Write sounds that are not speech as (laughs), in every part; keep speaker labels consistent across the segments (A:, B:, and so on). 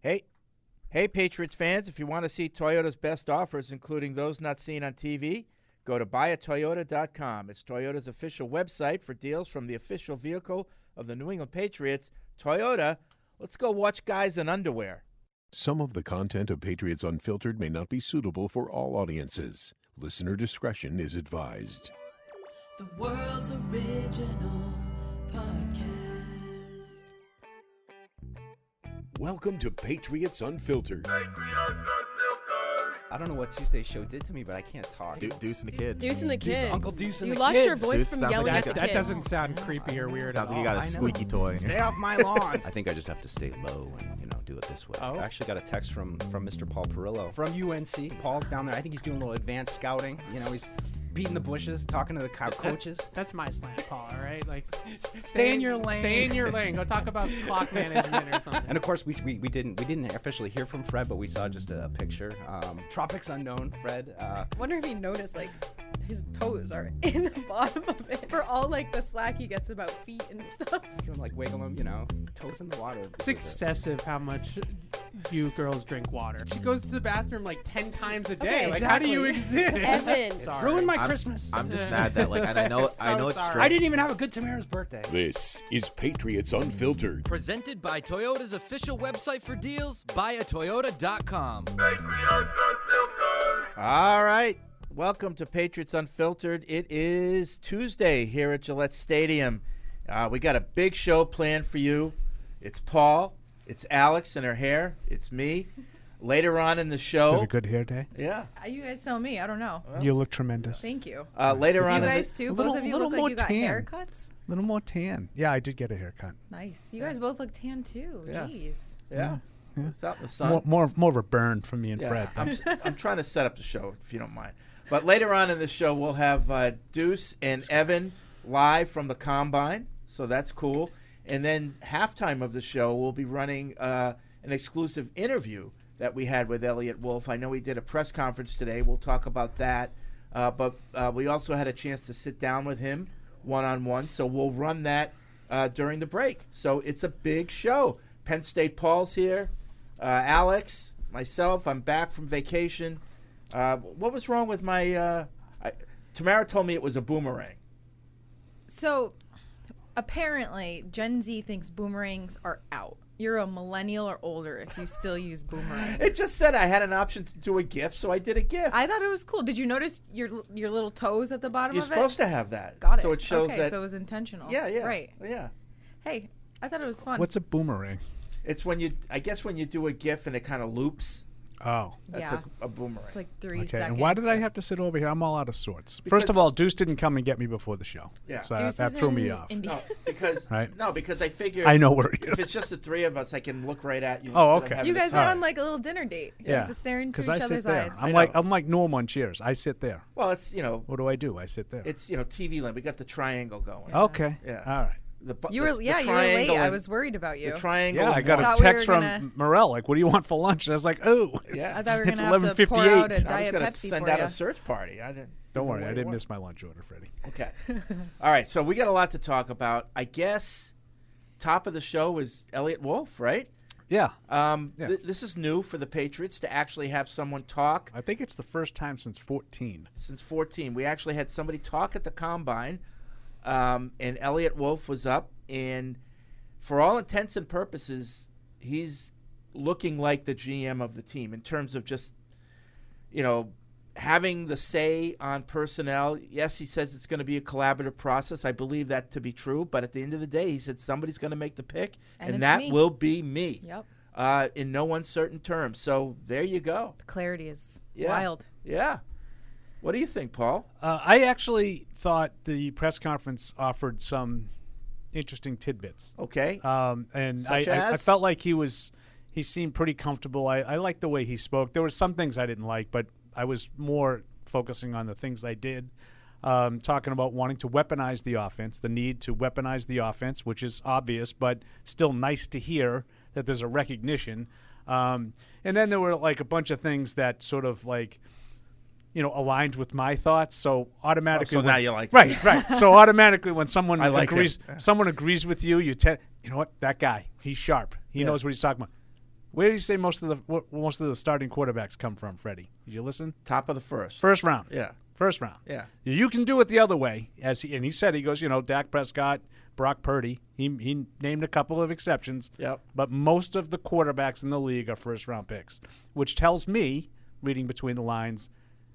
A: Hey, hey, Patriots fans! If you want to see Toyota's best offers, including those not seen on TV, go to buyatoyota.com. It's Toyota's official website for deals from the official vehicle of the New England Patriots, Toyota. Let's go watch guys in underwear.
B: Some of the content of Patriots Unfiltered may not be suitable for all audiences. Listener discretion is advised.
C: The world's original podcast.
B: Welcome to Patriots Unfiltered.
D: I don't know what Tuesday's show did to me, but I can't talk.
E: Du- Deuce and the kid.
F: Deuce and the
E: Deuce-
F: kids.
E: Uncle Deuce and
F: you
E: the
F: lost your
E: kids.
F: voice
E: Deuce
F: from
E: sounds like
F: yelling
E: I
F: at the
E: got-
F: kids.
E: that
G: doesn't sound creepy or weird.
E: Sounds
G: at
E: like you got
G: all.
E: a
G: I know.
E: squeaky toy.
G: Stay off my lawn.
D: (laughs) I think I just have to stay low and you know do it this way.
G: Oh.
D: I actually got a text from from Mr. Paul Perillo.
G: From UNC, Paul's down there. I think he's doing a little advanced scouting. You know, he's beating the bushes, talking to the co- coaches.
E: That's my slant, Paul. All right, like stay,
G: in your lane.
E: Stay in your lane. Go talk
G: (laughs)
E: about clock management or something.
D: And of course, we, we, we didn't we didn't officially hear from Fred, but we saw just a picture. Um, Tropics unknown, Fred. Uh,
F: I wonder if he noticed like his toes are (laughs) in the bottom of it for all like the slack he gets about feet and stuff.
D: you know, like wiggle him, you know, toes in the water.
E: It's excessive how much you girls drink water. She goes to the bathroom like ten times a day.
F: Okay,
E: like how do you exist?
F: Evan.
E: (laughs) Sorry.
G: Ruined my
E: I'm-
G: Christmas.
E: I'm- Yeah. Yeah. I'm- Yeah.
G: i just,
E: just
G: mad.
E: mad that, like, and I (laughs)
H: (laughs)
E: know- I know it's
G: I didn't even have a good Tamara's birthday.
B: This is Patriots Unfiltered.
I: Presented by Toyota's official website for deals, buyatoyota.com.
A: All right. Welcome to Patriots Unfiltered. It is Tuesday here at Gillette Stadium. Uh, we got a big show planned for you. It's Paul, it's Alex and her hair, it's me. Later on in the
J: Oh.
A: show,
E: good hair day.
A: yeah.
F: You guys tell me. I don't know.
E: You look tremendous.
F: Thank you.
A: Uh, later on,
F: You
A: in the-
F: guys too.
H: little-
F: both of you
H: little
F: look
H: more
F: like you got
H: tan.
F: haircuts.
H: A little more tan. Yeah, I did get a haircut.
F: Nice. You guys both look tan too.
A: Yeah.
F: Jeez.
A: yeah, it's out in the sun.
H: More, more, more of a burn from me and
A: Yeah,
H: Fred. (laughs)
A: I'm, s- I'm trying to set up the show, if you don't mind. But later on in the show, we'll have uh, Deuce and Evan live from the combine, so that's cool. And then halftime of the show, we'll be running uh, an exclusive interview that we had with Elliot Wolf. I know he did a press conference today. We'll talk about that. Uh, but uh, we also had a chance to sit down with him one on one, so we'll run that uh, during the break. So it's a big show. Penn State Paul's here uh, Alex, myself. I'm back from vacation. Uh, what was wrong with my? Uh, I, Tamara told me it was a boomerang. (laughs)
J: So apparently, Gen Z thinks boomerangs are out. You're a millennial or older if you still use boomerangs.
A: It just said I had an option to do a gift, so I did a gift.
J: I thought it was cool. Did you notice your your little toes at the bottom
A: You're
J: of
A: supposed
J: it?
A: to have that.
J: Got it.
A: So it shows
J: okay,
A: that.
J: so it was intentional.
A: yeah, yeah,
J: Right.
A: yeah.
J: Hey, I thought it was fun.
H: What's a boomerang?
A: It's when you, I guess, when you do a GIF and it kind of loops.
H: Oh,
A: That's
J: yeah.
A: a, a boomerang.
J: It's like three (laughs)
H: okay.
J: seconds.
H: And why did I have to sit over here? I'm all out of sorts.
A: Because-
H: First of all, Deuce didn't come and get me before the show.
A: Yeah.
H: So
J: Deuce
H: that
J: is
H: threw
J: in-
H: me off.
J: in the-
A: no, because
H: (laughs) Right.
A: no, because I figure
H: I know where he
A: if it's
H: is.
A: just the three of us, I can look right at you.
H: Oh,
A: instead of
H: okay.
A: having
J: you
A: to
J: guys
A: talk.
J: are
H: Alright.
J: on like a little dinner date. You
H: Yeah.
J: have to stare into each
H: I sit
J: other's
H: there.
J: eyes.
H: I'm
A: know.
H: like I'm like Norm on Cheers. I sit there.
A: Well, it's you know,
H: What do I do? I sit there.
A: it's you know, TV land. We got the triangle going.
H: okay.
A: Yeah.
H: All right.
A: The bu-
J: you
A: the-
J: were
A: the
J: Oh, yeah, you were late.
A: triangle
J: I
A: and-
J: was worried about you.
A: The triangle.
H: Yeah, I
A: and
H: got
A: one.
H: a
J: Thought we
H: text
J: were
H: from
J: gonna-
H: Morel like, "What do you want for lunch?" And I was like, "Oh,
A: Yeah.
J: I thought we were
H: It's
J: gonna have to pour
H: 11:58.
J: out a
A: I was
J: diet
A: gonna
J: Pepsi
A: send
J: for
A: out
J: ya.
A: a search party. I didn't.
H: don't worry,
A: know
H: I
A: what
H: didn't
A: it
H: miss my lunch order, Freddie."
A: was. Okay.
J: (laughs)
A: All right. So we got a lot to talk about. I guess top of the show is Elliot Wolf, right?
H: Yeah,
A: Um,
H: Yeah.
A: th- this is new for the Patriots to actually have someone talk
H: I think it's the first time since 14.
A: since 14. We actually had somebody talk at the combine, um, and Elliot Wolf was up, and for all intents and purposes, he's looking like the GM of the team in terms of just, you know, having the say on personnel. Yes, he says it's going to be a collaborative process. I believe that to be true, but at the end of the day, he said somebody's going to make the pick,
J: And
A: and,
J: it's
A: that
J: me.
A: will be me.
J: Yep.
A: Uh, in no uncertain terms. So there you go.
J: The clarity is
A: Yeah.
J: wild.
A: Yeah. What do you think, Paul?
H: Uh, I actually thought the press conference offered some interesting tidbits,
A: Okay.
H: um, and I,
A: Such
H: I, I
A: as?
H: felt like he was he seemed pretty comfortable. I, I liked the way he spoke. There were some things I didn't like, but I was more focusing on the things I did. Um, talking about wanting to weaponize the offense, the need to weaponize the offense, which is obvious, but still nice to hear that there's a recognition. Um, and then there were like a bunch of things that sort of like you know aligned with my thoughts so automatically
A: Oh, so now you like
H: right right
A: (laughs)
H: so automatically when someone
A: I like him.
H: agrees someone agrees with you you te- you know what that guy he's sharp he knows what he's talking about Where do you say most of the wh- most of the starting quarterbacks come from, Freddie? Did you listen?
A: Top of the first.
H: First round.
A: Yeah.
H: First round.
A: Yeah.
H: You can do it the other way, as he, and he said he goes, you know, Dak Prescott, Brock Purdy. He he named a couple of exceptions.
A: Yep.
H: But most of the quarterbacks in the league are first round picks, which tells me, reading between the lines,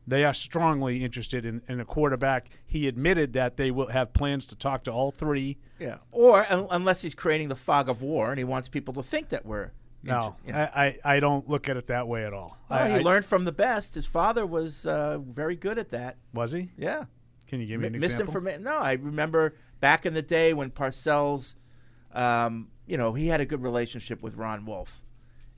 H: they are strongly interested in, in a quarterback. He admitted that they will have plans to talk to all three.
A: Yeah. Or un- unless he's creating the fog of war and he wants people to think that we're.
H: No,
A: into-
H: I, I, I don't look at it that way at all.
A: Well,
H: I,
A: he
H: I-
A: learned from the best. His father was uh, very good at that.
H: Was he?
A: Yeah.
H: Can you give me an example?
A: misinformation. No, I remember back in the day when Parcells, um, you know, he had a good relationship with Ron Wolf,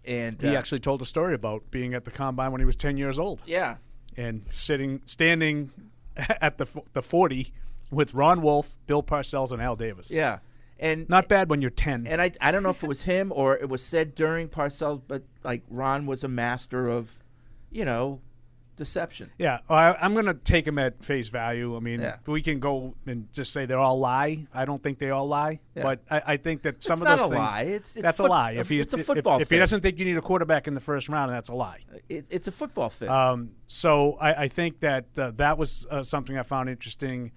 A: and
H: He
A: uh,
H: actually told a story about being at the combine when he was 10 years old
A: yeah,
H: and sitting, standing (laughs) at the fo- the 40 with Ron Wolf, Bill Parcells, and Al Davis.
A: yeah, and
H: Not bad when you're 10.
A: and I I don't know if it was him or it was said during Parcells, but like Ron was a master of, you know, deception.
H: yeah, I, I'm going to take him at face value. I mean,
A: Yeah.
H: we can go and just say they all lie. I don't think they all lie,
A: Yeah.
H: but I, I think that some
A: not
H: of those
A: a
H: things.
A: lie. It's- it's
H: that's
A: foot-
H: a lie. If he,
A: it's a
H: if-
A: football
H: If, he
A: thing.
H: doesn't think you need a quarterback in the first round, that's a lie.
A: It, it's a football fit.
H: Um, so I, I think that uh, that was uh, something I found interesting.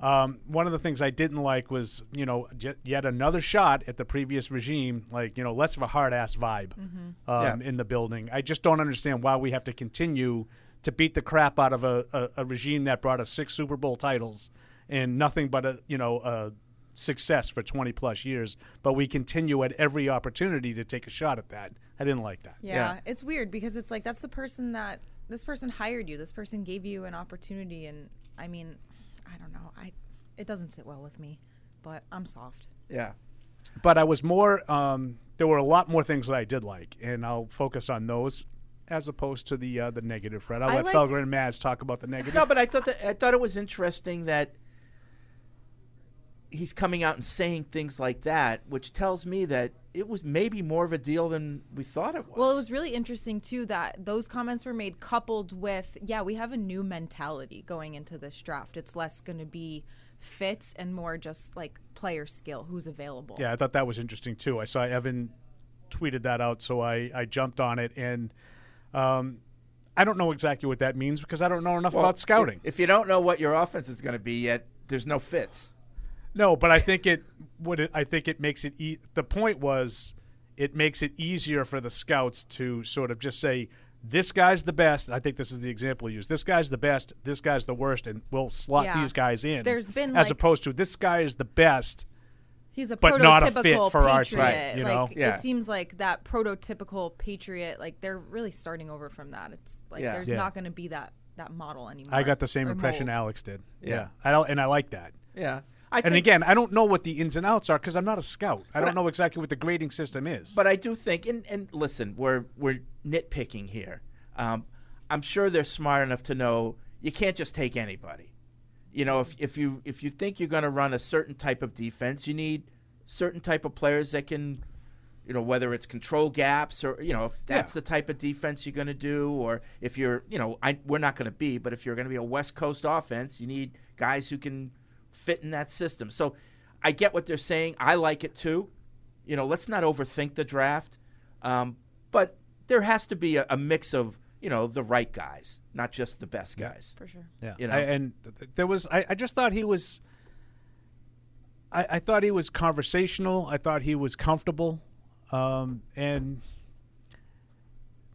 H: Um, one of the things I didn't like was, you know, j- yet another shot at the previous regime, like, you know, less of a hard ass vibe um,
A: Yeah.
H: in the building. I just don't understand why we have to continue to beat the crap out of a, a, a regime that brought us six Super Bowl titles and nothing but a, you know, a success for 20 plus years. But we continue at every opportunity to take a shot at that. I didn't like that.
J: Yeah,
A: Yeah.
J: it's weird because it's like that's the person that this person hired you. This person gave you an opportunity, and I mean, I don't know. I it doesn't sit well with me, but I'm soft.
A: yeah,
H: but I was more. Um, there were a lot more things that I did like, and I'll focus on those as opposed to the uh, the negative. Fred, I'll
J: I
H: let
J: liked-
H: Felger and Maz talk about the negative.
A: no, but I thought that I thought it was interesting that. He's coming out and saying things like that, which tells me that it was maybe more of a deal than we thought it was.
J: Well, it was really interesting too that those comments were made coupled with, yeah, we have a new mentality going into this draft. It's less going to be fits and more just like player skill, who's available.
H: Yeah, I thought that was interesting too. I saw Evan tweeted that out, so I, I jumped on it, and um, I don't know exactly what that means because I don't know enough
A: Well,
H: about scouting.
A: If, if you don't know what your offense is going to be yet, there's no fits.
H: No, but I think it would. It, I think it makes it. E- the point was, it makes it easier for the scouts to sort of just say, "This guy's the best." I think this is the example you use. This guy's the best. This guy's the worst, and we'll slot
J: Yeah.
H: these guys in.
J: There's been,
H: as
J: like-
H: opposed to this guy is the best.
J: He's a
H: But
J: prototypical
H: not a fit for our team,
J: patriot.
H: you know?
J: like
A: Yeah.
J: it seems like that prototypical patriot, like they're really starting over from that. It's like
A: Yeah.
J: there's
H: Yeah.
J: not going to be that that model anymore.
H: I got the same
J: or
H: impression
J: mold.
H: Alex did.
A: Yeah.
H: I don't, and I like that.
A: Yeah. I
H: And again, I don't know what the ins and outs are because I'm not a scout. I don't know exactly what the grading system is.
A: but I do think, and, and listen, we're we're nitpicking here. Um, I'm sure they're smart enough to know you can't just take anybody. You know, if, if you if you think you're going to run a certain type of defense, you need certain type of players that can, you know, whether it's control gaps or you know if that's the type of defense you're going to do, or if you're you know I, we're not going to be, but if you're going to be a West Coast offense, you need guys who can fit in that system. So I get what they're saying. I like it too. You know, let's not overthink the draft, um, but there has to be a, a mix of you know the right guys, not just the best guys.
J: for sure.
H: Yeah.
A: You know?
H: I, and th- there was, I, I just thought he was, I, I thought he was conversational. I thought he was comfortable. Um, and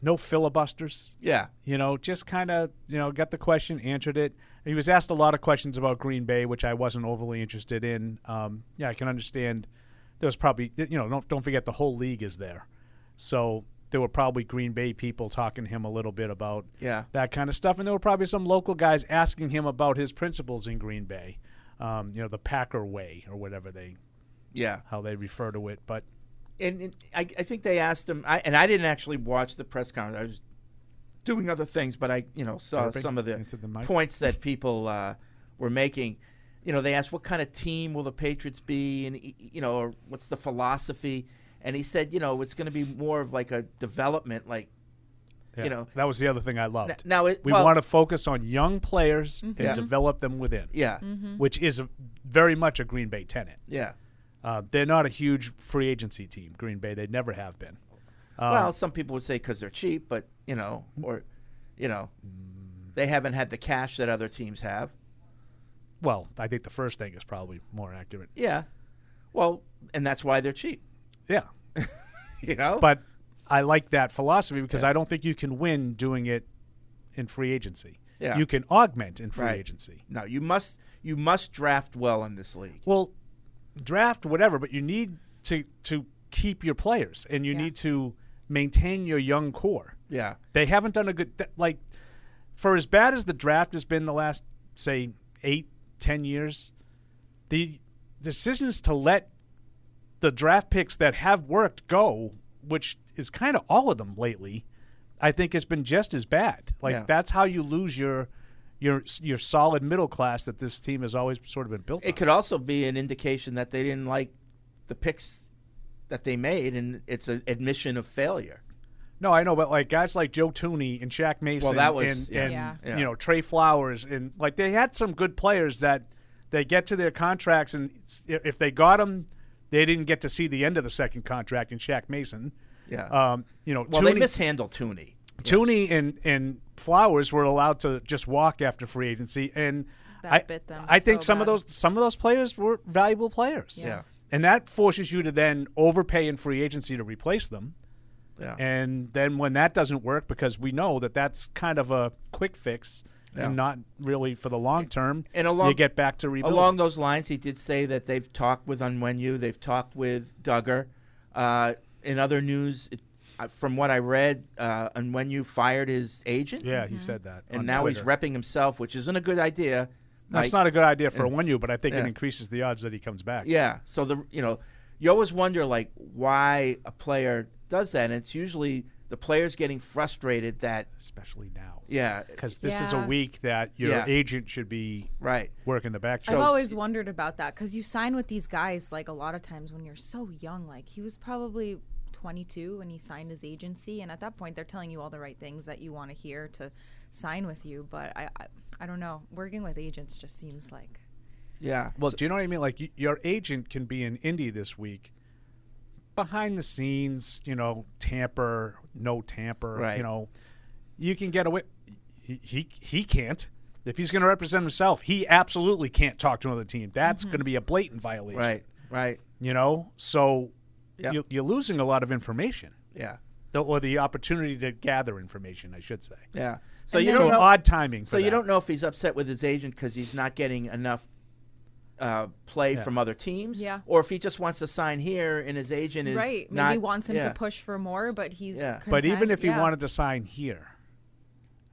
H: no filibusters,
A: Yeah,
H: you know, just kind of, you know, got the question, answered it. He was asked a lot of questions about Green Bay, which I wasn't overly interested in. Um, yeah, I can understand. There was probably, you know, don't, don't forget the whole league is there. So there were probably Green Bay people talking to him a little bit about
A: yeah.
H: that kind of stuff. And there were probably some local guys asking him about his principles in Green Bay, um, you know, the Packer way or whatever they
A: Yeah,
H: how they refer to it. But
A: and, and I, I think they asked him. I, and I didn't actually watch the press conference. I was doing other things, but I, you know, saw
H: Burping
A: some of the,
H: into the mic.
A: points that people uh, were making. You know, they asked what kind of team will the Patriots be, and y- y- you know, or what's the philosophy? And he said, you know, it's going to be more of like a development, like
H: yeah,
A: You know-
H: that was the other thing I loved.
A: N- now it,
H: we
A: well, Mm-hmm.
H: want to focus on young players and
A: Yeah.
H: develop them within,
A: yeah,
H: which is a, very much a Green Bay tenant.
A: yeah.
H: Uh, Mm. they're not a huge free agency team, Green Bay. They never have been. Um,
A: well, some people would say because they're cheap, but you know, or you know,
H: Mm.
A: they haven't had the cash that other teams have.
H: well, I think the first thing is probably more accurate.
A: Yeah. Well, and that's why they're cheap.
H: Yeah.
A: (laughs) you know.
H: But I like that philosophy because I don't think you can win doing it in free agency.
A: Yeah.
H: You can augment in free
A: Right.
H: agency.
A: No, you must you must draft well in this league.
H: Well, draft whatever, but you need to to keep your players and you
A: Yeah.
H: need to maintain your young core.
A: Yeah.
H: They haven't done a good th- like for as bad as the draft has been the last say eight ten years. The decisions to let the draft picks that have worked go, which is kind of all of them lately, I think has been just as bad. Like
A: Yeah.
H: that's how you lose your your your solid middle class that this team has always sort of been built.
A: It could also be an indication that they didn't like the picks that they made, and it's an admission of failure.
H: No, I know, but like guys like Joe Tooney and Shaq Mason
A: that was-
H: and,
A: yeah.
H: and,
A: Yeah. Yeah.
H: you know Trey Flowers and like they had some good players that they get to their contracts and s- if they got them, they didn't get to see the end of the second contract in Shaq Mason.
A: Yeah.
H: um, you know,
A: Well, they
H: Tooney-
A: mishandled Tooney.
H: Tooney and and Flowers were allowed to just walk after free agency, and
J: That
H: I
J: bit them
H: I think
J: so
H: some of
J: bad.
H: those some of those players were valuable players.
A: Yeah. Yeah.
H: and that forces you to then overpay in free agency to replace them.
A: Yeah.
H: and then when that doesn't work, because we know that that's kind of a quick fix
A: Yeah.
H: and not really for the long term.
A: And along
H: you get back to rebuilding.
A: Along those lines, he did say that they've talked with Unwenu, they've talked with Duggar. Uh, in other news, it, uh, from what I read, uh, Unwenu fired his agent.
H: Yeah, he Mhm. said that
A: And
H: on
A: now he's
H: Twitter.
A: repping himself, which isn't a good idea.
H: that's
A: Mike.
H: not a good idea for
A: Yeah.
H: a one year, but I think
A: Yeah.
H: it increases the odds that he comes back.
A: Yeah. So the you know, you always wonder like why a player does that, and it's usually the player's getting frustrated that,
H: especially now.
A: Yeah.
H: because this is a
J: Yeah.
H: week that your
A: Yeah.
H: agent should be
A: right
H: working the back.
J: I've always wondered about that because you sign with these guys like a lot of times when you're so young. Like he was probably 22 when he signed his agency, and at that point they're telling you all the right things that you want to hear to sign with you. But I, I, I don't know. Working with agents just seems like
A: Yeah.
H: Well, do you know what I mean? Like y- your agent can be in Indy this week, behind the scenes, you know, tamper, no tamper,
A: Right.
H: you know, you can get away. He he, he can't. If he's going to represent himself, he absolutely can't talk to another team. That's
A: Mhm.
H: going to be a blatant violation.
A: Right, right.
H: You know, so
A: Yeah.
H: you, you're losing a lot of information.
A: Yeah.
H: The, or the opportunity to gather information, I should say.
A: Yeah. So you
H: so
A: don't know
H: odd timing. For
A: So you
H: that.
A: don't know if he's upset with his agent because he's not getting enough uh, play
H: Yeah.
A: from other teams,
J: Yeah.
A: or if he just wants to sign here and his agent is
J: right. Maybe
A: Not,
J: wants him
A: yeah.
J: to push for more, but he's
A: Yeah.
H: But even
J: content-
H: if he
J: yeah.
H: wanted to sign here,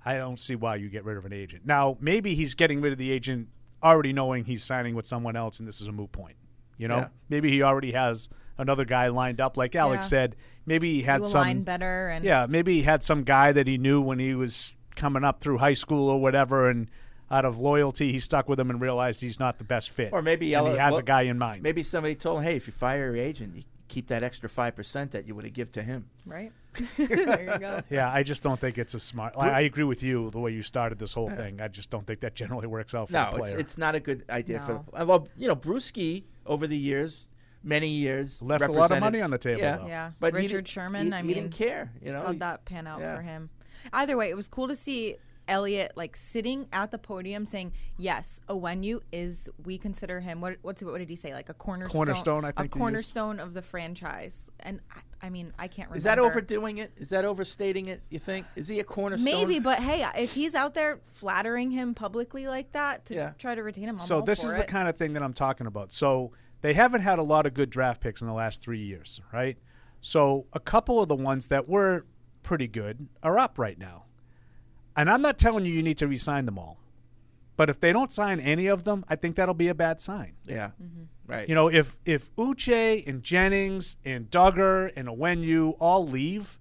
H: I don't see why you get rid of an agent. Now, maybe he's getting rid of the agent already knowing he's signing with someone else and this is a moot point. You know?
A: Yeah.
H: Maybe he already has another guy lined up like Alex
J: Yeah.
H: said. Maybe he had
J: You
H: some
J: align better and-
H: Yeah, maybe he had some guy that he knew when he was coming up through high school or whatever and out of loyalty he stuck with him and realized he's not the best fit.
A: or maybe
H: and
A: Ele-
H: he has
A: well,
H: a guy in mind.
A: Maybe somebody told him, "Hey, if you fire your agent, you keep that extra five percent that you would have give to him."
J: Right. there you go.
H: Yeah, I just don't think it's a smart. I,
A: Bru-
H: I agree with you the way you started this whole thing. I just don't think that generally works out for
A: No,
H: the
A: it's,
H: player.
A: it's not a good idea for.
H: No.
A: The, although you know, Brewski over the years, many years,
H: Left a lot of
A: represented-
H: money on the table,
A: Yeah,
H: though.
J: Yeah,
A: but he
J: Richard
A: di-
J: Sherman.
A: he-
J: I
A: he
J: mean,
A: didn't care. You know,
J: how'd that pan out
A: yeah.
J: for him? Either way, it was cool to see Elliot like sitting at the podium saying, "Yes, Owenu is. We consider him. What? What's what did he say? Like a cornerstone.
H: Cornerstone, I think he
J: a
H: used.
J: cornerstone of the franchise. And I, I mean, I can't remember.
A: Is that overdoing it? Is that overstating it? You think? Is he a cornerstone?
J: Maybe, but hey, if he's out there flattering him publicly like that to
A: Yeah.
J: try to retain him, I'm
H: so
J: all
H: this
J: for
H: is
J: it.
H: the kind of thing that I'm talking about. So they haven't had a lot of good draft picks in the last three years, right? So a couple of the ones that were pretty good are up right now, and I'm not telling you you need to re-sign them all, but if they don't sign any of them, I think that'll be a bad sign.
A: Yeah.
J: Mm-hmm.
A: Right.
H: You know, if if Uche and Jennings and Duggar and Owenyu all leave,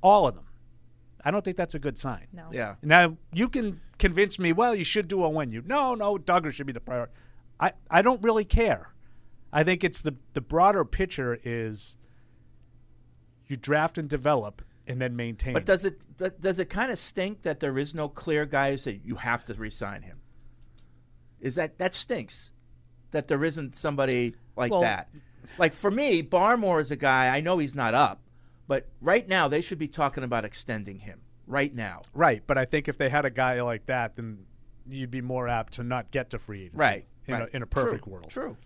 H: all of them, I don't think that's a good sign.
J: No.
A: Yeah.
H: Now you can convince me. Well, you should do Owenyu. No, no, Duggar should be the priority. I I don't really care. I think it's the the broader picture is you draft and develop and then maintain.
A: But does it but does it kind of stink that there is no clear guys that you have to resign him? Is that that stinks that there isn't somebody like
H: Well-
A: that? Like for me, Barmore is a guy I know he's not up, But right now, they should be talking about extending him right now.
H: Right, but I think if they had a guy like that, then you'd be more apt to not get to free agency.
A: Right,
H: In,
A: right.
H: A, in a perfect
A: True,
H: world.
A: True.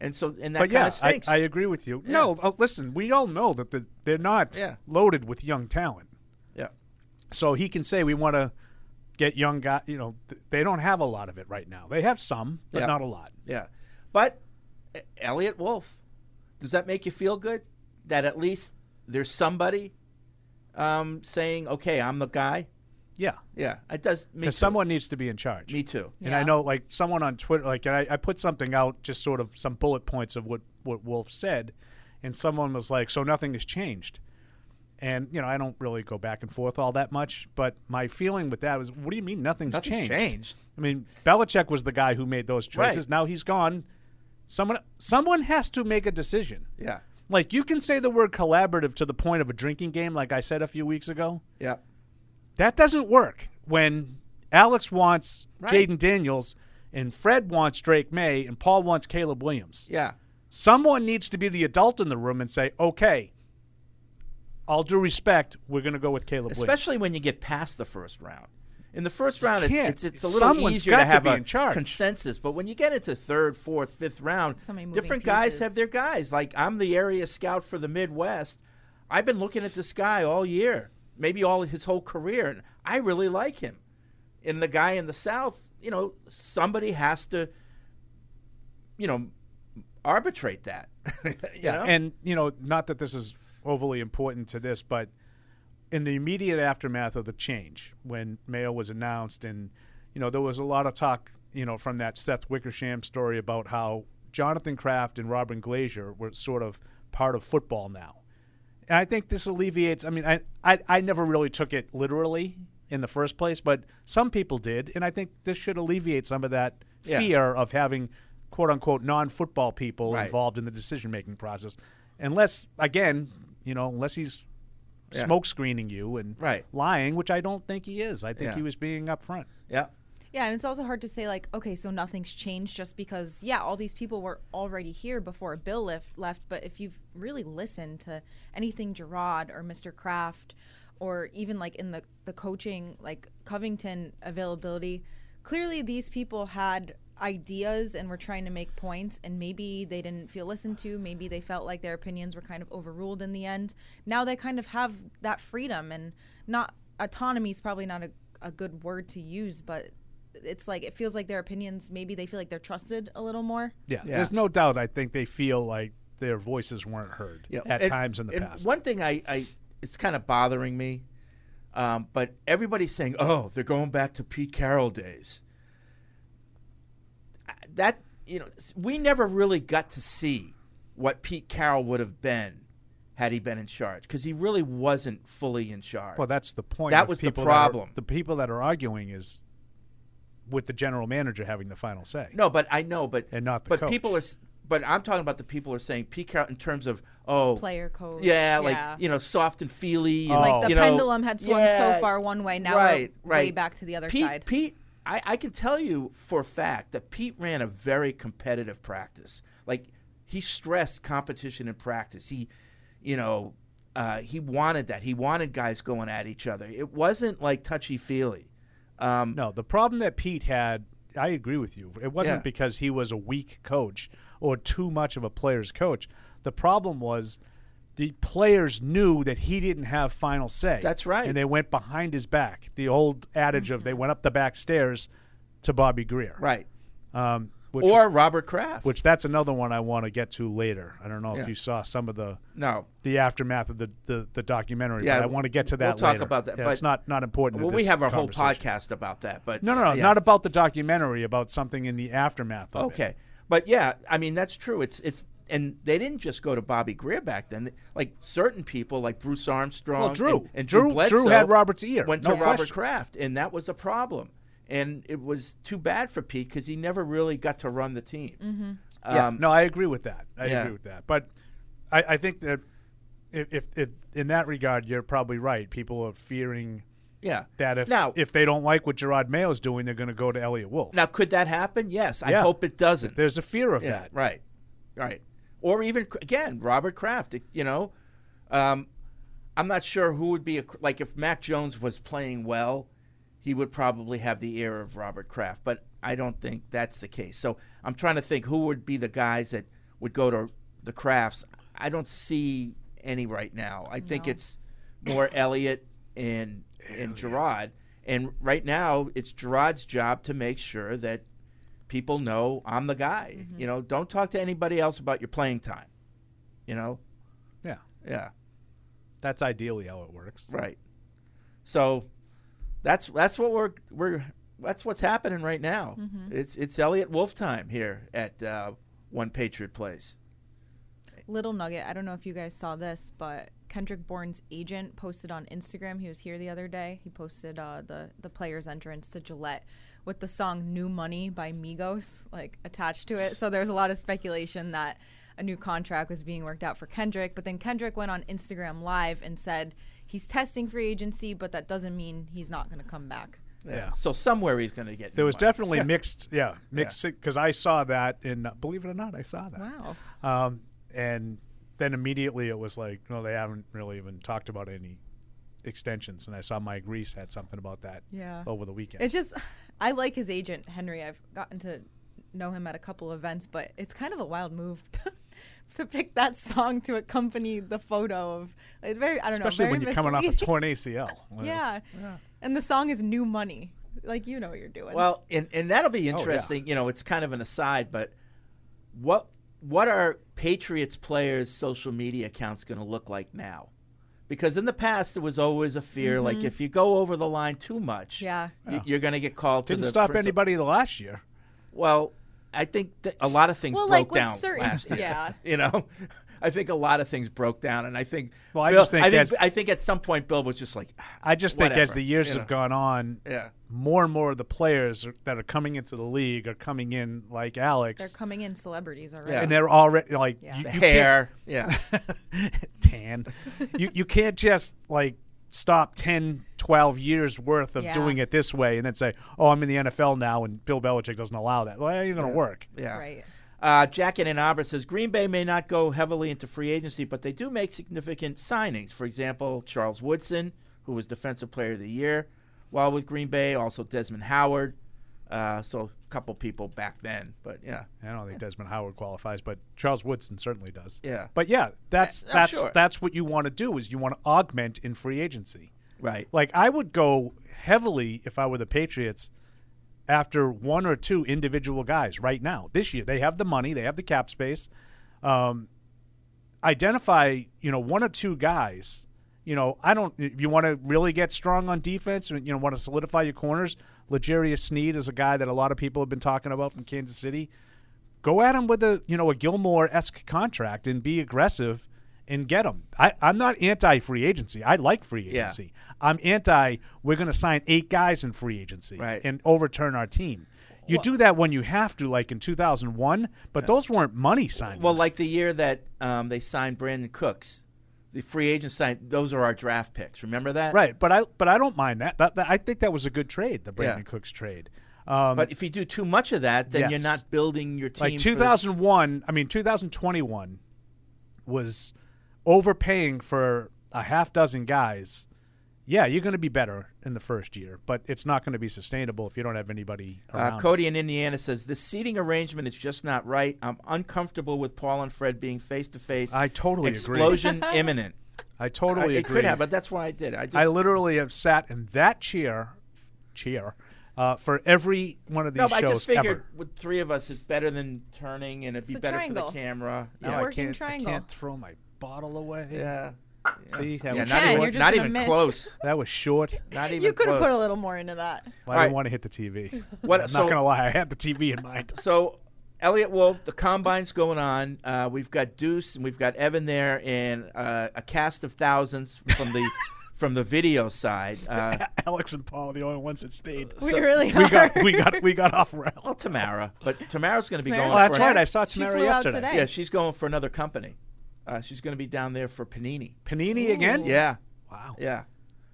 A: And so, and that
H: but
A: kind
H: yeah,
A: of stinks.
H: I, I agree with you. No, uh, listen, we all know that the, they're not
A: Yeah.
H: loaded with young talent.
A: Yeah.
H: So he can say we want to get young guy. You know, th- they don't have a lot of it right now. They have some, but
A: Yeah.
H: not a lot.
A: Yeah. But E- Elliot Wolf, does that make you feel good? That at least there's somebody um, saying, okay, I'm the guy?
H: Yeah.
A: Yeah. It does. Me too.
H: Because someone needs to be in charge.
A: Me too.
H: And
J: Yeah.
H: I know, like, someone on Twitter, like, and I, I put something out, just sort of some bullet points of what, what Wolf said, and someone was like, so nothing has changed. And, you know, I don't really go back and forth all that much, but my feeling with that was, what do you mean nothing's,
A: Nothing's changed.
H: I mean, Belichick was the guy who made those choices.
A: Right.
H: Now he's gone. Someone, someone has to make a decision.
A: Yeah.
H: Like, you can say the word collaborative to the point of a drinking game, like I said a few weeks ago.
A: Yeah.
H: That doesn't work when Alex wants
A: Right.
H: Jaden Daniels and Fred wants Drake May and Paul wants Caleb Williams.
A: Yeah.
H: Someone needs to be the adult in the room and say, okay, all due respect, we're going to go with Caleb Williams.
A: Especially when you get past the first round. In the first round, it's,
H: can't.
A: it's, it's a little
H: Someone's
A: easier
H: got
A: to
H: to
A: have
H: be
A: a
H: in charge.
A: consensus, but when you get into third, fourth, fifth round,
J: So many moving
A: different guys
J: pieces.
A: have their guys. Like I'm the area scout for the Midwest. I've been looking at this guy all year, maybe all his whole career, and I really like him. And the guy in the South, you know, somebody has to, you know, arbitrate that. (laughs) you know?
H: And, you know, not that this is overly important to this, but in the immediate aftermath of the change, when Mayo was announced, and, you know, there was a lot of talk, you know, from that Seth Wickersham story about how Jonathan Kraft and Robin Glazier were sort of part of football now. And I think this alleviates, I mean, I, I, I never really took it literally in the first place, but some people did. And I think this should alleviate some of that
A: Yeah.
H: fear of having quote unquote non football people
A: Right.
H: involved in the decision making process. Unless, again, you know, unless he's
A: Yeah.
H: smoke screening you and
A: Right.
H: lying, which I don't think he is. I think
A: Yeah.
H: he was being upfront.
A: yeah.
J: Yeah, and it's also hard to say like, okay, so nothing's changed just because yeah, all these people were already here before Bill left left, but if you've really listened to anything Gerard or Mr. Kraft or even like in the the coaching like Covington availability, clearly these people had ideas and were trying to make points and maybe they didn't feel listened to maybe they felt like their opinions were kind of overruled in the end now they kind of have that freedom and not autonomy is probably not a, a good word to use but it's like it feels like their opinions maybe they feel like they're trusted a little more
H: Yeah.
A: Yeah.
H: There's no doubt I think they feel like their voices weren't heard
A: Yeah,
H: at
A: and-
H: times in the
A: and
H: past.
A: One thing I, I it's kind of bothering me, um, but everybody's saying, "Oh, they're going back to Pete Carroll days." I- That you know, s- we never really got to see what Pete Carroll would have been had he been in charge because he really wasn't fully in charge.
H: Well, that's the point.
A: That
H: with
A: was the
H: people that are-
A: problem.
H: the people that are arguing is with the general manager having the final say.
A: No, but I know, but
H: And not the
A: but
H: coach.
A: people are. s- But I'm talking about the people who are saying Pete Carroll in terms of oh
J: Player coach,
A: yeah,
J: yeah.
A: like you know soft and feely, and,
H: Like
J: the
A: Oh. you know,
J: pendulum had swung
A: yeah,
J: so far one way now
A: right,
J: we're
A: right.
J: way back to the other
A: Pete,
J: side
A: Pete, I, I can tell you for a fact that Pete ran a very competitive practice. Like he stressed competition in practice. He, you know, uh, he wanted that. He wanted guys going at each other. It wasn't like touchy feely. Um,
H: No, the problem that Pete had, I agree with you. It wasn't
A: Yeah.
H: because he was a weak coach or too much of a player's coach. The problem was the players knew that he didn't have final say.
A: That's right. Mm-hmm.
H: And they went behind his back. The old adage of they went up the back stairs to Bobby Greer.
A: right.
H: Um, which,
A: Or Robert Kraft.
H: which that's another one I want to get to later. I don't know
A: Yeah.
H: if you saw some of the
A: no.
H: the aftermath of the, the, the documentary.
A: Yeah,
H: but I want to get to
A: we'll
H: that.
A: talk
H: later.
A: about that,
H: Yeah,
A: but-
H: it's not not important. to
A: Well, we
H: this
A: have our whole
H: conversation.
A: podcast about that, but
H: No, no, no,
A: yeah.
H: not about the documentary. About something in the aftermath of it.
A: Okay, but yeah, I mean that's true. It's it's and they didn't just go to Bobby Greer back then. Like certain people, like Bruce Armstrong,
H: Well, Drew.
A: and, and
H: Drew-
A: Drew,
H: Drew
A: Bledsoe,
H: had Robert's ear,
A: Went
H: no
A: to Robert
H: question.
A: Kraft, and that was a problem. And it was too bad for Pete because he never really got to run the team. Mm-hmm.
H: Yeah, no, I agree with that. I
A: yeah.
H: agree with that. But I, I think that if, if, if in that regard, you're probably right. People are fearing
A: yeah.
H: that if
A: now,
H: if they don't like what Gerard Mayo's doing, they're going to go to Elliot Wolf.
A: now could that happen? Yes, I
H: Yeah.
A: hope it doesn't.
H: There's a fear of
A: Yeah,
H: that.
A: right, right. Or even c- again, Robert Kraft. You know, um, I'm not sure who would be a, like if Mac Jones was playing well, he would probably have the ear of Robert Kraft, but I don't think that's the case. So I'm trying to think who would be the guys that would go to the Crafts. I don't see any right now. I think
J: No.
A: it's more Elliott and and Gerard. And right now, it's Gerard's job to make sure that people know I'm the guy.
H: Mm-hmm.
A: You know, don't talk to anybody else about your playing time. You know,
H: Yeah.
A: yeah.
H: That's ideally how it works.
A: Right. So that's that's what we're we're that's what's happening right now.
H: Mm-hmm.
A: It's it's Elliot Wolf time here at uh, One Patriot Place.
J: Little nugget. I don't know if you guys saw this, but Kendrick Bourne's agent posted on Instagram. He was here the other day. He posted uh, the the player's entrance to Gillette with the song "New Money" by Migos like attached to it. So there's a lot of speculation that a new contract was being worked out for Kendrick. But then Kendrick went on Instagram Live and said he's testing free agency, but that doesn't mean he's not going to come back.
H: Yeah.
A: So somewhere he's going to get.
H: There was
A: money. (laughs)
H: definitely mixed, yeah, mixed, because I saw that, and believe it or not, I saw that.
J: Wow.
H: Um, and then immediately it was like, no, they haven't really even talked about any extensions. And I saw Mike Reese had something about that
J: Yeah.
H: over the weekend.
J: It's just, (sighs) I like his agent, Henry. I've gotten to know him at a couple events, but it's kind of a wild move (laughs) to, to pick that song to accompany the photo of. It's very, I don't
H: Especially
J: know, very
H: when you're coming off a
J: misleading.
H: torn ACL.
J: (laughs)
H: Well,
J: yeah. And the song is New Money. Like, you know what you're doing.
A: Well, and and that'll
H: Oh,
A: be interesting. You know, it's kind of an aside, but what what are Patriots players' social media accounts going to look like now? Because in the past, there was always a fear like if you go over the line too much,
J: Mm-hmm. yeah.
A: y- you're going to get called.
H: Didn't
A: to the
H: stop
A: principal.
H: anybody the last year.
A: Well, I think that a lot of things
J: Well, like
A: broke
J: with
A: down
J: certain- (laughs)
A: last year.
J: yeah.
A: (laughs) You know, I think a lot of things broke down, and I think.
H: Well, I
A: Bill-
H: just think
A: I think,
H: as-
A: I think at some point Bill was just like, "Ah,
H: I just think as
A: Whatever,
H: the years
A: you
H: have
A: know.
H: gone on,
A: yeah,
H: more and more of the players are- that are coming into the league are coming in like Alex.
J: They're coming in celebrities already.
A: Yeah.
H: and they're already like
J: Yeah.
H: you,
A: the
H: you
A: hair, yeah,
H: can't- (laughs) tan you, you can't just like stop 10 12 years worth of
J: Yeah.
H: doing it this way and then say oh i'm in the nfl now and bill belichick doesn't allow that well that ain't gonna work
A: yeah."
J: Right.
A: Uh, Jack in Ann Arbor says Green Bay may not go heavily into free agency, but they do make significant signings. For example, Charles Woodson, who was Defensive Player of the Year while with Green Bay, also Desmond Howard. Uh, so a couple people back then, but yeah,
H: i don't think desmond howard qualifies but charles woodson certainly does
A: Yeah.
H: but yeah that's
A: I'm
H: that's
A: sure.
H: that's what you want to do is you want to augment in free agency
A: right.
H: like i would go heavily if i were the patriots after one or two individual guys right now this year they have the money they have the cap space um, identify you know one or two guys you know i don't if you want to really get strong on defense and you know want to solidify your corners Legarius Sneed is a guy that a lot of people have been talking about from Kansas City go at him with a you know a Gilmore-esque contract and be aggressive and get him I, i'm not anti free agency i like free
A: Yeah.
H: agency i'm anti we're going to sign eight guys in free agency
A: Right.
H: and overturn our team you do that when you have to like in 2001 but those weren't money signings
A: Well, like the year that um, they signed Brandon Cooks, the free agent signed. Those are our draft picks. Remember that?
H: Right, but I but I don't mind that. That, that- I think that was a good trade, the Brandon Cooks trade. Um,
A: But if you do too much of that, then you're
H: Yes.
A: not building your team.
H: like
A: for the-
H: 2001, I mean 2021 was overpaying for a half dozen guys. Yeah, you're going to be better in the first year, but it's not going to be sustainable if you don't have anybody around.
A: Uh, Cody in Indiana says this seating arrangement is just not right. I'm uncomfortable with Paul and Fred being face to face.
H: I totally agree. (laughs)
A: Explosion
J: (laughs)
A: imminent.
H: I totally
A: I- it
H: agree.
A: could have, but that's why I did. I just
H: I literally have sat in that chair chair uh, for every one of these
A: no, but I
H: shows
A: just figured
H: ever.
A: with three of us, it's better than turning, and it'd be
J: the
A: better
J: triangle.
A: for the camera.
H: Now
A: Yeah,
H: I
J: Working
H: can't,
J: triangle.
H: I can't throw my bottle away.
A: yeah,
H: See, that
A: yeah.
J: can,
H: was
A: Not
H: short.
J: you're
A: even,
J: just
A: not
J: gonna
A: even
J: miss.
A: close.
H: That was short.
A: Not even
J: You could have
A: close.
J: put a little more into that.
H: I
A: All
H: didn't
A: right.
H: want to hit the
A: (laughs)
H: TV. (laughs)
A: What-
H: I'm
A: so-
H: not gonna lie, I had the TV in mind.
A: (laughs) So, Elliot Wolf, the combine's going on. Uh, we've got Deuce and we've got Evan there, and uh, a cast of thousands
H: (laughs)
A: from the from the video side. Uh,
H: Alex and Paul, are the only ones that stayed.
J: We really
H: We
J: are.
H: got, we got, we got off rail.
A: well, Tamara, but Tamara's going to be going.
J: Tamara's
H: Oh, that's
A: for,
H: right. I saw
J: She
H: Tamara
J: flew out
H: yesterday.
J: today.
A: Yeah, she's going for another company. Uh, she's going to be down there for panini.
H: Panini again?
A: Yeah,
H: Wow.
A: yeah.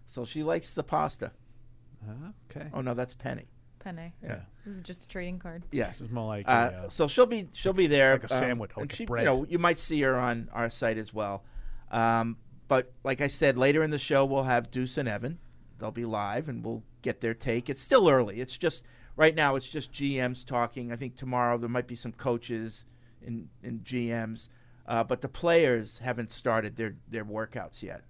A: So she likes the pasta.
H: Uh, Okay.
A: Oh no, that's penny.
J: Penny.
A: Yeah.
J: This is just a trading card.
A: Yeah.
H: This is more like
A: Uh,
H: a, uh,
A: so she'll be she'll be there um,
H: Like a sandwich,
A: and
H: like a
A: she,
H: bread.
A: You know, you might see her on our site as well. Um, But like I said, later in the show we'll have Deuce and Evan. They'll be live and we'll get their take. It's still early. It's just right now. It's just GMs talking. I think tomorrow there might be some coaches and, and GMs, uh, but the players haven't started their their workouts yet.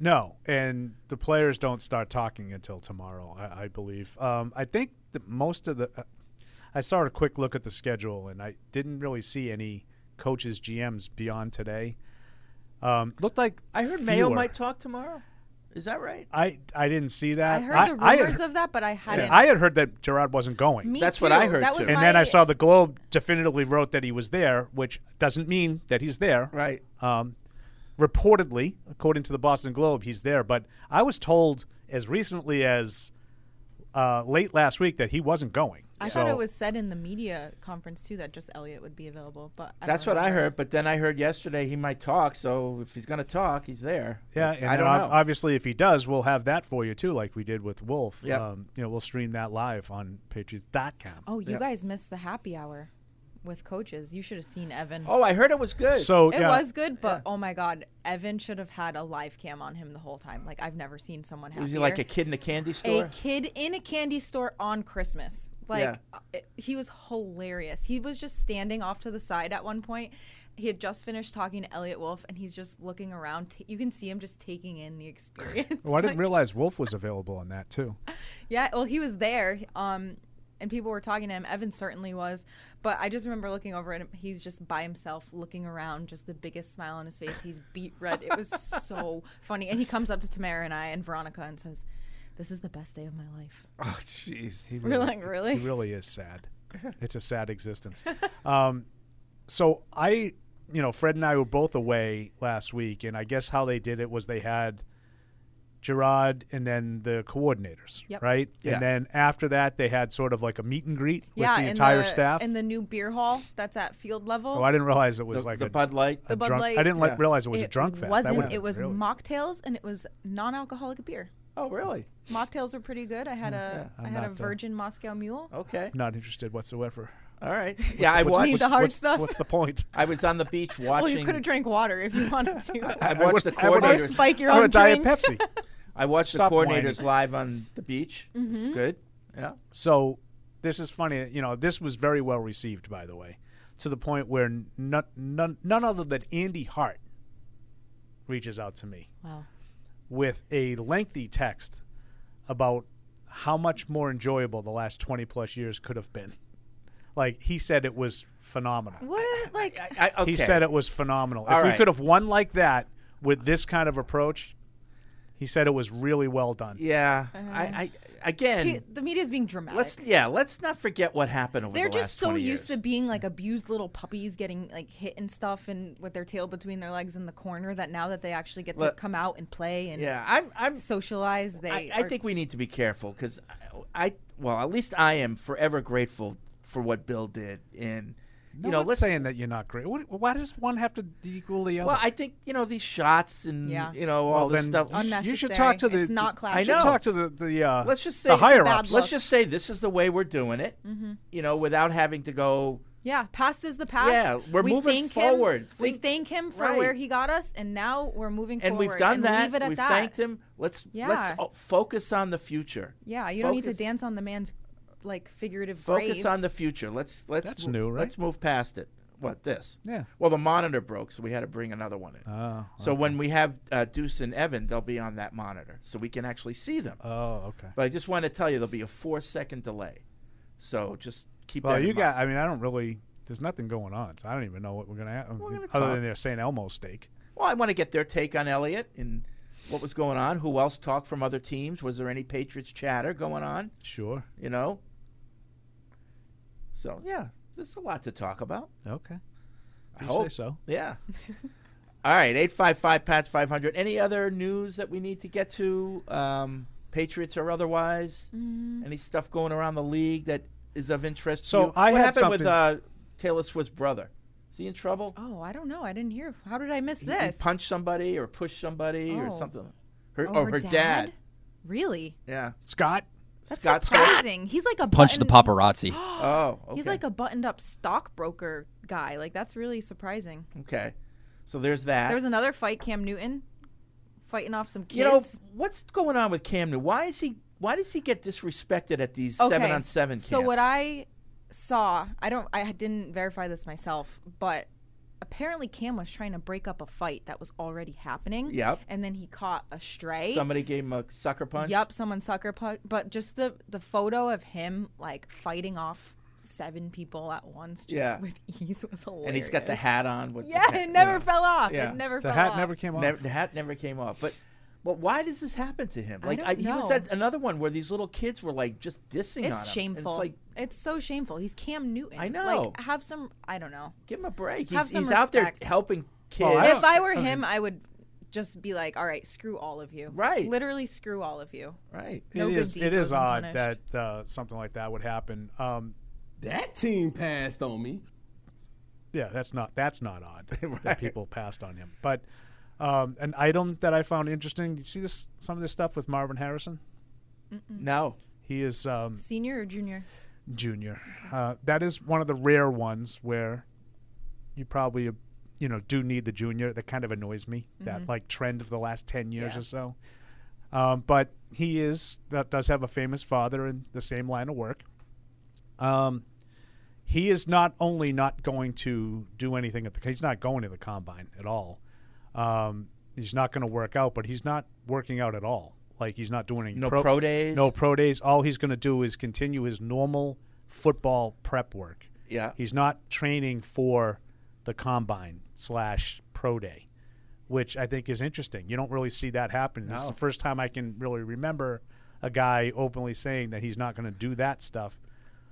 H: No, and the players don't start talking until tomorrow, I, I believe. Um, I think that most of the. Uh, I saw a quick look at the schedule, and I didn't really see any coaches, GMs beyond today. Um, looked like
A: I heard Mayo
H: fewer.
A: might talk tomorrow. Is that right?
H: I I didn't see that.
J: I heard the
H: I had
J: rumors
H: heard-
J: of that, but I hadn't.
H: I had heard that Gerard wasn't going.
J: Me
A: That's what I
J: too.
A: heard
J: That
A: too.
J: was
H: and
J: my-
H: then I saw the Globe definitively wrote that he was there, which doesn't mean that he's there.
A: Right.
H: Um, reportedly, according to the Boston Globe, he's there. But I was told as recently as uh, late last week that he wasn't going.
J: I
H: So-
J: thought it was said in the media conference too that just Elliot would be available, but I don't
A: That's what I
J: remember.
A: heard. But then I heard yesterday he might talk. So if he's going to talk, he's there.
H: Yeah, and
A: I
H: then
A: don't
H: ob-
A: know.
H: obviously, if he does, we'll have that for you too, like we did with Wolf.
A: Yep.
H: Um, you know, we'll stream that live on Patriots.com.
J: Oh, you
A: Yeah.
J: guys missed the happy hour with coaches. You should have seen Evan.
A: oh, I heard it was good.
H: So
J: it
H: yeah,
J: was good, but oh my god, Evan should have had a live cam on him the whole time. Like I've never seen someone happier.
A: was he like a kid in a candy
J: a
A: store?
J: kid in a candy store on Christmas. Like
A: Yeah.
J: uh, it- he was hilarious. He was just standing off to the side at one point. He had just finished talking to Elliot Wolf, and he's just looking around. T- you can see him just taking in the (laughs) experience.
H: Well, Oh, I didn't
J: Like,
H: realize Wolf was available on that too.
J: Yeah, well, he was there, um, and people were talking to him. Evan certainly was, but I just remember looking over at him. He's just by himself, looking around, just the biggest smile on his face. He's beat red. It was
H: (laughs)
J: so funny. And he comes up to Tamara and I and Veronica and says, "This is the best day of my life."
A: (laughs) oh, jeez.
J: We're like,
H: He
J: "Really?"
H: really
J: (laughs)
H: is sad. It's a sad existence. Um, so I, you know, Fred and I were both away last week, and I guess how they did it was they had Gerard and then the coordinators,
J: Yep.
H: right?
A: Yeah.
H: And then after that, they had sort of like a meet and greet with
J: yeah,
H: the
J: in
H: entire staff.
J: in the new beer hall that's at field level.
H: oh, I didn't realize it was
A: the,
H: like
A: the
H: a,
A: Bud Light.
H: a
J: The Bud
H: drunk.
J: Light-
H: I didn't like
A: Yeah.
H: realize it was a drunk fest. That would've
J: wasn't.
H: been
J: It was
H: really-
J: mocktails and it was non-alcoholic beer.
A: oh, really? Hmm,
J: Mocktails were pretty good. I had a I
H: I'm
J: had a
H: not, uh,
J: virgin Moscow Mule.
A: Okay.
H: not interested whatsoever.
A: All right. yeah, I
H: What's-
A: watched.
J: Need the
H: what's-
J: hard
H: what's-
J: stuff.
H: What's the point?
A: I was on the
J: (laughs)
A: beach
J: Well, you
A: watching.
J: could have drank water if you wanted to.
A: (laughs) I
H: I
A: watched
H: would-
A: the
H: I would-
J: or
A: coordinators.
J: spike your
H: Oh,
J: own
H: a Diet
J: drink.
H: Pepsi.
A: (laughs) I watched the
H: Stop whining.
A: coordinators live on the beach. It was
J: Mm-hmm.
A: good. Yeah.
H: So this is funny. You know, this was very well received, by the way, to the point where none, none, none other than Andy Hart reaches out to me
J: Wow.
H: with a lengthy text about how much more enjoyable the last 20 plus years could have been. Like he said it was phenomenal.
J: What (laughs) like
A: I, I, okay.
H: He said it was phenomenal.
A: All
H: if
A: right.
H: we could have won like that with this kind of approach, he said it was really well done.
A: Yeah. I, I again.
J: Uh-huh. he- the media is being dramatic.
A: let's yeah. Let's not forget what happened over
J: They're
A: the last
J: just so
A: 20
J: used to
A: years.
J: being like abused little puppies getting like hit and stuff and with their tail between their legs in the corner that now that they actually get to
A: Look-
J: come out and play and
A: Yeah. I'm. I'm
J: socialize they
A: I, I
J: are-
A: think we need to be careful because I, I- well, at least I am forever grateful for what Bill did. And
H: No
A: you know,
H: one's
A: let's
H: saying that you're not great. What, why does one have to equal the other?
A: Well, I think you know these shots and
J: Yeah.
A: you know all
H: Well,
A: this
H: then
A: stuff.
H: you sh- You should
J: Unnecessary.
H: talk to the.
J: It's not
H: you should
J: classy.
A: I know.
H: Talk to the the. Uh,
A: Let's just say
H: the
A: it's a
H: higher
J: bad
H: ups.
J: look.
A: Let's just say this is the way we're doing it. You know, without having to go.
J: Mm-hmm. yeah past is the past
A: Yeah, we're
J: we
A: moving
J: thank
A: forward.
J: him, we
A: Think-
J: thank him for
A: right.
J: where he got us and now we're moving
A: And
J: forward
A: we've done
J: and
A: that.
J: leave it at
A: we've
J: that
A: thanked him. Let's
J: Yeah.
A: let's uh, focus on the future.
J: yeah you don't need to
A: Focus-
J: dance on the man's like figurative
A: Focus
J: grave.
A: on the future. Let's let's
H: That's
A: mo-
H: new, right?
A: Let's move past it. What this?
H: Yeah.
A: Well, the monitor broke, so we had to bring another one in.
H: Oh,
A: So when we have uh, Deuce and Evan, they'll be on that monitor, so we can actually see them.
H: oh, okay.
A: but I just want to tell you, there'll be a four-second delay. So just keep
H: Well,
A: that. in
H: you
A: mind.
H: got. I mean, I don't really. There's nothing going on, so I don't even know what we're gonna. Have,
A: gonna
H: other
A: talk.
H: than their St. Elmo steak.
A: Well, I want to get their take on Elliott and what was going on. Who else talked from other teams? Was there any Patriots chatter going on?
H: Sure.
A: You know. So yeah, there's a lot to talk about.
H: Okay.
A: I
H: You
A: hope.
H: say so.
J: (laughs)
A: Yeah. All right, 855 Pats 500. Any other news that we need to get to, um, Patriots or otherwise?
J: Mm.
A: Any stuff going around the league that is of interest
H: So
A: to you?
H: I
A: what
H: had
A: happened with uh,
H: something-
A: Taylor Swift's brother? Is he in trouble?
J: Oh, I don't know. I didn't hear. How did I miss
A: He-
J: this?
A: He punched somebody or pushed somebody or
J: Oh.
A: something. Her,
J: Oh,
A: or her, dad.
J: Really?
A: Yeah.
H: Scott.
J: That's
A: Scott Scott.
J: surprising. He's like a
I: Punch the
J: button- (gasps)
I: paparazzi.
A: Oh, okay.
J: He's like a buttoned-up stockbroker guy. Like that's really surprising.
A: Okay. So there's that.
J: There was another fight. Cam Newton fighting off some kids.
A: You know what's going on with Cam Newton? Why is he? Why does he get disrespected at these seven on seven camps?
J: So what I saw, I don't, I didn't verify this myself, but apparently Cam was trying to break up a fight that was already happening.
A: Yep.
J: And then he caught a stray.
A: somebody gave him a sucker punch.
J: Yep, someone sucker punch. But just the the photo of him like fighting off seven people at once, just
A: Yeah.
J: with (laughs) ease, was hilarious.
A: and he's got the hat on. With the
J: Yeah,
A: hat,
J: it never
A: you know.
J: fell off.
A: Yeah.
J: It never
H: The
J: fell
H: hat
J: off.
H: never came off.
A: Never, the hat never came off. But but why does this happen to him?
J: I
A: Like
J: don't
A: he was
J: know.
A: at another one where these little kids were like just dissing on him.
J: It's
A: And
J: shameful.
A: It's like
J: it's so shameful. He's Cam Newton.
A: I know.
J: Like, have some. I don't know.
A: give him a break.
J: Have
A: He's,
J: some
A: he's out there
J: respect.
A: helping kids.
H: Well, Oh, I
J: if
H: don't-
J: I were
H: I mean-
J: him, I would just be like, all right, screw all of you.
A: Right.
J: Literally, screw all of you.
A: right.
J: No
H: it
J: good
H: is.
J: deed
H: It is
J: goes
H: odd that
J: unpunished.
H: uh, something like that would happen. Um,
K: That team passed on me.
H: yeah, that's not that's
K: (laughs)
H: not odd that people passed on him. But um, an item that I found interesting. You see this some of this stuff with Marvin Harrison.
A: No.
H: He is um,
J: Senior or junior?
H: junior. Uh, that is one of the rare ones where you probably uh, you know do need the junior. That kind of annoys me. That like trend of the last ten years
J: Yeah.
H: or so. Um, but he is that does have a famous father in the same line of work. Um, he is not only not going to do anything at the he's not going to the combine at all. Um, he's not going to work out, but he's not working out at all. Like he's not doing any
A: No pro days?
H: No pro days. All he's going to do is continue his normal football prep work.
A: Yeah.
H: He's not training for the combine slash pro day, which I think is interesting. You don't really see that happen. This is the
A: No.
H: first time I can really remember a guy openly saying that he's not going to do that stuff.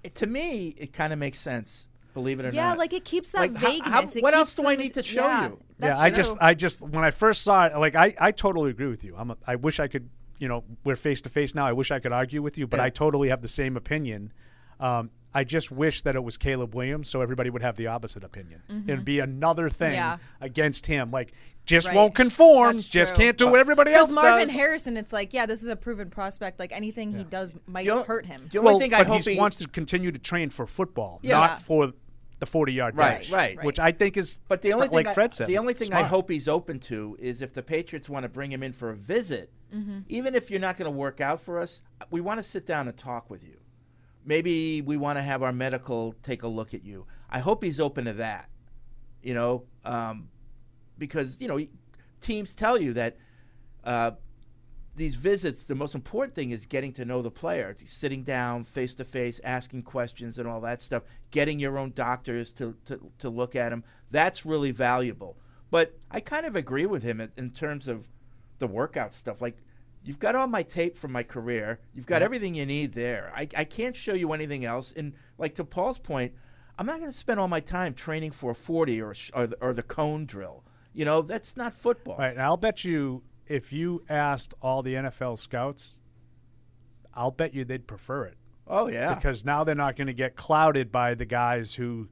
A: It- to me, it kind of makes sense. Believe it or
J: Yeah,
A: not.
J: like it keeps that
A: Like, how-
J: vagueness.
A: how-
J: It
A: what
J: keeps
A: else do I
J: them-
A: need to show
J: yeah,
A: you?
J: that's
H: yeah, I just,
J: true.
H: I just, when I first saw it, like I, I totally agree with you. I'm, a, I wish I could, you know, we're face to face now. I wish I could argue with you, but
A: Yeah.
H: I totally have the same opinion. Um, I just wish that it was Caleb Williams, so everybody would have the opposite opinion. It'd be another thing
J: Mm-hmm. Yeah.
H: against him, like just
J: Right.
H: won't conform,
J: That's
H: just
J: true.
H: can't do what everybody else
J: Because Marvin
H: does.
J: Harrison, it's like, yeah, this is a proven prospect. Like anything he does might
A: The only-
J: hurt him.
A: The only
H: well,
A: thing I
H: but
A: hope
H: he
A: he
H: wants to continue to train for football,
A: Yeah.
J: Yeah.
H: not for the forty-yard
A: Right,
H: dash,
A: right.
H: which I think is.
A: But the only
H: like
A: thing
H: Fred
A: I,
H: said,
A: the only thing I
H: smart.
A: hope he's open to is if the Patriots want to bring him in for a visit, even if you're not going to work out for us, we want to sit down and talk with you. Maybe we want to have our medical take a look at you. I hope he's open to that. You know, um, because you know teams tell you that uh, these visits, the most important thing is getting to know the player, sitting down face to face, asking questions and all that stuff, getting your own doctors to, to, to look at him. That's really valuable. But I kind of agree with him in, in terms of the workout stuff. Like, you've got all my tape from my career, you've got everything you need there. I, I can't show you anything else. And, like, to Paul's point, I'm not going to spend all my time training for a 40 or, a sh- or, the, or the cone drill. You know, that's not football.
H: Right, and I'll bet you if you asked all the NFL scouts, I'll bet you they'd prefer it
A: Oh, yeah.
H: because now they're not going to get clouded by the guys who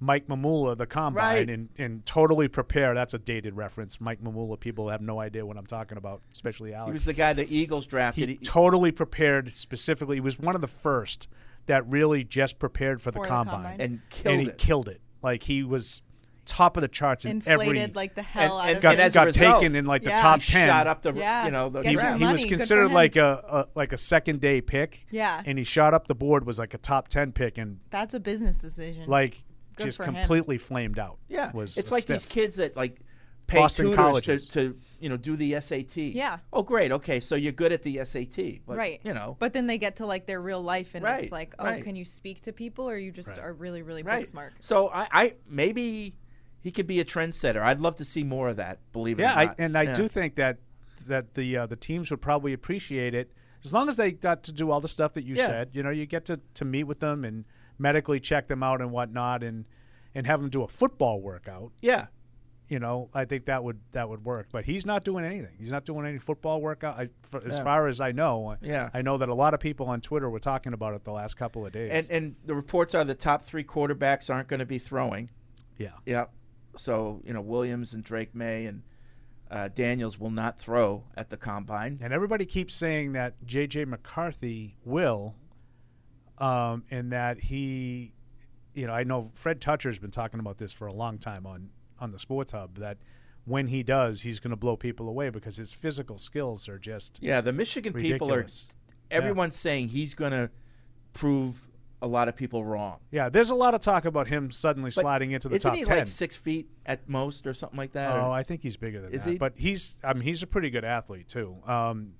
H: Mike Mamula, the combine,
A: Right.
H: and, and totally prepare. That's a dated reference. Mike Mamula, people have no idea what I'm talking about, especially Alex.
A: He was the guy the Eagles drafted.
H: He
A: He-
H: totally prepared specifically. He was one of the first that really just prepared for the
J: For the
H: combine,
J: combine.
A: and
H: And
A: killed
H: he
A: it.
H: killed it. Like he was top of the charts in
J: Inflated
H: every
J: like the hell
A: and-
J: out
H: got,
J: of him.
A: as a
H: got
A: result,
H: taken in like
J: yeah.
H: the top
A: He
H: ten.
A: shot up the
J: Yeah.
A: you know the
J: Get
H: he,
J: your
A: draft.
H: he was
J: money. Good for
H: considered
J: him.
H: like a, a like a second day pick.
J: Yeah.
H: and he shot up the board was like a top ten pick and
J: That's a business decision.
H: like
J: Good
H: just
J: for him.
H: completely flamed out.
A: yeah,
H: was
A: it's
H: a
A: like
H: stiff.
A: these kids that like pay
H: Boston
A: tutors
H: colleges.
A: to, to you know do the SAT.
J: Yeah.
A: Oh, great. Okay, so you're good at the SAT, but,
J: right.
A: You know,
J: But then they get to like their real life and
A: Right,
J: it's like, oh,
A: right.
J: can you speak to people or you just
H: Right.
J: are really, really book
A: right.
J: smart?
A: So I, I maybe he could be a trendsetter. I'd love to see more of that. Believe it
H: Yeah,
A: or
H: I,
A: not.
H: and I
A: Yeah.
H: do think that that the uh, the teams would probably appreciate it as long as they got to do all the stuff that you
A: Yeah.
H: said. You know, you get to, to meet with them and medically check them out and whatnot, and and have them do a football workout.
A: Yeah.
H: You know, I think that would that would work. But he's not doing anything. He's not doing any football workout. I, for, as far as I know,
A: Yeah.
H: I know that a lot of people on Twitter were talking about it the last couple of days.
A: And and the reports are the top three quarterbacks aren't going to be throwing.
H: yeah,
A: Yep. So you know Williams and Drake May and uh, Daniels will not throw at the combine.
H: and everybody keeps saying that J.J. McCarthy will, um, and that he, you know, I know Fred Toucher's been talking about this for a long time on on the Sports Hub that when he does, he's going to blow people away because his physical skills are just
A: Yeah, the Michigan people are.
H: ridiculous. Yeah.
A: Everyone's saying he's going to prove a lot of people wrong.
H: Yeah, there's a lot of talk about him suddenly
A: But
H: sliding into the
A: isn't
H: top
A: he
H: ten.
A: like six feet at most or something like that?
H: oh,
A: or-
H: I think he's bigger than
A: Is
H: that.
A: he?
H: But he's, I mean, he's a pretty good athlete too. Um,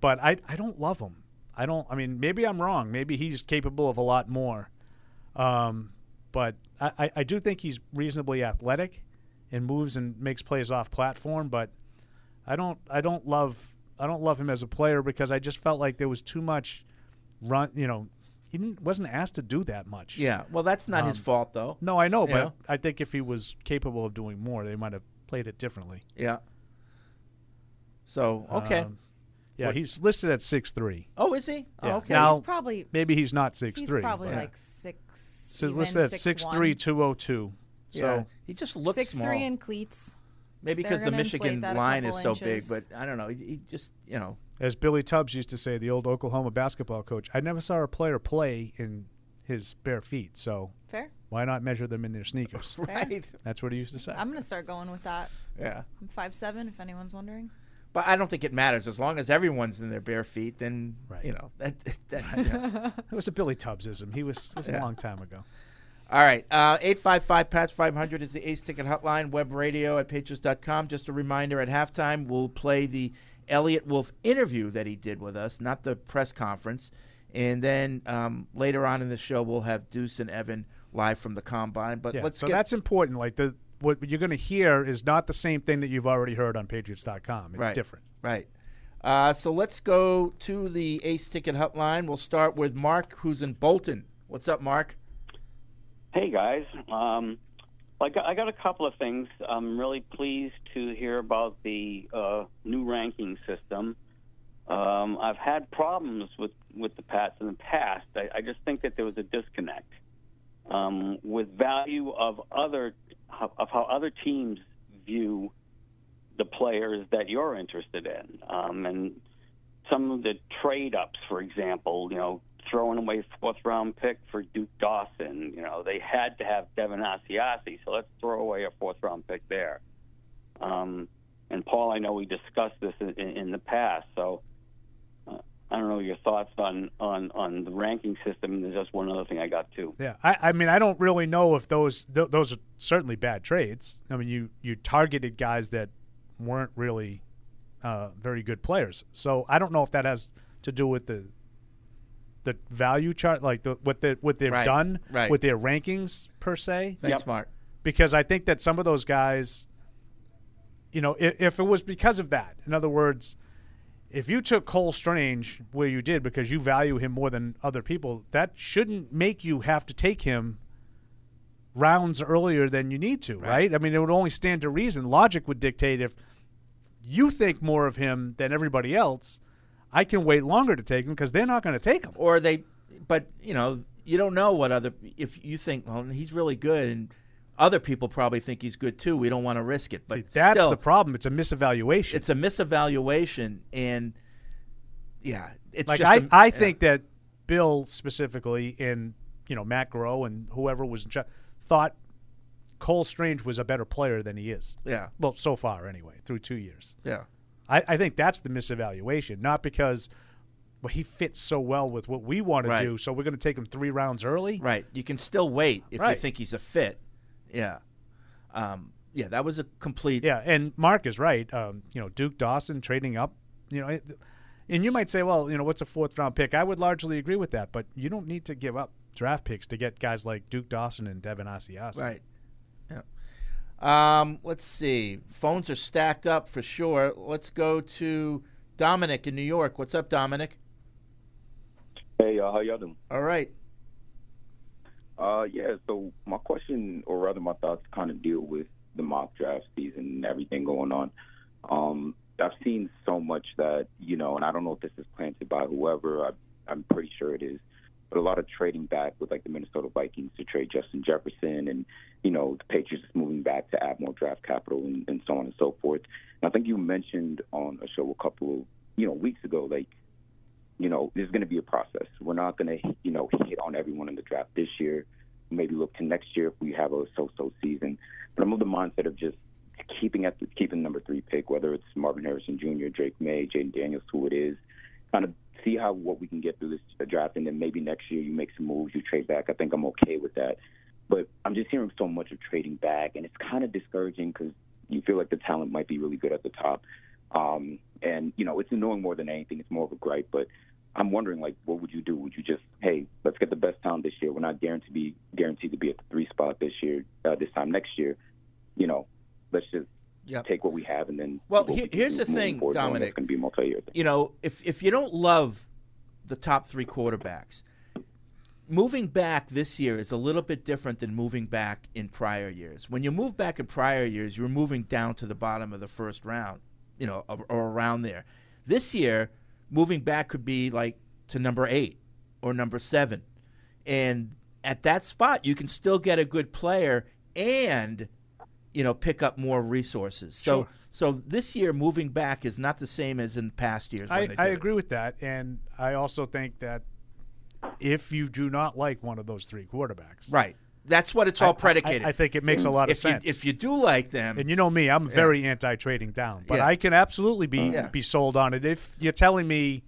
H: but I, I don't love him. I don't. I mean, maybe I'm wrong. Maybe he's capable of a lot more. Um, but I, I, I do think he's reasonably athletic, and moves and makes plays off platform. But I don't, I don't love, I don't love him as a player because I just felt like there was too much run. You know, he didn't, wasn't asked to do that much. Um,
A: Yeah, well, that's not his fault, though.
H: No, I know,
A: You
H: but
A: know?
H: I think if he was capable of doing more, they might have played it differently.
A: Yeah. So okay.
H: Um, yeah,
A: What-
H: he's listed at six three.
A: Oh, is he? Oh, okay.
H: Now,
J: He's probably-
H: maybe he's not six
J: he's
H: three.
J: probably like six.
H: So he's
J: even,
H: listed at six
J: 6'1".
H: three two oh two. So
A: Yeah. He just looks
J: six
A: small.
J: three in cleats.
A: Maybe
J: They're
A: because the
J: gonna inflate
A: Michigan
J: that a
A: line is so
J: couple
A: big,
J: inches.
A: but I don't know. He, he just you know
H: as Billy Tubbs used to say, the old Oklahoma basketball coach, I never saw a player play in his bare feet. So
J: Fair.
H: Why not measure them in their
A: (laughs)
H: sneakers?
J: Right.
H: That's what he used to say.
J: I'm gonna start going with that.
A: Yeah.
J: I'm five seven. If anyone's wondering.
A: But I don't think it matters as long as everyone's in their bare feet. Then you know (laughs) that. that you know.
H: it was a Billy Tubbsism. He was, it was a
A: Yeah.
H: long time ago.
A: All right, Uh, eight five five patch five hundred is the Ace Ticket hotline. Web radio at patriots.com. Just a reminder: at halftime, we'll play the Elliot Wolf interview that he did with us, not the press conference. And then um, later on in the show, we'll have Deuce and Evan live from the combine. But
H: Yeah,
A: let's
H: so
A: get
H: that's important. Like the what you're going to hear is not the same thing that you've already heard on Patriots.com. It's
A: right,
H: different.
A: Right. Uh, so let's go to the Ace Ticket hotline. We'll start with Mark, who's in Bolton. What's up, Mark?
L: Hey guys, um, I got I got a couple of things. I'm really pleased to hear about the uh, new ranking system. Um, I've had problems with with the Pats in the past. I, I just think that there was a disconnect um, with value of other of how other teams view the players that you're interested in, um, and some of the trade ups, for example, you know, throwing away fourth round pick for Duke Dawson, you know, they had to have Devin Asiasi, so let's throw away a fourth round pick there. Um, and Paul, I know we discussed this in, in the past, so uh, I don't know your thoughts on, on, on the ranking system. There's just one other thing I got too.
H: Yeah, I, I mean, I don't really know if those th- those are certainly bad trades. I mean, you you targeted guys that weren't really uh, very good players, so I don't know if that has to do with the the value chart, like the, what the what they've
A: Right,
H: done
A: right.
H: with their rankings per se.
A: Thanks, Yep. Mark.
H: Because I think that some of those guys, you know, if, if it was because of that, in other words, if you took Cole Strange where you did because you value him more than other people, that shouldn't make you have to take him rounds earlier than you need to, right? I mean, it would only stand to reason. Logic would dictate if you think more of him than everybody else, I can wait longer to take him because they're not going to take him.
A: Or they, but you know, you don't know what other if you think, well, he's really good, and other people probably think he's good too. We don't want to risk it, but
H: That's
A: still,
H: the problem. It's a misevaluation.
A: it's a misevaluation, and yeah, it's
H: like
A: just
H: I,
A: a-
H: I
A: yeah.
H: think that Bill specifically and you know Matt Groh and whoever was ju- thought Cole Strange was a better player than he is.
A: Yeah.
H: Well, so far anyway, through two years.
A: Yeah.
H: I, I think that's the misevaluation, not because well he fits so well with what we want
A: Right.
H: to do, so we're going to take him three rounds early.
A: Right. You can still wait if
H: Right.
A: you think he's a fit. Yeah, um, yeah, that was a complete.
H: Yeah, and Mark is right. Um, you know, Duke Dawson trading up. You know, it, and you might say, well, you know, what's a fourth round pick? I would largely agree with that, but you don't need to give up draft picks to get guys like Duke Dawson and Devin Asiasi.
A: Right. Yeah. Um, let's see. Phones are stacked up for sure. Let's go to Dominic in New York. What's up, Dominic?
M: Hey, y'all, how y'all doing?
A: All right.
M: Uh, yeah. So my question, or rather my thoughts, kind of deal with the mock draft season and everything going on. Um, I've seen so much that you know, and I don't know if this is planted by whoever. I, I'm pretty sure it is, but a lot of trading back with like the Minnesota Vikings to trade Justin Jefferson, and you know, the Patriots moving back to add more draft capital and, and so on and so forth. And I think you mentioned on a show a couple of you know weeks ago, like you know, there's going to be a process. We're not going to, you know, hit on everyone in the draft this year. Maybe look to next year if we have a so-so season. But I'm of the mindset of just keeping at the, keeping the number three pick, whether it's Marvin Harrison Jr., Drake May, Jaden Daniels, who it is, kind of see how what we can get through this uh, draft, and then maybe next year you make some moves, you trade back. I think I'm okay with that, but I'm just hearing so much of trading back, and it's kind of discouraging because you feel like the talent might be really good at the top, um, and you know it's annoying more than anything. It's more of a gripe, but I'm wondering, like, what would you do? Would you just, hey, let's get the best talent this year? We're not guaranteed to be guaranteed to be at the three spot this year, uh, this time next year. You know, let's just
A: Yep.
M: take what we have and then.
A: Well,
M: what
A: he-
M: we can
A: here's
M: do
A: the
M: moving
A: thing,
M: forward, knowing
A: Dominic.
M: It's going to be a multi-year thing.
A: You know, if if you don't love the top three quarterbacks, moving back this year is a little bit different than moving back in prior years. When you move back in prior years, you were moving down to the bottom of the first round, you know, or, or around there. This year, moving back could be like to number eight or number seven, and at that spot, you can still get a good player and you know pick up more resources. So
H: Sure.
A: so this year moving back is not the same as in past years. When
H: I,
A: they
H: I
A: did it.
H: agree with that, and I also think that if you do not like one of those three quarterbacks,
A: Right. That's what it's
H: I-
A: all
H: I-
A: predicated.
H: I, think it makes a lot of
A: If you-
H: sense.
A: if you do like them,
H: and you know me, I'm
A: Yeah.
H: very anti-trading down, but
A: Yeah.
H: I can absolutely be
A: Yeah.
H: be sold on it. If you're telling me,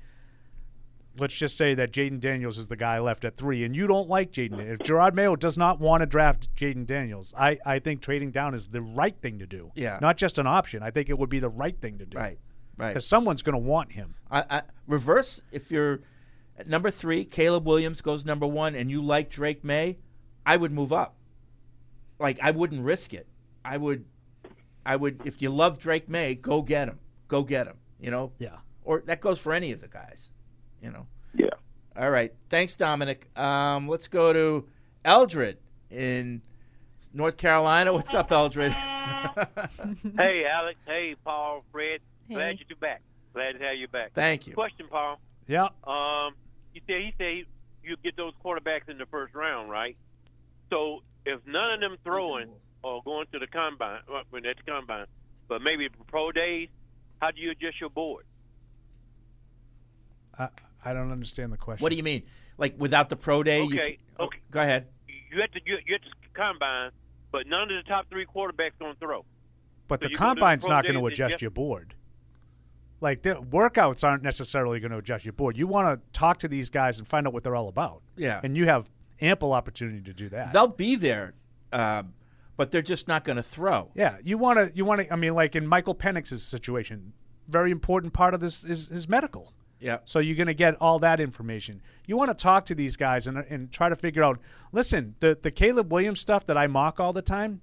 H: let's just say that Jaden Daniels is the guy left at three, and you don't like Jaden, if Gerard Mayo does not want to draft Jaden Daniels, I I think trading down is the right thing to do.
A: Yeah.
H: not just an option. I think it would be the right thing to do.
A: Right. Right.
H: Because someone's going to want him.
A: I, I reverse if you're at number three, Caleb Williams goes number one, and you like Drake May, I would move up. Like I wouldn't risk it. I would, I would. If you love Drake May, go get him. Go get him. You know.
H: Yeah.
A: Or that goes for any of the guys. You know.
M: Yeah.
A: All right. Thanks, Dominic. Um, let's go to Eldred in North Carolina. What's up,
N: (laughs)
A: Eldred? (laughs)
N: hey, Alex. Hey, Paul, Fred.
J: Hey.
N: Glad you're back. Glad to have you back.
A: Thank you.
N: Question, Paul.
H: Yeah.
N: Um, you said he said you get those quarterbacks in the first round, right? So if none of them throwing or going to the combine, well, when that's combine, but maybe pro days, how do you adjust your board?
H: I, I don't understand the question.
A: What do you mean? Like without the pro day? You
N: Okay,
A: ca-
N: okay.
A: Go ahead.
N: You have to you, you have to combine, but none of the top three quarterbacks going to throw.
H: But
N: So
H: the
N: you go to
H: combine's
N: pro
H: not going
N: days
H: to
N: and
H: adjust
N: just-
H: your board. Like the workouts aren't necessarily going to adjust your board. You want to talk to these guys and find out what they're all about.
A: Yeah.
H: And you have ample opportunity to do that.
A: They'll be there, um, but they're just not going to throw.
H: yeah. You want to. You want to. I mean, like in Michael Penix's situation, very important part of this is, is medical.
A: Yeah.
H: So you're going to get all that information. You want to talk to these guys and, and try to figure out. Listen, the the Caleb Williams stuff that I mock all the time,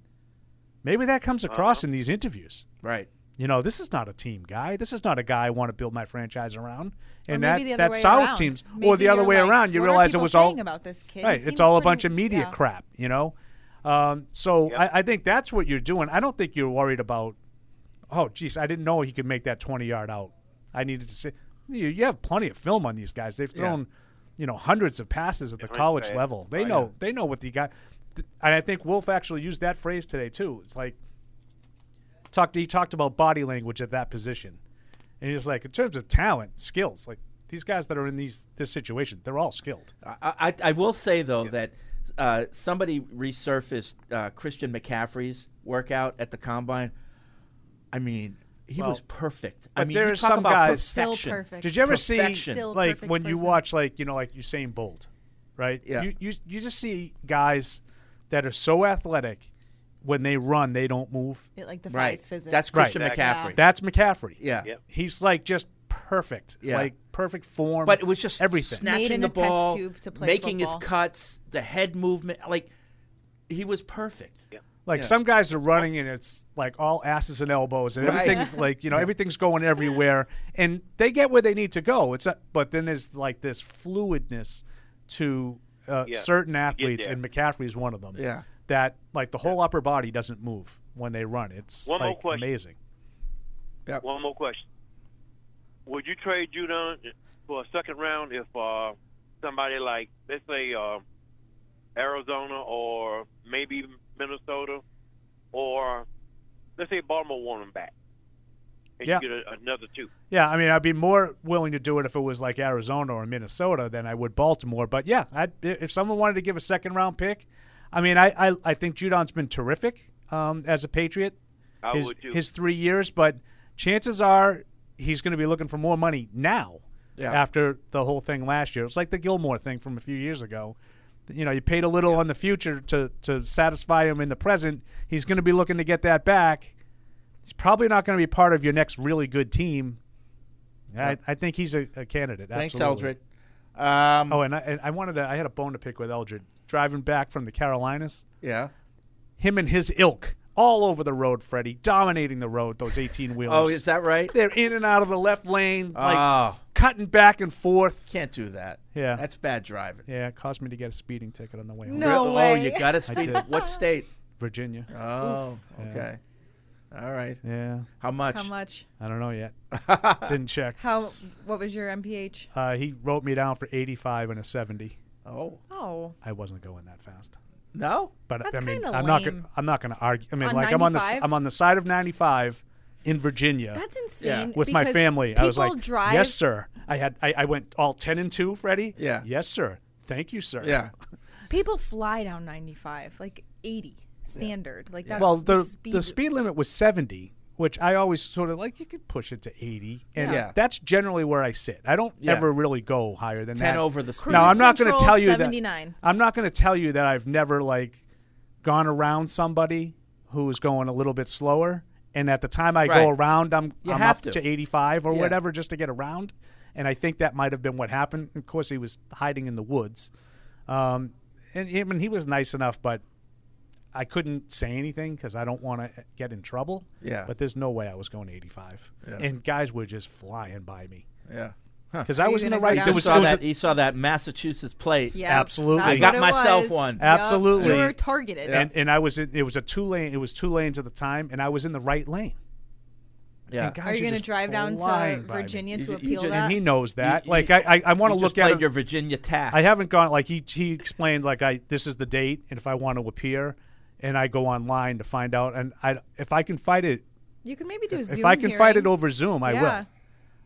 H: maybe that comes across in these interviews.
A: Right.
H: You know, this is not a team guy. This is not a guy I want to build my franchise around.
J: Or
H: And
J: maybe
H: that
J: the other
H: that
J: way
H: South
J: around.
H: teams, or
J: Maybe
H: the other
J: you're
H: way
J: like,
H: around, you
J: "What are
H: realize it
J: people
H: was all
J: saying about this kid? He
H: Right, it's
J: seems
H: all a
J: pretty-
H: bunch of media
J: yeah.
H: crap. You know, um, so I, I think that's what you're doing. I don't think you're worried about. Oh, geez, I didn't know he could make that 20 yard out. I needed to say you, you have plenty of film on these guys. They've
A: Yeah.
H: thrown, you know, hundreds of passes at the
A: Hundred
H: college
A: passes.
H: level. They
A: Oh,
H: know
A: yeah.
H: they know what the guy. th- And I think Wolf actually used that phrase today too. It's like talked he talked about body language at that position. And he's like, in terms of talent, skills, like these guys that are in these this situation, they're all skilled.
A: I, I, I will say though that uh, somebody resurfaced uh, Christian McCaffrey's workout at the combine. I mean, he
H: Well,
A: was perfect. I
H: But
A: mean,
H: there
A: you
H: are
A: talk
H: some
A: about
H: guys.
A: perfection.
H: Did you ever
A: Perfection.
H: see like when you watch like you know like Usain Bolt, right?
A: Yeah.
H: You, you you just see guys that are so athletic when they run they don't move.
J: It, like, defies Right. physics.
A: That's Christian
H: Right.
A: McCaffrey.
H: That's McCaffrey.
A: Yeah. Yep.
H: He's like just perfect.
A: Yeah.
H: Like perfect form.
A: But it was just
H: everything.
J: Made
A: snatching
J: in
A: the
J: a test
A: ball,
J: tube to play
A: making
J: football.
A: his cuts, the head movement. Like he was perfect.
H: Like
A: Yeah.
H: some guys are running and it's like all asses and elbows and
A: Right.
H: everything's like you know everything's going everywhere and they get where they need to go. It's not, but then there's like this fluidness to uh,
A: Yeah.
H: certain
A: You get
H: athletes
A: there.
H: and McCaffrey is one of them.
A: Yeah.
H: That like the whole upper body doesn't move when they run. It's
N: One more
H: like
N: question.
H: amazing.
N: One more question. Would you trade Judon for a second round if uh, somebody like, let's say, uh, Arizona or maybe Minnesota or let's say Baltimore want him back? And
H: Yeah.
N: you get a, another two.
H: Yeah, I mean, I'd be more willing to do it if it was like Arizona or Minnesota than I would Baltimore. But yeah, I'd, if someone wanted to give a second round pick, I mean, I I, I think Judon's been terrific um, as a Patriot.
N: How
H: his,
N: would you?
H: his three years, but chances are he's going to be looking for more money now
A: Yeah.
H: after the whole thing last year. It's like the Gilmore thing from a few years ago. You know, you paid a little on the future to, to satisfy him in the present. He's going to be looking to get that back. He's probably not going to be part of your next really good team.
A: Yeah.
H: I, I think he's a, a candidate.
A: Thanks,
H: absolutely.
A: Eldred. Um,
H: oh, and I, and I wanted to, I had a bone to pick with Eldred driving back from the Carolinas.
A: Yeah.
H: Him and his ilk all over the road, Freddie, dominating the road, those 18 wheelers.
A: Oh, is that right?
H: They're in and out of the left lane, like
A: Oh.
H: cutting back and forth.
A: Can't do that.
H: Yeah.
A: That's bad driving.
H: Yeah, it caused me to get a speeding ticket on the way home.
A: No Really? Oh, way. you got
H: (laughs)
A: a
H: I
A: speed-
H: did.
A: what state?
H: Virginia.
A: Oh,
H: Yeah.
A: okay. All right.
H: Yeah.
A: How much?
J: How much?
H: I don't know
A: (laughs)
H: yet. Didn't check.
J: How? What was your MPH?
H: Uh, he wrote me down for 85 and a 70.
A: Oh.
J: Oh.
H: I wasn't going that fast.
A: No.
H: But
J: That's
H: I mean,
J: kinda
H: I'm not.
J: lame.
H: Gonna, I'm not going to argue. I mean,
J: On
H: like I'm on the. s-
J: 95?
H: I'm on the side of 95 in Virginia.
J: That's insane,
H: With my
J: because
H: family, I was
J: people
H: like,
J: drive-
H: yes, sir. I had. I, I went all 10 and two, Freddie.
A: Yeah.
H: Yes, sir. Thank you, sir.
A: Yeah.
J: People fly down 95, like 80 standard. Like that's
H: well,
J: the,
H: the
J: speed.
H: the speed limit was 70, which I always sort of like. You could push it to 80, and
A: Yeah.
H: that's generally where I sit. I don't
A: Yeah.
H: ever really go higher than
A: 10
H: that.
A: over the speed
H: No, I'm not
J: Cruise
H: going to tell you
J: control,
H: that.
J: 79.
H: I'm not going to tell you that I've never like gone around somebody who's going a little bit slower, and at the time I
A: Right.
H: go around, I'm
A: You
H: I'm
A: have
H: up
A: to.
H: to. 85 or
A: Yeah.
H: whatever just to get around, and I think that might have been what happened. Of course, he was hiding in the woods, um, and I mean he was nice enough, but I couldn't say anything because I don't want to get in trouble.
A: Yeah.
H: But there's no way I was going 85,
A: Yeah.
H: and guys were just flying by me.
A: Yeah. Huh.
H: Because I
A: Were you
H: was in the
A: gonna go
H: right.
A: down?
H: there
A: He
H: was-
A: saw
H: there was
A: that-
H: a-
A: he saw that Massachusetts plate.
J: Yep,
H: Absolutely,
A: that's I got what it myself was. one. Yep,
H: Absolutely,
J: you were targeted.
H: And, and I was in, it was a two lane. It was two lanes at the time, and I was in the right lane.
A: Yeah.
H: And guys
J: Are you going to
H: just
J: drive down to
H: flying by me.
J: Virginia to
A: You ju- you
J: appeal
A: ju-
J: that?
H: And he knows that.
A: You-
H: like
A: you-
H: I, I, I want to
A: you
H: look
A: just played
H: at him-
A: your Virginia tax.
H: I haven't gone like he he explained like I this is the date, and if I want to appear, and I go online to find out, and I if I can fight it,
J: You can maybe do a
H: if
J: Zoom
H: I can fight it
J: hearing.
H: over Zoom, I
J: Yeah.
H: will.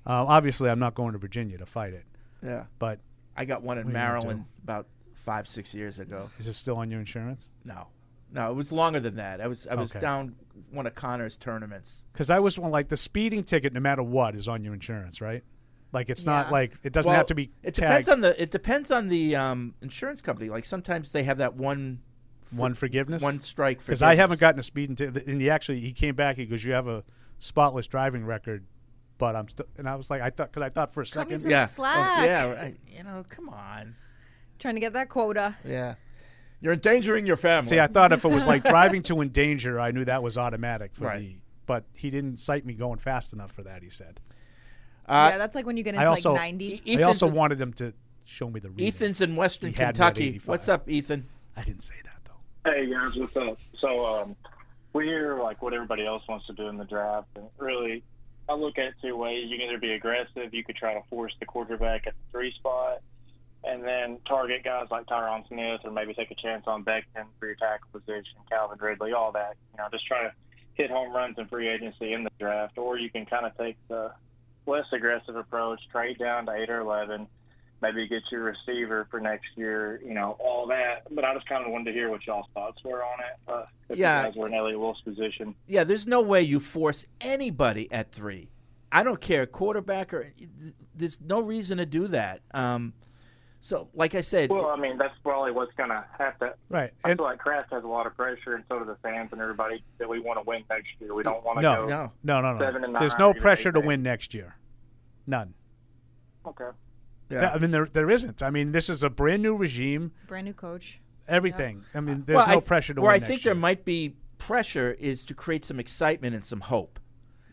H: Um, obviously, I'm not going to Virginia to fight it.
A: Yeah.
H: but
A: I got one in
H: What are you gonna
A: Maryland about five, six years ago.
H: is it still on your insurance?
A: No, no, it was longer than that. I was I was
H: Okay.
A: down one of Connor's tournaments.
H: Because I was one like the speeding ticket, no matter what, is on your insurance, right? Like it's not
A: Yeah.
H: like it doesn't
A: Well,
H: have to be.
A: It
H: tagged.
A: depends on the it depends on the um, insurance company. Like sometimes they have that one for-
H: one forgiveness,
A: one strike.
H: Because I
A: forgiveness.
H: haven't gotten a speeding ticket, and he actually he came back. He goes, "You have a spotless driving record." But I'm still, and I was like, I thought, because I thought for a
J: Cut me
H: second,
J: some Yeah. slack.
A: Oh, yeah, right. You know, come on.
J: Trying to get that quota.
A: Yeah, you're endangering your family.
H: See, I thought if it
J: (laughs)
H: was like driving to endanger, I knew that was automatic for
A: Right.
H: the. But he didn't cite me going fast enough for that. He said.
A: Uh,
J: yeah, that's like when you get
H: I
J: into
H: also,
J: like 90.
H: I also wanted him to show me the. Reading.
A: E-, Ethan's in Western
H: He had me at
A: Kentucky.
H: 85.
A: What's up, Ethan?
H: I didn't say that.
O: Hey guys, what's up? So um, we hear like what everybody else wants to do in the draft, and really, I look at it two ways. You can either be aggressive, you could try to force the quarterback at the three spot, and then target guys like Tyron Smith, or maybe take a chance on Beckton for your tackle position, Calvin Ridley, all that. You know, just try to hit home runs in free agency in the draft, or you can kind of take the less aggressive approach, trade down to eight or eleven, maybe get your receiver for next year, you know, all that. But I just kind of wanted to hear what y'all's thoughts were on it. Uh, if
A: Yeah.
O: you guys were in Elliot Wolf's position.
A: Yeah, there's no way you force anybody at three. I don't care, quarterback or there's no reason to do that. Um, so, like I said,
O: Well, I mean, that's probably what's going to have to.
H: Right.
O: I feel like Kraft has a lot of pressure, and so do the fans and everybody that we want to win next year. We don't want to
H: No,
O: go
H: no, no, no,
O: seven and nine.
H: There's no
O: even eight
H: pressure to
O: and eight.
H: win next year. None.
O: Okay.
A: Yeah.
H: I mean, there there isn't. I mean, this is a brand new regime.
J: Brand new coach.
H: Everything. I mean, there's
A: Well, I
H: no
A: th-
H: pressure to
A: where
H: win.
A: I
H: next
A: think there might be pressure is to create some excitement and some hope.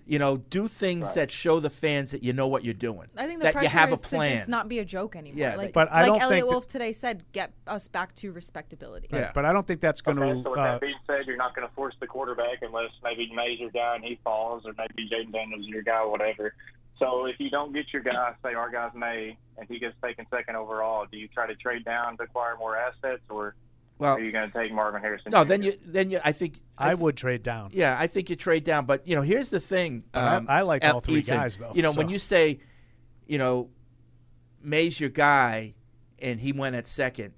A: You know, do things
J: Right.
A: that show the fans that you know what you're doing.
J: I think the
A: that
J: pressure
A: you have
J: is
A: a plan.
J: to just not be a joke anymore.
A: Yeah,
J: like,
H: but I
J: like
H: don't
J: Elliot
H: think that-
J: Wolf today said, get us back to respectability.
H: Right, But I don't think that's going
O: Okay,
H: to.
O: so with
H: uh,
O: that being said, you're not going to force the quarterback unless maybe Major down, he falls, or maybe Jaden Daniels is your guy, whatever. So if you don't get your guy, say our guy's May, and he gets taken second overall, do you try to trade down to acquire more assets, or
A: Well-
O: are you going to take Marvin Harrison?
A: no, then you then you I think
H: I would trade down.
A: Yeah, I think you trade down. But you know, here's the thing.
H: But I- I like
A: El-
H: all three
A: Ethan,
H: guys, though,
A: You know, when
H: so.
A: you say, you know, May's your guy, and he went at second.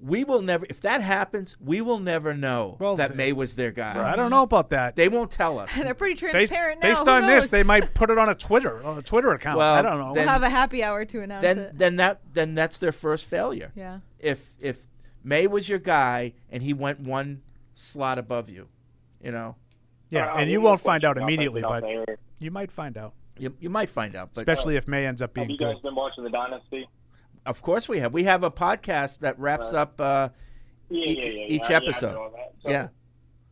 A: We will never. If that happens, we will never know that May was their guy.
H: I don't know about that.
A: They won't tell
J: (laughs)
A: us.
J: They're pretty
H: Based,
J: transparent now.
H: based
J: Who
H: on this,
J: knows?
H: they might put it on a Twitter on a Twitter account.
A: Well,
H: I don't know.
J: we'll have a happy hour to announce
A: then
J: it.
A: then that then that's their first failure.
J: Yeah.
A: If if May was your guy and he went one slot above you, you know.
H: yeah,
O: Uh,
H: and you won't find out immediately, but you might find out.
A: You, you might find out, but
H: especially if May ends up
O: Have you
H: being
O: guys
H: good.
O: been watching the Dynasty?
A: Of course we have. We have a podcast that wraps up uh,
O: Yeah,
A: e-
O: yeah, yeah,
A: each
O: yeah, yeah, I know
A: episode.
O: all that. So-
A: yeah.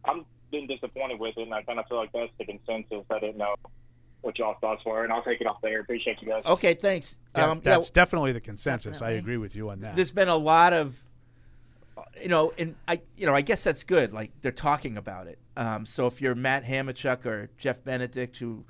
O: I'm been disappointed with it, and I kind of feel like that's the consensus. I didn't know what y'all thoughts were, and I'll take it off there. Appreciate you guys.
A: Okay, thanks.
H: Yeah,
A: Um, yeah,
H: that's definitely the consensus. I agree with you on that.
A: There's been a lot of, you know, and I, you know, I guess that's good. Like they're talking about it. Um, so if you're Matt Hamachuk or Jeff Benedict who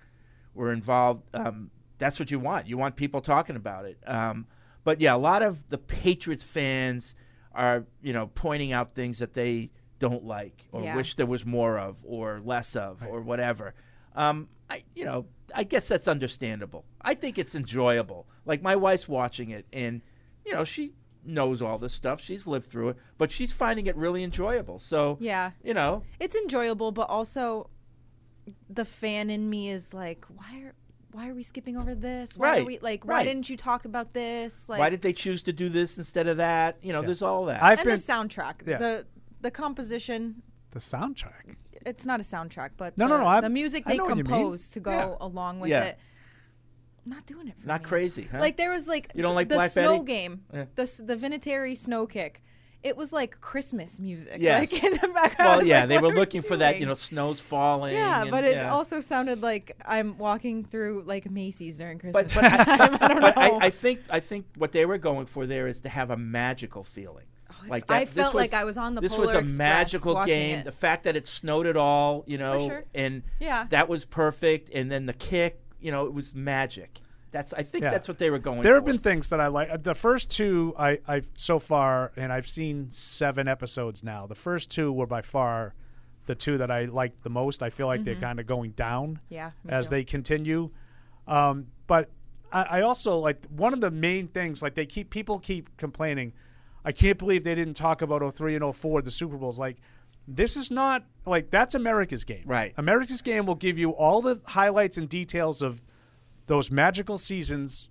A: were involved, um, that's what you want. You want people talking about it. Um, but yeah, a lot of the Patriots fans are, you know, pointing out things that they don't like or
P: Yeah.
A: wish there was more of or less of or whatever. Um, I, you know, I guess that's understandable. I think it's enjoyable. Like my wife's watching it, and you know, she knows all this stuff. She's lived through it, but she's finding it really enjoyable. So
J: Yeah.
A: you know,
J: It's enjoyable, but also the fan in me is like, why are why are we skipping over this? Why are
A: Right,
J: we like why
A: right.
J: didn't you talk about this? Like
A: why did they choose to do this instead of that? You know,
H: Yeah.
A: there's all that.
H: I've
J: and
H: been-
J: the soundtrack.
A: Yeah.
J: The the composition,
H: the soundtrack.
J: it's not a soundtrack, but
H: No,
J: the,
H: no, no, I'm-
J: the music
H: I
J: they
H: know what you mean.
J: compose to go
H: Yeah.
J: along with
A: Yeah.
J: it. Not doing it for
A: Not
J: me.
A: crazy, huh?
J: Like there was like
A: You don't like
J: the
A: Black
J: snow
A: Betty?
J: game,
A: Yeah.
J: the s- the Vinatieri snow kick. It was like Christmas music,
A: Yes.
J: like (laughs) in the background. I
A: well,
J: was
A: yeah,
J: like,
A: they
J: "What
A: were
J: are we
A: looking for that. You
J: doing?"
A: know, snow's falling.
J: Yeah,
A: and-
J: but it
A: yeah.
J: also sounded like I'm walking through like Macy's during Christmas.
A: But, but, (laughs) I,
J: time. (laughs) I don't
A: but
J: know.
A: I, I think I think what they were going for there is to have a magical feeling. Like
J: Oh, I
A: this
J: felt like I was on the
A: This was
J: Polar
A: a
J: Express
A: magical
J: watching
A: game.
J: it.
A: The fact that it snowed at all, you know,
J: sure.
A: and
J: Yeah.
A: that was perfect. And then the kick, you know, it was magic. That's I think
H: Yeah.
A: that's what they were going.
H: There
A: for.
H: have been things that I like. uh, The first two, I, I so far, and I've seen seven episodes now. The first two were by far the two that I liked the most. I feel like
J: Mhm.
H: they're kind of going down
J: Yeah, me
H: as
J: too.
H: they continue. Um, but I, I also like one of the main things. Like they keep people keep complaining. I can't believe they didn't talk about 03 and 04, the Super Bowls. Like this is not like that's America's game. Right. America's game will give you all the highlights and details of those magical seasons,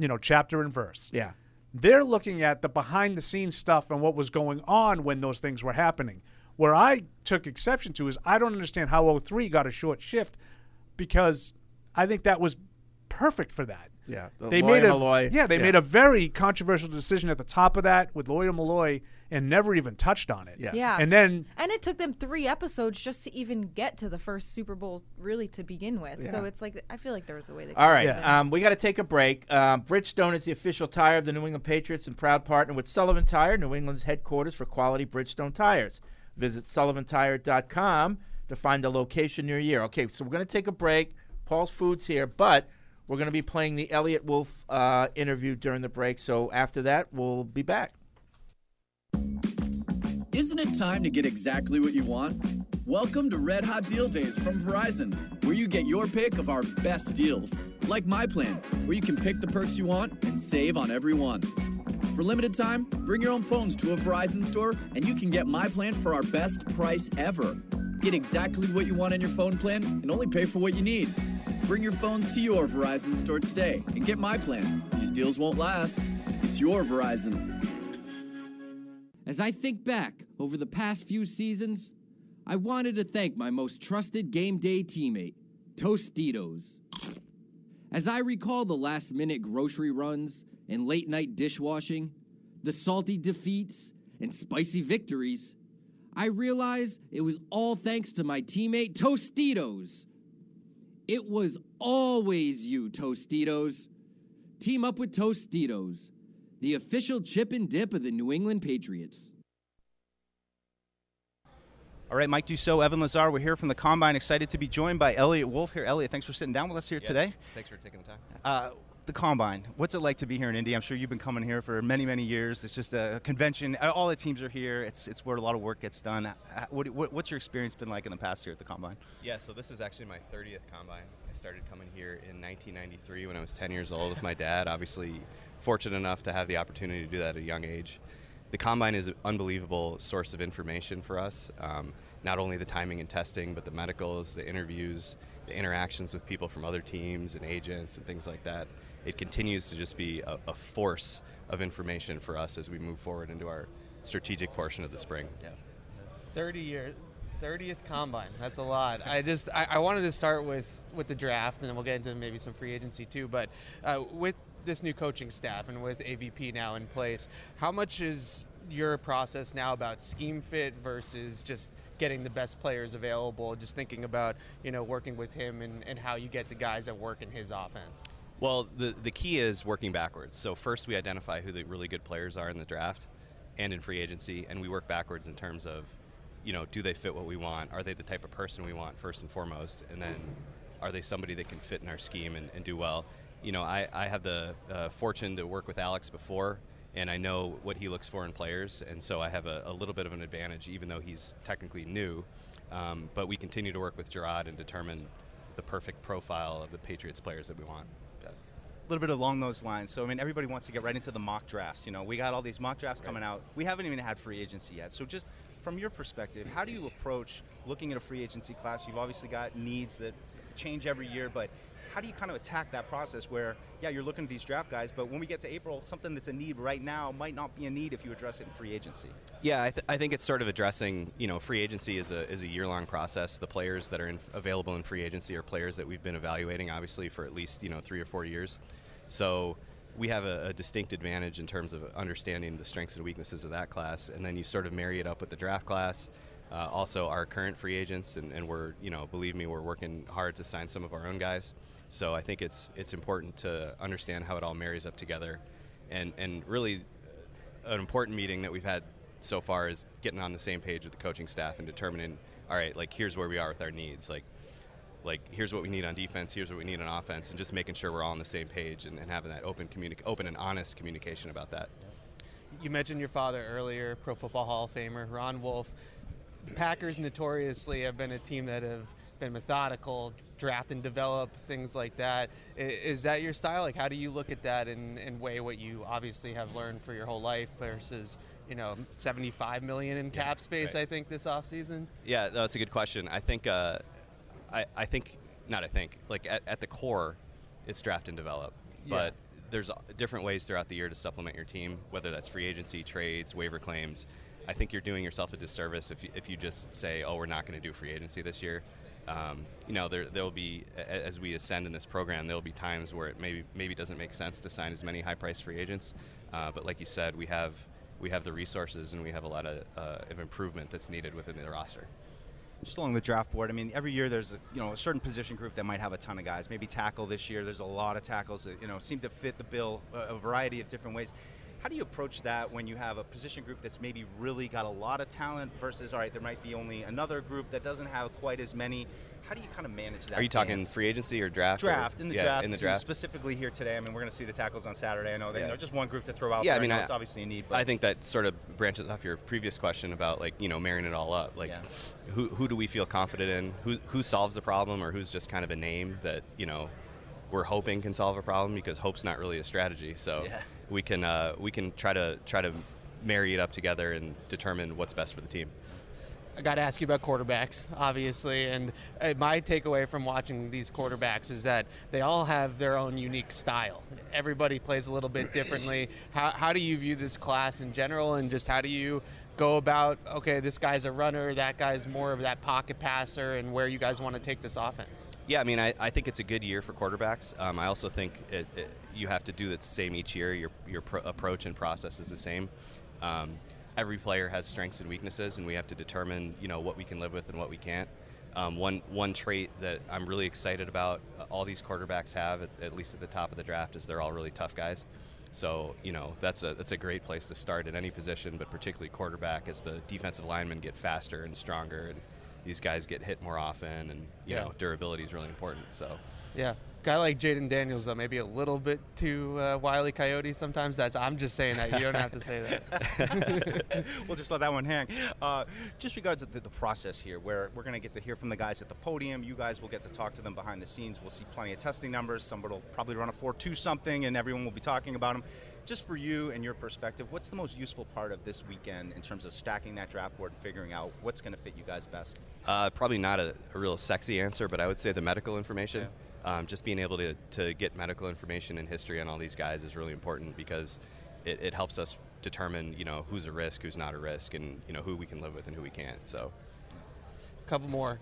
H: you know, chapter and verse.
A: Yeah.
H: They're looking at the behind the scenes stuff and what was going on when those things were happening. Where I took exception to is I don't understand how 03 got a short shift because I think that was perfect for that.
A: Yeah, the
H: they
A: Lawyer
H: made a
A: Malloy,
H: yeah. They
A: yeah.
H: made a very controversial decision at the top of that with Lawyer Malloy and never even touched on it.
J: Yeah.
H: and then
J: and it took them three episodes just to even get to the first Super Bowl, really to begin with. So
A: Yeah.
J: it's like I feel like there was a way. They
A: All
J: could've
A: right,
J: done it.
A: um, we got to take a break. Um, Bridgestone is the official tire of the New England Patriots and proud partner with Sullivan Tire, New England's headquarters for quality Bridgestone tires. Visit sullivantire.com to find a location near you. Okay, so we're going to take a break. Paul's Foods here, but we're going to be playing the Elliot Wolf uh, interview during the break. So after that, we'll be back.
Q: Isn't it time to get exactly what you want? Welcome to Red Hot Deal Days from Verizon, where you get your pick of our best deals. Like my plan, where you can pick the perks you want and save on every one. For limited time, bring your own phones to a Verizon store and you can get my plan for our best price ever. Get exactly what you want in your phone plan and only pay for what you need. Bring your phones to your Verizon store today and get my plan. These deals won't last. It's your Verizon.
I: As I think back over the past few seasons, I wanted to thank my most trusted game day teammate, Tostitos. As I recall the last minute grocery runs and late night dishwashing, the salty defeats and spicy victories, I realize it was all thanks to my teammate, Tostitos. It was always you, Tostitos. Team up with Tostitos, the official chip and dip of the New England Patriots.
G: All right, Mike Dussault, Evan Lazar. We're here from the Combine. Excited to be joined by Elliot Wolf here. Elliot, thanks for sitting down with us here today.
R: Thanks for taking the time.
G: Uh, the Combine. What's it like to be here in Indy? I'm sure you've been coming here for many, many years. It's just a convention. Uh, All the teams are here. It's it's where a lot of work gets done. Uh, What, what, what's your experience been like in the past here at the Combine?
R: Yeah, so this is actually my 30th combine. I started coming here in 1993 when I was 10 years old with my dad. Obviously, fortunate enough to have the opportunity to do that at a young age. the combine is an unbelievable source of information for us. Um, not only the timing and testing, but the medicals, the interviews, the interactions with people from other teams and agents and things like that. It continues to just be a, a force of information for us as we move forward into our strategic portion of the spring. Yeah.
P: 30 years 30th combine that's a lot i just i, I wanted to start with with the draft and then we'll get into maybe some free agency too but uh, with this new coaching staff and with avp now in place how much is your process now about scheme fit versus just getting the best players available just thinking about you know working with him and, and how you get the guys that work in his offense
R: Well, the the key is working backwards. So first, we identify who the really good players are in the draft and in free agency, and we work backwards in terms of, you know, do they fit what we want? Are they the type of person we want first and foremost? And then, are they somebody that can fit in our scheme and, and do well? You know, I I have the uh, fortune to work with Alex before, and I know what he looks for in players, and so I have a, a little bit of an advantage, even though he's technically new. Um, but we continue to work with Gerard and determine the perfect profile of the Patriots players that we want.
G: a little bit along those lines. So I mean, everybody wants to get right into the mock drafts. You know, we got all these mock drafts coming out. We haven't even had free agency yet. So just from your perspective, how do you approach looking at a free agency class? You've obviously got needs that change every year, but how do you kind of attack that process where, yeah, you're looking at these draft guys, but when we get to April, something that's a need right now might not be a need if you address it in free agency?
R: Yeah, I, th- I think it's sort of addressing, you know, free agency is a, is a year long process. The players that are in, available in free agency are players that we've been evaluating, obviously, for at least, you know, three or four years. So we have a, a distinct advantage in terms of understanding the strengths and weaknesses of that class. And then you sort of marry it up with the draft class. Uh, also, our current free agents, and, and we're, you know, believe me, we're working hard to sign some of our own guys. So I think it's it's important to understand how it all marries up together, and and really an important meeting that we've had so far is getting on the same page with the coaching staff and determining all right like here's where we are with our needs like like here's what we need on defense here's what we need on offense and just making sure we're all on the same page and, and having that open communic- open and honest communication about that
P: You mentioned your father earlier, Pro Football Hall of Famer Ron Wolf. Packers notoriously have been a team that have been methodical, draft and develop things like that. I- Is that your style? Like, how do you look at that and, and weigh what you obviously have learned for your whole life versus you know 75 million in cap space?
R: right.
P: I think this offseason?
R: Yeah, no, that's a good question. I think, uh, I, I think, not I think, like at, at the core, it's draft and develop.
P: Yeah.
R: But there's different ways throughout the year to supplement your team, whether that's free agency, trades, waiver claims. I think you're doing yourself a disservice if you, if you just say, oh, we're not going to do free agency this year. Um, you know, there there'll be a- a- as we ascend in this program, there'll be times where it maybe maybe doesn't make sense to sign as many high-priced free agents. Uh, but like you said, we have we have the resources and we have a lot of, uh, of improvement that's needed within the roster.
G: just along the draft board. I mean, every year there's a, you know a certain position group that might have a ton of guys. Maybe tackle this year. There's a lot of tackles that you know seem to fit the bill a, a variety of different ways. How do you approach that when you have a position group that's maybe really got a lot of talent versus all right, there might be only another group that doesn't have quite as many. How do you kind of manage that?
R: Are you talking
G: dance?
R: free agency or draft? or-
G: draft in the
R: yeah,
G: draft
R: In the
G: so
R: draft.
G: specifically here today? I mean, we're going to see the tackles on Saturday. I know they
R: Yeah.
G: you know, just one group to throw out.
R: yeah,
G: there.
R: I mean,
G: know
R: I-
G: it's obviously a need, but
R: I think that sort of branches off your previous question about like you know marrying it all up. Like,
G: Yeah.
R: who, who do we feel confident in? Who who solves the problem, or who's just kind of a name that you know we're hoping can solve a problem because hope's not really a strategy. So
G: Yeah.
R: we can uh, we can try to try to marry it up together and determine what's best for the team.
P: I got to ask you about quarterbacks, obviously. And uh, my takeaway from watching these quarterbacks is that they all have their own unique style. Everybody plays a little bit differently. How, how do you view this class in general? And just how do you go about, okay, this guy's a runner, that guy's more of that pocket passer, and where you guys want to take this offense?
R: Yeah, I mean, I, I think it's a good year for quarterbacks. Um, I also think it, it, you have to do the same each year. Your, your pro- approach and process is the same. Um, every player has strengths and weaknesses, and we have to determine, you know, what we can live with and what we can't. Um, one one trait that I'm really excited about, uh, all these quarterbacks have, at, at least at the top of the draft, is they're all really tough guys. So you know that's a that's a great place to start at any position, but particularly quarterback, as the defensive linemen get faster and stronger, and these guys get hit more often, and you
P: Yeah.
R: know durability is really important. So
P: Yeah. Guy like Jaden Daniels, though, maybe a little bit too uh, wily coyote sometimes. That's I'm just saying that. You don't have to say that.
G: (laughs) we'll just let that one hang. Uh, just regards to the, the process here, where we're going to get to hear from the guys at the podium. You guys will get to talk to them behind the scenes. We'll see plenty of testing numbers. Somebody will probably run a 4 2 something, and everyone will be talking about them. just for you and your perspective, what's the most useful part of this weekend in terms of stacking that draft board and figuring out what's going to fit you guys best?
R: Uh, probably not a, a real sexy answer, but I would say the medical information. Um, just being able to, to get medical information and history on all these guys is really important because it, it helps us determine you know who's a risk, who's not a risk, and you know who we can live with and who we can't. So
P: couple more.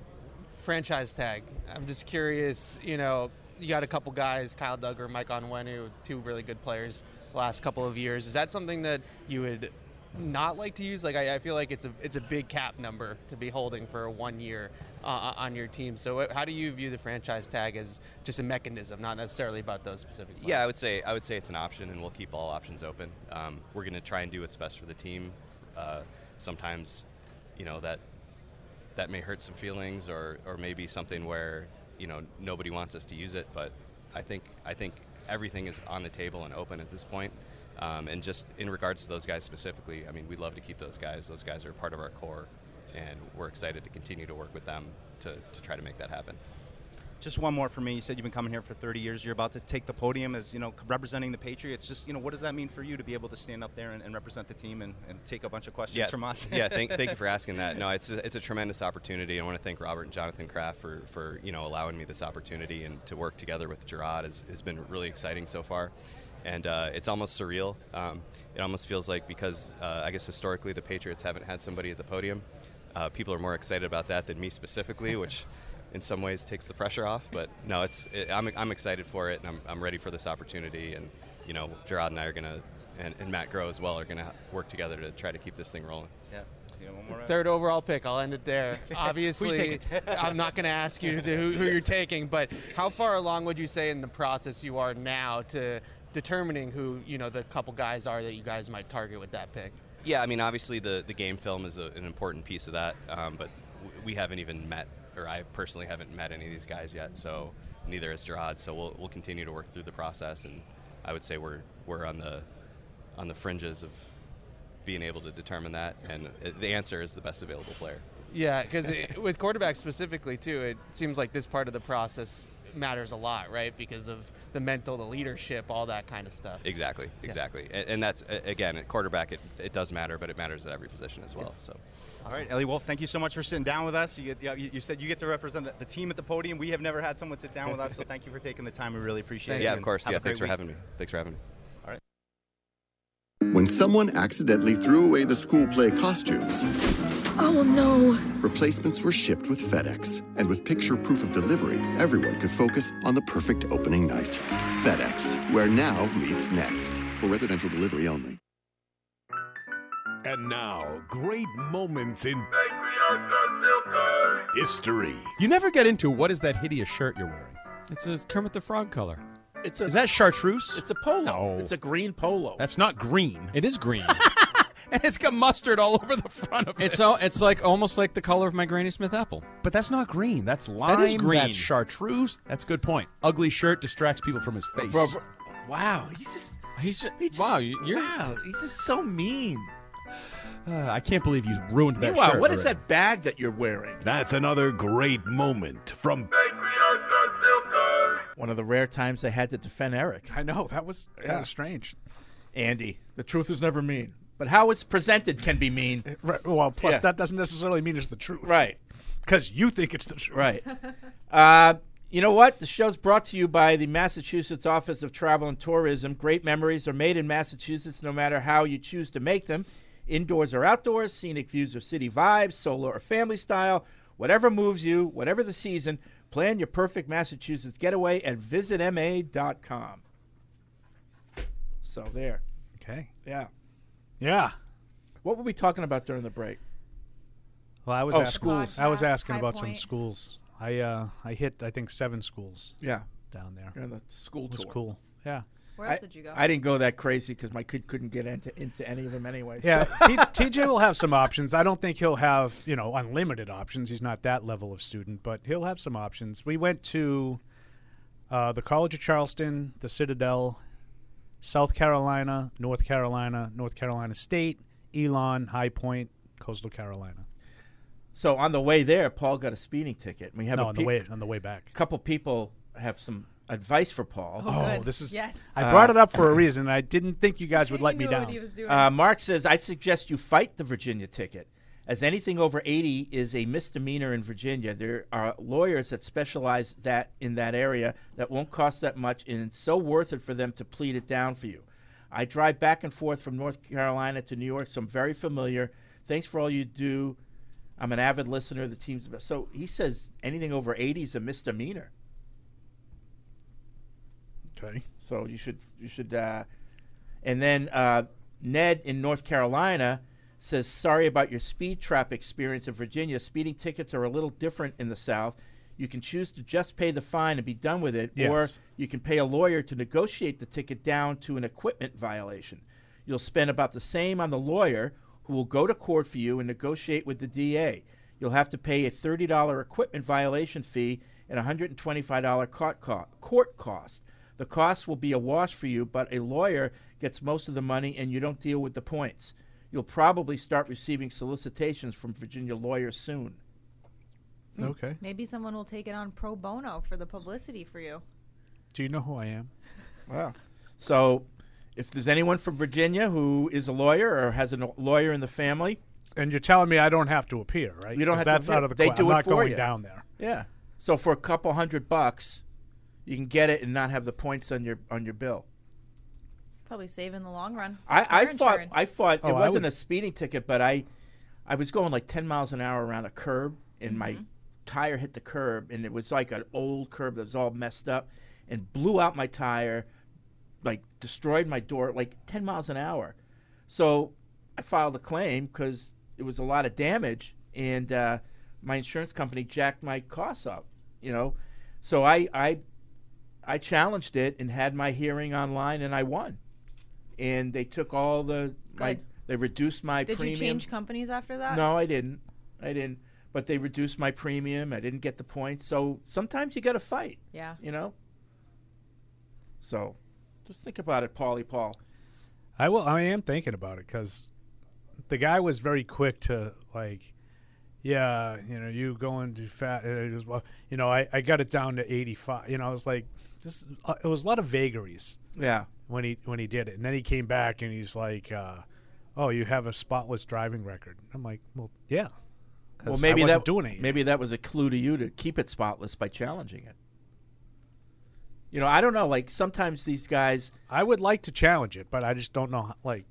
P: Franchise tag. I'm just curious, you know, you got a couple guys, Kyle Duggar, Mike Onwenu, two really good players the last couple of years. Is that something that you would not like to use? Like, I, I feel like it's a it's a big cap number to be holding for one year uh, on your team. So, uh, how do you view the franchise tag as just a mechanism, not necessarily about those specific? Players?
R: yeah, I would say I would say it's an option, and we'll keep all options open. Um, we're going to try and do what's best for the team. Uh, sometimes, you know that that may hurt some feelings, or or maybe something where you know nobody wants us to use it. But I think I think everything is on the table and open at this point. Um, and just in regards to those guys specifically, I mean, we'd love to keep those guys. Those guys are part of our core, and we're excited to continue to work with them to, to try to make that happen.
G: Just one more for me. You said you've been coming here for 30 years. You're about to take the podium as you know representing the Patriots. Just you know, what does that mean for you to be able to stand up there and, and represent the team and, and take a bunch of questions
R: yeah,
G: from us?
R: yeah,
G: (laughs)
R: thank, thank you for asking that. No, it's a, it's a tremendous opportunity. I want to thank Robert and Jonathan Kraft for, for you know allowing me this opportunity and to work together with Gerard has, has been really exciting so far. And uh, it's almost surreal. Um, it almost feels like because uh, I guess historically the Patriots haven't had somebody at the podium, uh, people are more excited about that than me specifically, which in some ways takes the pressure off. But no, it's it, I'm, I'm excited for it and I'm, I'm ready for this opportunity. And you know Gerard and I are gonna and, and Matt Groh as well are gonna work together to try to keep this thing rolling.
G: Yeah. Yeah, one more round.
P: Third overall pick. I'll end it
G: (laughs)
P: there. (laughs)
G: Who you
P: Obviously, (laughs)
G: taking?
P: I'm
G: (laughs)
P: not going to ask you to, who, who you're taking, but how far along would you say in the process you are now to determining who you know the couple guys are that you guys might target with that pick?
R: Yeah, I mean, obviously the, the game film is a, an important piece of that, um, but w- we haven't even met, or I personally haven't met any of these guys yet, so neither has Gerard. So we'll, we'll continue to work through the process, and I would say we're we're on the on the fringes of being able to determine that, and uh, the answer is the best available player.
P: Yeah, because with quarterbacks specifically too, it seems like this part of the process matters a lot, right? Because of the mental, the leadership, all that kind of stuff.
R: Exactly,
P: Yeah.
R: exactly, and, and that's a- again at quarterback. It, it does matter, but it matters at every position as well. So.
G: All right, Ellie Wolf, thank you so much for sitting down with us. You, get- you, you said you get to represent the, the team at the podium. We have never had someone sit down with us, so thank you for taking the time. We really appreciate it.
R: Yeah, of
G: and
R: course.
G: have a
R: Yeah,
G: great
R: thanks for
G: week.
R: having me. Thanks for having me.
S: When someone accidentally threw away the school play costumes,
C: Oh no!
S: replacements were shipped with FedEx. And with picture proof of delivery, everyone could focus on the perfect opening night. FedEx, where now meets next, for residential delivery only.
B: And now, great moments in history.
T: You never get into what is that hideous shirt you're wearing? It's a Kermit the Frog color.
A: It's a,
T: is that chartreuse?
A: It's a polo.
T: No.
A: It's a green polo.
T: That's not green. It is green. (laughs) and it's got mustard all over the front of
U: It's all, it's like almost like the color of my Granny Smith apple.
T: But that's not green. That's lime.
U: That is green.
T: That's chartreuse. That's a good point. Ugly shirt distracts people from his face.
U: Bro, bro.
A: Wow, he's just
U: he's just,
A: wow, you're wow, he's just so mean.
T: Uh, I can't believe you ruined that
A: Meanwhile,
T: shirt.
A: what is
T: already.
A: that bag that you're wearing?
B: That's another great moment from
A: One of the rare times I had to defend Eric.
H: I know that was that was strange.
A: Andy, the truth is never mean, but how it's presented can be mean.
H: Right. Well, plus
A: Yeah.
H: that doesn't necessarily mean it's the truth.
A: Right.
H: Because you think it's the truth.
A: Right. Uh, you know what? The show's brought to you by the Massachusetts Office of Travel and Tourism. Great memories are made in Massachusetts no matter how you choose to make them indoors or outdoors, scenic views or city vibes, solo or family style, whatever moves you, whatever the season. Plan your perfect Massachusetts getaway at visitma.com. So there.
H: Okay.
A: Yeah.
H: Yeah.
A: What were we talking about during the break?
H: Well, I was
A: Oh,
H: asking,
A: schools.
H: I was
A: Podcast,
H: asking
A: High
H: about some
A: Point.
H: schools. I uh, I hit I think seven schools.
A: Yeah.
H: Down there.
A: You're on the school
H: It was
A: tour.
H: cool. Yeah.
J: Where else
A: I-
J: did you go?
A: I didn't go that crazy because my kid couldn't get into into any of them anyway.
H: Yeah,
A: so-
H: T- TJ will have some options. I don't think he'll have you know unlimited options. He's not that level of student, but he'll have some options. We went to uh, the College of Charleston, the Citadel, South Carolina, North Carolina, North Carolina State, Elon, High Point, Coastal Carolina.
A: So on the way there, Paul got a speeding ticket. We have
H: No,
A: a
H: on the way- on the way back.
A: couple people have some advice for Paul.
H: Oh, this is. I brought it up for a reason. I didn't think you guys would let me down.
A: Uh, Mark says, I suggest you fight the Virginia ticket. As anything over 80 is a misdemeanor in Virginia, there are lawyers that specialize that in that area that won't cost that much, and it's so worth it for them to plead it down for you. I drive back and forth from North Carolina to New York, so I'm very familiar. Thanks for all you do. I'm an avid listener. The team's the best. So he says anything over 80 is a misdemeanor.
H: Okay.
A: So you should you should, uh, and then uh, Ned in North Carolina says sorry about your speed trap experience in Virginia. Speeding tickets are a little different in the South. You can choose to just pay the fine and be done with it, or
H: Yes.
A: you can pay a lawyer to negotiate the ticket down to an equipment violation. You'll spend about the same on the lawyer, who will go to court for you and negotiate with the DA. You'll have to pay a $30 equipment violation fee and a $125 court co- court cost. The cost will be a wash for you, but a lawyer gets most of the money and you don't deal with the points. You'll probably start receiving solicitations from Virginia lawyers soon.
H: Okay.
J: Maybe someone will take it on pro bono for the publicity for you.
H: Do you know who I am?
A: Wow. So, if there's anyone from Virginia who is a lawyer or has a no- lawyer in the family,
H: and you're telling me I don't have to appear, right?
A: You don't
H: 'Cause
A: have
H: that's
A: to.
H: out of the
A: They
H: que-
A: do
H: I'm
A: it
H: not
A: for
H: going
A: you.
H: down there.
A: Yeah. So for a couple hundred bucks, you can get it and not have the points on your on your bill.
J: Probably save in the long run.
A: I, I
J: Car
A: thought
J: insurance.
A: I thought
H: Oh, I
A: it wasn't
H: would-
A: a speeding ticket, but I I was going like ten miles an hour around a curb and my tire hit the curb and it was like an old curb that was all messed up and blew out my tire, like destroyed my door like ten miles an hour. So I filed a claim because it was a lot of damage and uh, my insurance company jacked my costs up, you know. So I I I challenged it and had my hearing online and I won and they took all the my
J: Good.
A: they reduced my
J: Did
A: premium.
J: you change companies after that?
A: No, I didn't. I didn't. But they reduced my premium. I didn't get the points. So sometimes you got to fight.
J: Yeah.
A: You know. So, just think about it, Paulie Paul.
H: I will. I am thinking about it because the guy was very quick to like, yeah, you know, you going too fat. And it was, well, you know, I, I got it down to eighty five. You know, I was like, this. Uh, it was a lot of vagaries.
A: Yeah.
H: When he when he did it, and then he came back and he's like, uh, oh, you have a spotless driving record. I'm like, well, yeah. 'cause
A: Well, maybe
H: I wasn't
A: that
H: doing it.
A: maybe that was a clue to you to keep it spotless by challenging it. You know, I don't know. Like sometimes these guys,
H: I would like to challenge it, but I just don't know. How, like,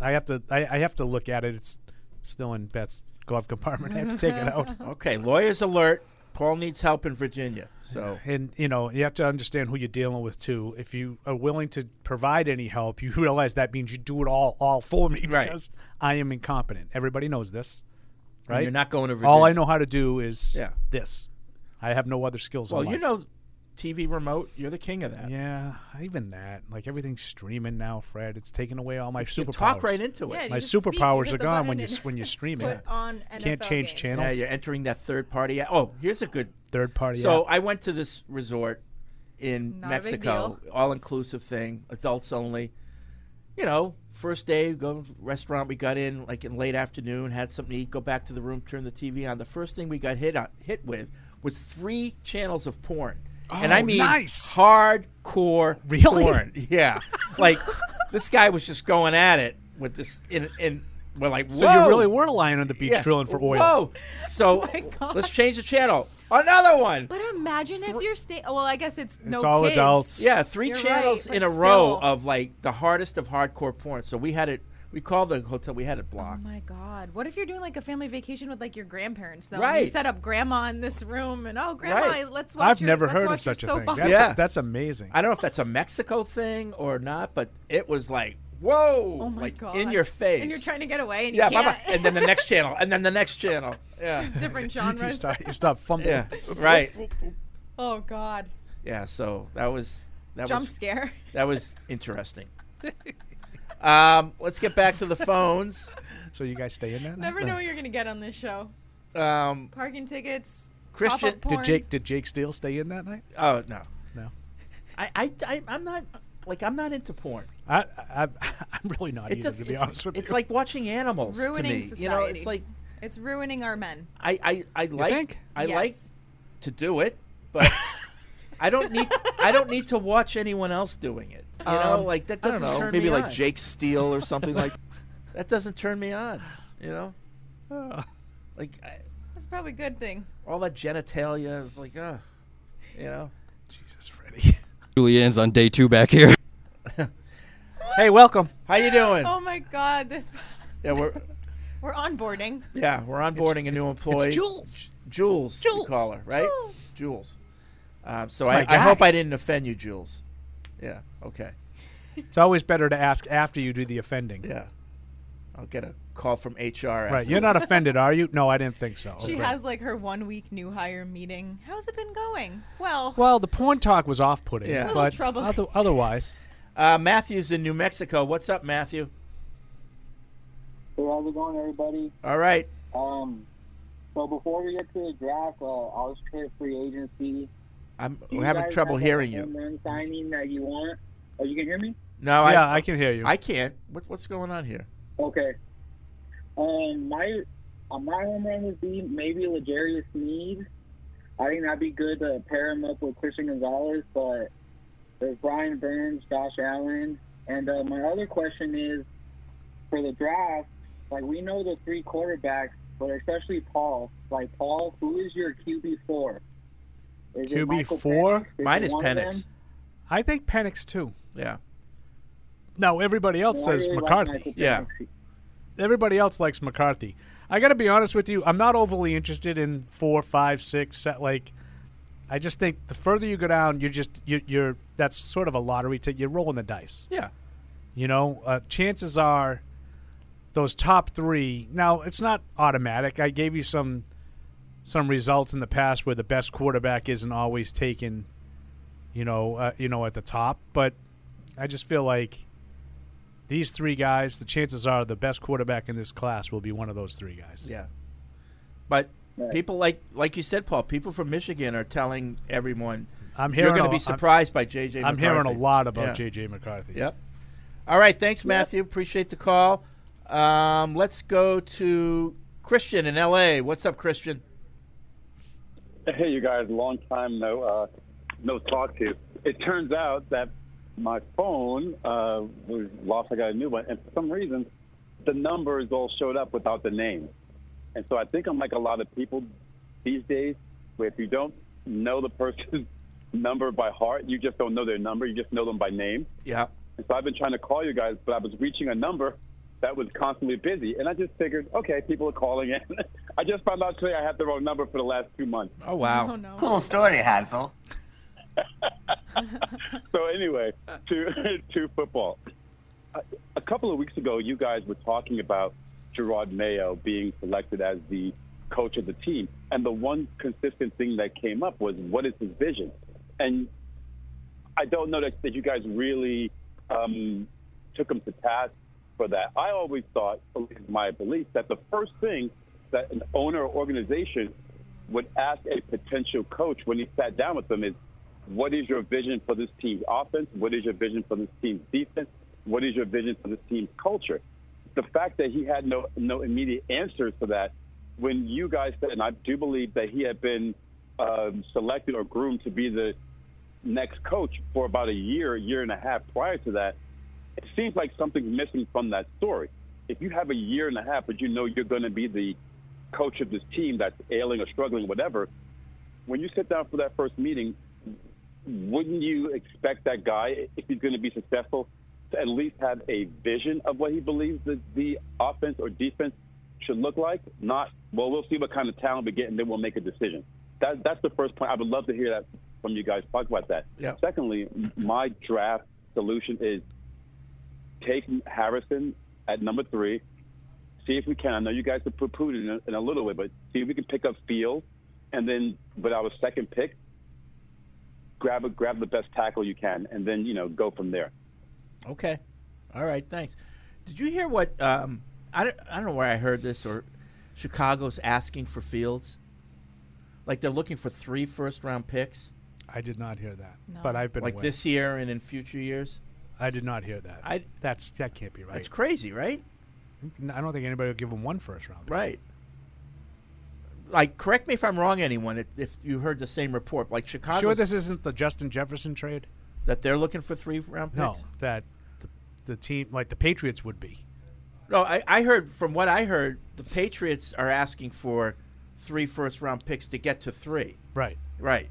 H: I have to. I, I have to look at it. It's still in Beth's glove compartment. I have to take it out.
A: (laughs) Okay, lawyers alert. Paul needs help in Virginia. So
H: and you know you have to understand who you're dealing with too. If you are willing to provide any help, you (laughs) realize that means you do it all all for me
A: Right.
H: because I am incompetent. Everybody knows this,
A: And
H: right?
A: you're not going to
H: All
A: Virginia.
H: I know how to do is
A: Yeah.
H: this. I have no other skills. in
A: well, you
H: life.
A: know, TV remote, you're the king of that.
H: Yeah, even that. Like everything's streaming now, Fred. It's taking away all my
A: You
H: superpowers.
A: talk right into it. Yeah, you
H: my
A: just speak, you
H: superpowers
A: hit
H: are
A: the
H: gone
A: button
H: when you
A: and
H: s- when you
A: (laughs)
H: stream it.
A: put on
H: Can't change channels.
A: Yeah, you're entering that third party. Oh, here's a good
H: Third party
A: So I went to this resort in
H: Not a big
A: Mexico, all inclusive thing, adults only. You know, first day, go to restaurant. We got in like in late afternoon, had something to eat, go back to the room, turn the TV on. The first thing we got hit on, hit with was three channels of porn, and
H: Oh,
A: I mean
H: nice.
A: hardcore
H: (laughs) Really?
A: (laughs) porn. Yeah, like this guy was just going at it with this, and, and we're like,
H: So
A: Whoa.
H: you really were lying on the beach
A: Yeah.
H: drilling for oil.
A: Whoa.
H: (laughs) Oh
A: So let's change the channel. Another one.
J: But imagine if you're stay. Well, I guess it's, no
H: all
J: kids.
H: adults.
A: Yeah, 3
J: You're
A: channels
J: right,
A: in a
J: but
A: row
J: still.
A: of like the hardest of hardcore porn. So we had it. We called the hotel. We had it
J: Oh
A: blocked.
J: my God! What if you're doing like a family vacation with like your grandparents though? and You
A: Right.
J: set up grandma in this room, and oh, grandma,
A: Right. (laughs)
J: let's watch.
H: I've
J: your-
H: never
J: let's
H: heard of
J: watch your
H: such a
J: soap
H: thing.
J: opera.
H: That's,
A: Yeah.
H: that's amazing.
A: I don't know if that's a Mexico thing or not, but it was like, whoa, oh my like
J: God.
A: in your face.
J: and you're trying to get away, and
A: yeah,
J: you
A: bye-bye.
J: can't. (laughs)
A: and then the next channel, and then the next channel. Yeah, (laughs)
J: different
H: (laughs) you
J: genres. (laughs)
H: start, you start fumbling.
A: yeah, right.
J: Oh God!
A: Yeah, so that was that
J: Jump
A: was,
J: scare.
A: That was
J: (laughs)
A: interesting. Um, let's get back to the phones.
H: So you guys stay in there.
J: Never know what you're gonna get on this show.
A: (laughs) Um,
J: Parking tickets.
A: Christian-
J: pop-up porn.
H: did Jake did Jake Steele stay in that night?
A: Oh no,
H: no.
A: I, I, I I'm not like I'm not into porn.
H: I, I I'm (laughs) really not. either, to be
A: it's,
H: honest with
A: it's
H: you.
A: like watching animals to
J: ruining
A: me.
J: society.
A: You know, it's like
J: it's ruining our men.
A: I I, I like
H: think?
A: I
J: Yes.
A: like to do it, but I don't need I don't need to watch anyone else doing it. You know,
D: Um,
A: like that
D: I don't
A: doesn't
D: know,
A: turn
D: maybe
A: me
D: like
A: on.
D: Jake Steele or something
A: (laughs)
D: like-
A: that doesn't turn me on. You
H: (sighs)
A: know, like I,
J: That's probably a good thing.
A: all that genitalia is like, ugh. You know.
I: Julianne's on day two back here.
H: hey, welcome.
A: How you doing?
J: Oh my God, this (laughs)
A: Yeah, we're
J: we're onboarding.
A: yeah we're onboarding a new employee.
J: Jules.
A: Jules. we
J: Jules.
A: call her right. Jules. Um, so
H: It's my
A: I, I hope
H: guy.
A: I didn't offend you, Jules. Yeah. Okay.
H: It's always better to ask after you do the offending.
A: Yeah. I'll get a call from HR.
H: Right. You're not
A: (laughs)
H: offended, are you? No, I didn't think so.
A: Oh,
J: She
H: Okay.
J: has like her one week new hire meeting. How's it been going? Well,
H: Well, the porn talk was off-putting,
A: Yeah. Little
H: but
J: trouble.
H: other- otherwise,
A: Uh, Matthew's in New Mexico. What's up, Matthew?
V: Hey, how's it going, everybody?
A: All right.
V: Um, so before we get to the draft, uh, I was trying free agency.
A: I'm
V: Do
A: we're
V: you
A: having
V: guys
A: trouble
V: have
A: hearing
V: a
A: you.
V: homegrown Signing that you want? Oh, you can hear me?
A: No,
H: Yeah,
A: I
H: I can hear you.
A: I can't. What, what's going on here?
V: Okay. Um, my uh, my home run would be maybe Legarius Need. I think that'd be good to pair him up with Christian Gonzalez, but there's Brian Burns, Josh Allen, and uh, my other question is for the draft. Like we know the three quarterbacks, but especially Paul. Like Paul, who is your QB four? Is it
H: QB
V: Michael
H: four.
V: Penix? Is it one of them?
H: I think Penix too.
A: Yeah.
H: No, everybody else
V: No, I
H: says
V: really like
H: McCarthy.
V: Michael
A: Yeah.
H: Everybody else likes McCarthy. I got to be honest with you. I'm not overly interested in four, five, six. se- Like, I just think the further you go down, you're just you're, you're that's sort of a lottery ticket. You're rolling the dice.
A: Yeah.
H: You know, uh, chances are those top three. Now, it's not automatic. I gave you some some results in the past where the best quarterback isn't always taken. You know, uh, you know, at the top. But I just feel like these three guys. The chances are the best quarterback in this class will be one of those three guys.
A: Yeah. But people like like you said, Paul. People from Michigan are telling everyone.
H: I'm
A: You're
H: hearing
A: going
H: a-
A: to be
H: I'm-
A: surprised by JJ.
H: I'm hearing a
A: McCarthy."
H: lot about J.J. McCarthy.
A: Yep. All right. Thanks, Matthew. Appreciate the call. Um, let's go to Christian in L.A. What's up, Christian?
W: Hey, you guys, long time no uh, no talk to. It turns out that my phone uh, was lost. I got a new one, and for some reason, the numbers all showed up without the name. And so I think I'm like a lot of people these days, where if you don't know the person's (laughs) number by heart, you just don't know their number. You just know them by name.
A: Yeah.
W: And so I've been trying to call you guys, but I was reaching a number that was constantly busy, and I just figured, okay, people are calling in. (laughs) I just found out today I had the wrong number for the last two months.
A: Oh wow.
W: Oh,
A: no.
W: Cool story, Hansel. so anyway, to (laughs) to football. A, a couple of weeks ago, you guys were talking about Gerard Mayo being selected as the coach of the team, and the one consistent thing that came up was what is his vision? And I don't know that, that you guys really um, took him to task for that. I always thought, at least my belief, that the first thing that an owner or organization would ask a potential coach when he sat down with them is, what is your vision for this team's offense? What is your vision for this team's defense? What is your vision for this team's culture? The fact that he had no no immediate answers for that, when you guys said, and I do believe that he had been um, selected or groomed to be the next coach for about a year, year and a half prior to that, it seems like something's missing from that story. If you have a year and a half, but you know you're going to be the coach of this team that's ailing or struggling, whatever, when you sit down for that first meeting, wouldn't you expect that guy, if he's going to be successful, to at least have a vision of what he believes that the offense or defense should look like? Not, well, we'll see what kind of talent we get and then we'll make a decision. That, that's the first point. I would love to hear that from you guys. Talk about that.
A: Yeah.
W: Secondly, m- my draft solution is take Harrison at number three. See if we can. I know you guys have poo-pooed in a, in a little way, but see if we can pick up Field, and then with our second pick, grab a, grab the best tackle you can, and then you know go from there.
A: Okay. All right. Thanks. Did you hear what? Um, I, don't, I don't know where I heard this or Chicago's asking for Fields. Like they're looking for three first round picks.
H: I did not hear that, No. but I've been
A: like
H: away.
A: this year and in future years.
H: I did not hear that.
A: I
H: that's that can't be right.
A: That's crazy, right?
H: I don't think anybody will give him one first round.
A: Right. like correct me if I'm wrong, anyone, if- if you heard the same report, like Chicago.
H: Sure, this isn't the Justin Jefferson trade
A: that they're looking for three round
H: No,
A: picks?
H: that the, the team like the Patriots would be.
A: No, I, I heard from what I heard, the Patriots are asking for three first round picks to get to three.
H: Right.
A: Right.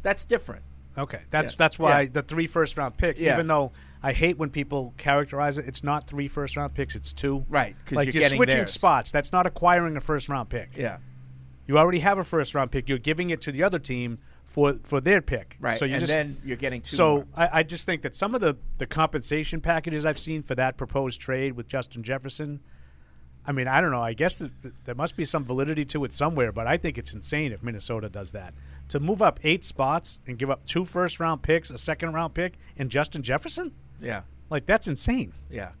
A: That's different.
H: Okay, that's
A: Yeah.
H: that's why
A: Yeah.
H: the three first round picks.
A: Yeah.
H: Even though I hate when people characterize it, it's not three first round picks; it's two.
A: Right, 'cause
H: like
A: you're
H: you're,
A: getting
H: switching
A: theirs.
H: spots. That's not acquiring a first round pick.
A: Yeah.
H: you already have a first round pick. You're giving it to the other team for for their pick.
A: Right,
H: So you
A: and
H: just,
A: then you're getting two more.
H: So I, I just think that some of the the compensation packages I've seen for that proposed trade with Justin Jefferson. I mean, I don't know. I guess th- th- there must be some validity to it somewhere, but I think it's insane if Minnesota does that. To move up eight spots and give up two first round picks, a second round pick, and Justin Jefferson?
A: Yeah.
H: Like, that's insane.
A: Yeah.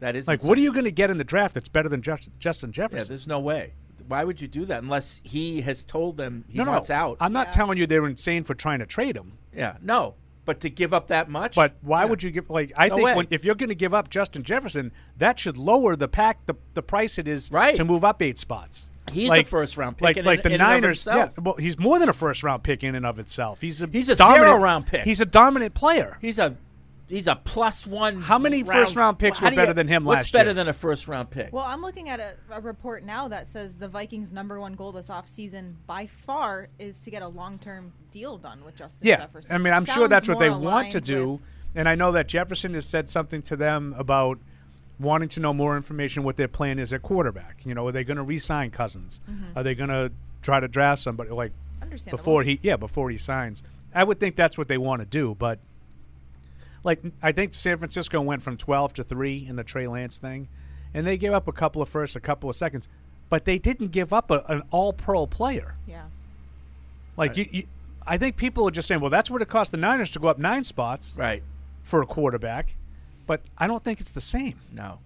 A: That is
H: like,
A: insane.
H: what are you going to get in the draft that's better than Jef- Justin
A: Yeah,
H: Jefferson?
A: there's no way. Why would you do that unless he has told them he
H: no, no.
A: wants out?
H: I'm not telling you they're insane for trying to trade him.
A: Yeah, no. But to give up that much?
H: But why would you give like I
A: No way.
H: think when, if you're going to give up Justin Jefferson, that should lower the pack the, the price it is
A: Right.
H: to move up eight spots.
A: He's a first-round pick
H: like
A: in
H: like
A: and-
H: the
A: in and of
H: Niners. yeah,
A: himself.
H: well, he's more than a first round pick in and of itself. He's a
A: He's a
H: dominant,
A: zero-round pick.
H: He's a dominant player.
A: He's a he's a plus one.
H: How many first round picks
A: How
H: were
A: do
H: better
A: you-
H: than him
A: what's
H: last
A: better
H: year?
A: than a first round pick?
J: Well, I'm looking at a, a report now that says the Vikings' number one goal this offseason by far is to get a long term deal done with Justin
H: yeah,
J: Jefferson.
H: I mean, I'm
J: Sounds
H: sure that's what
J: more
H: they want to
J: aligned
H: do.
J: with-
H: And I know that Jefferson has said something to them about wanting to know more information what their plan is at quarterback. You know, are they going to re-sign Cousins?
E: Mhm.
J: Mm-hmm.
H: Are they going to try to draft somebody like
E: Understandable.
H: before he yeah before he signs? I would think that's what they want to do, but like I think San Francisco went from 12 to 3 in the Trey Lance thing, and they gave up a couple of firsts, a couple of seconds, but they didn't give up a, an all-pro player.
J: Yeah.
H: Like you, you, I think people are just saying, well, that's what it cost the Niners to go up nine spots,
A: right,
H: for a quarterback. But I don't think it's the same.
A: No,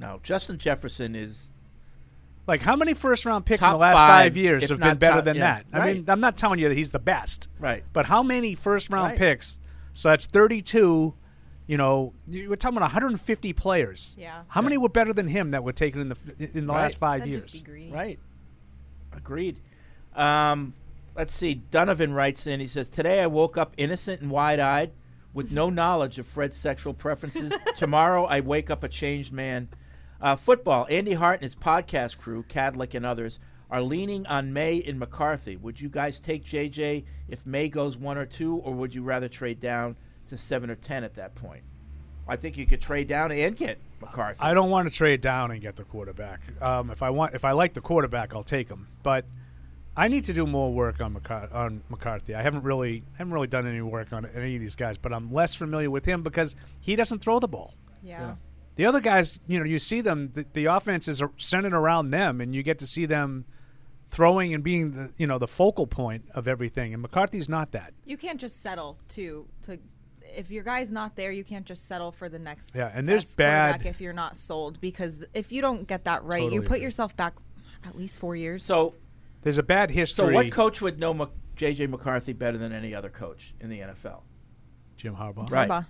A: no. Justin Jefferson is
H: Like how many first-round picks in
A: Top
H: the last
A: five,
H: five, years
A: if
H: have
A: not
H: been better
A: top-
H: than
A: yeah,
H: that? I
A: right.
H: mean, I'm not telling you that he's the best,
A: right.
H: But how many first-round
A: Right.
H: picks? So that's 32. You know, you- we're talking about 150 players.
A: Yeah.
H: How many were better than him that were taken in the f- in the
A: Right.
H: last five
A: That'd
H: years?
A: just Right. Agreed. Um, let's see. Donovan writes in. He says, "Today I woke up innocent and wide-eyed, with no knowledge of Fred's sexual (laughs) preferences. Tomorrow I wake up a changed man." Uh, football. Andy Hart and his podcast crew, Cadlick and others, are leaning on May and McCarthy. Would you guys take JJ if May goes one or two, or would you rather trade down to seven or ten at that point? I think you could trade down and get McCarthy.
H: I don't want to trade down and get the quarterback. Um, if I want, if I like the quarterback, I'll take him. But I need to do more work on, McCar- on McCarthy. I haven't really, haven't really done any work on any of these guys, but I'm less familiar with him because he doesn't throw the ball.
J: Yeah.
H: The other guys, you know, you see them. The, the offense is centered around them, and you get to see them throwing and being the, you know, the focal point of everything. And McCarthy's not that.
J: You can't just settle to to if your guy's not there, you can't just settle for the next.
H: Yeah, and there's
J: best quarterback
H: bad-
J: if you're not sold because if you don't get that right, you
H: Totally
J: put
H: agree.
J: yourself back at least four years.
A: So
H: there's a bad history.
A: So what coach would know Mc- JJ McCarthy better than any other coach in the NFL?
H: Jim Harbaugh.
A: Right.
H: Harbaugh.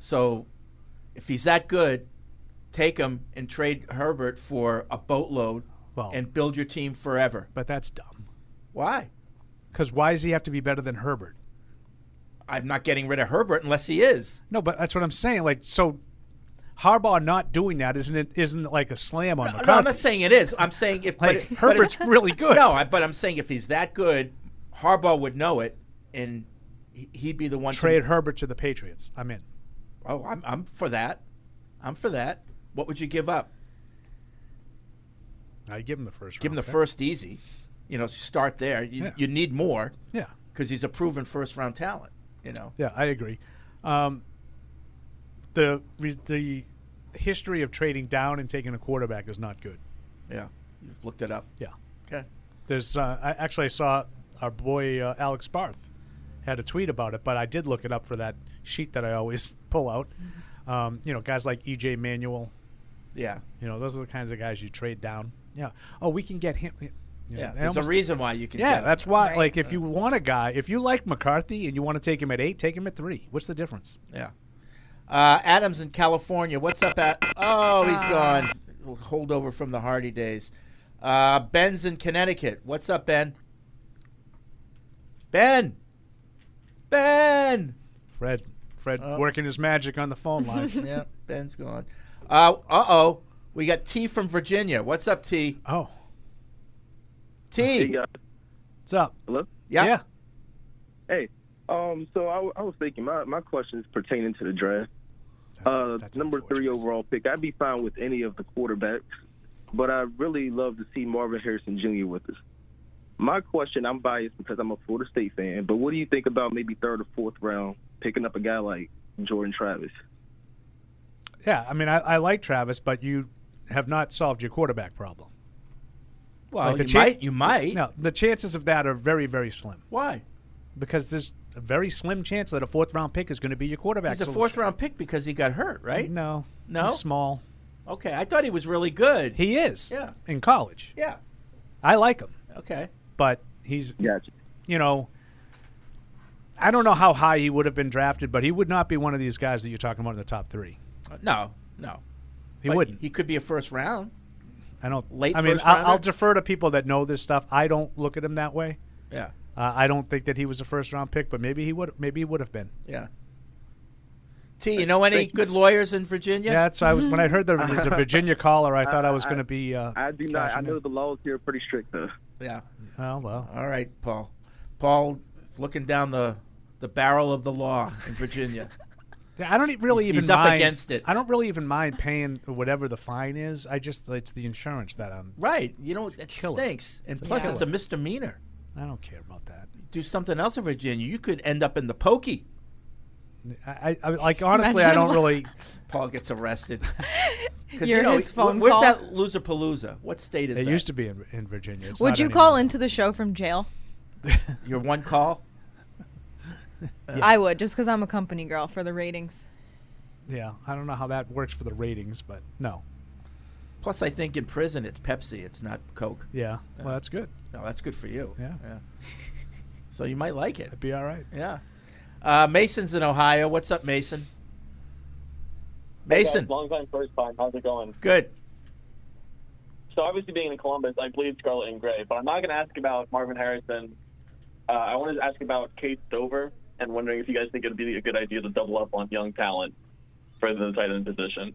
A: So if he's that good, take him and trade Herbert for a boatload
H: Well-
A: and build your team forever.
H: But that's dumb.
A: Why?
H: Because why does he have to be better than Herbert?
A: I'm not getting rid of Herbert unless he is.
H: No, but that's what I'm saying. Like so, Harbaugh not doing that isn't it? Isn't like a slam on McCarthy?
A: No, I'm not saying it is. I'm saying if but
H: Like,
A: it- but
H: Herbert's
A: it-
H: really good.
A: (laughs) No, I, but I'm saying if he's that good, Harbaugh would know it, and he- he'd be the one. to-
H: Trade Herbert to the Patriots. I'm in.
A: Oh, I'm, I'm for that. I'm for that. What would you give up?
H: I give him the first.
A: Give him
H: round
A: the
H: pick.
A: first easy. You know, start there. You,
H: Yeah.
A: you need more.
H: Yeah.
A: Because he's a proven first round talent. You know.
H: Yeah, I agree. Um, the re- the history of trading down and taking a quarterback is not good.
A: Yeah. You've looked it up.
H: Yeah.
A: Okay.
H: There's uh, I actually I saw our boy uh, Alex Barth had a tweet about it, but I did look it up for that sheet that I always (laughs) pull out. Um, you know, guys like EJ Manuel.
A: Mm-hmm. Yeah.
H: You know, those are the kinds of guys you trade down. Yeah. Oh, we can get him. you know,
A: Yeah,
H: I
A: there's a reason why you can
H: Yeah,
A: get him.
H: that's why.
A: Right.
H: Like, if you want a guy, if you like McCarthy and you want to take him at eight, take him at three. What's the difference?
A: Yeah. Uh, Adams in California. What's up, at? Oh, he's gone. Holdover from the Hardy days. Uh, Ben's in Connecticut. What's up, Ben? Ben. Ben.
H: Fred. Fred working his magic on the phone (laughs) lines.
A: Uh, (laughs) yeah, Ben's gone. Uh oh. We got T from Virginia. What's up, T?
H: Oh.
A: T.
H: What's up?
E: Hello.
A: Yeah.
E: Hey. Um. So I, w- I was thinking my my question is pertaining to the draft. uh, number three overall pick. I'd be fine with any of the quarterbacks, but I really love to see Marvin Harrison Jr. with us. My question, I'm biased because I'm a Florida State fan, but what do you think about maybe third or fourth round picking up a guy like Jordan Travis?
H: Yeah, I mean, I, I like Travis, but you have not solved your quarterback problem.
A: Well,
H: the
A: you might- you might.
H: No, the chances of that are very, very slim.
A: Why?
H: Because there's a very slim chance that a fourth round pick is going to be your quarterback.
A: He's a
H: solution.
A: fourth round pick because he got hurt, right?
H: No.
A: No.
H: He's small.
A: Okay, I thought he was really good.
H: He is.
A: Yeah.
H: in college.
A: Yeah.
H: I like him,
A: Okay.
H: but he's you know I don't know how high he would have been drafted, but he would not be one of these guys that you're talking about in the top three.
A: Uh, No. No.
H: He
A: But
H: wouldn't.
A: He could be a first round.
H: I don't.
A: Late
H: I mean,
A: first
H: I- I'll
A: rounder?
H: defer to people that know this stuff. I don't look at him that way.
A: Yeah.
H: Uh, I don't think that he was a first round pick, but maybe he would. Maybe he would have been.
A: Yeah. T, you know any good lawyers in Virginia?
H: Yeah, that's why I was when I heard there
A: (laughs)
H: was a Virginia caller. I thought I was going to be. Uh,
E: I do not. I
H: cashing in.
E: know the laws here are pretty strict though.
A: Yeah.
H: Oh well.
A: All right, Paul. Paul is looking down the the barrel of the law in (laughs) Virginia.
H: Yeah, I don't e- really
A: He's-
H: even
A: he's up
H: mind.
A: against it.
H: I don't really even mind paying whatever the fine is. I just it's the insurance that I'm.
A: right. You know it
H: Killer.
A: stinks, and
H: It's a
A: plus it's a
H: killer.
A: misdemeanor.
H: I don't care about that.
A: Do something else in Virginia, you could end up in the pokey.
H: I, I like honestly, I don't really.
A: (laughs) Paul gets (laughs) arrested. 'Cause,
J: You're
A: you know,
J: his
A: wh-
J: phone
A: where's
J: call.
A: that loser palooza? What state is
H: It
A: that?
H: used to be in, in Virginia. It's
J: Would
H: not
J: you
H: anymore.
J: call into the show from jail?
H: (laughs)
A: Your one call?
J: I would, just because I'm a company girl for the ratings.
H: Yeah, I don't know how that works for the ratings, but no.
A: Plus, I think in prison it's Pepsi, it's not Coke.
H: Yeah. Well, that's good.
A: No, that's good for you.
H: Yeah.
A: So you might like it.
H: It'd be all right.
A: Yeah. Uh, Mason's in Ohio. What's up, Mason? Mason.
F: Hey guys, long time, first time. How's it going?
A: Good.
F: So obviously, being in Columbus, I bleed scarlet and gray. But I'm not going to ask about Marvin Harrison. Uh, I wanted to ask about Kate Stover and wondering if you guys think it'd be a good idea to double up on young talent for the tight end position.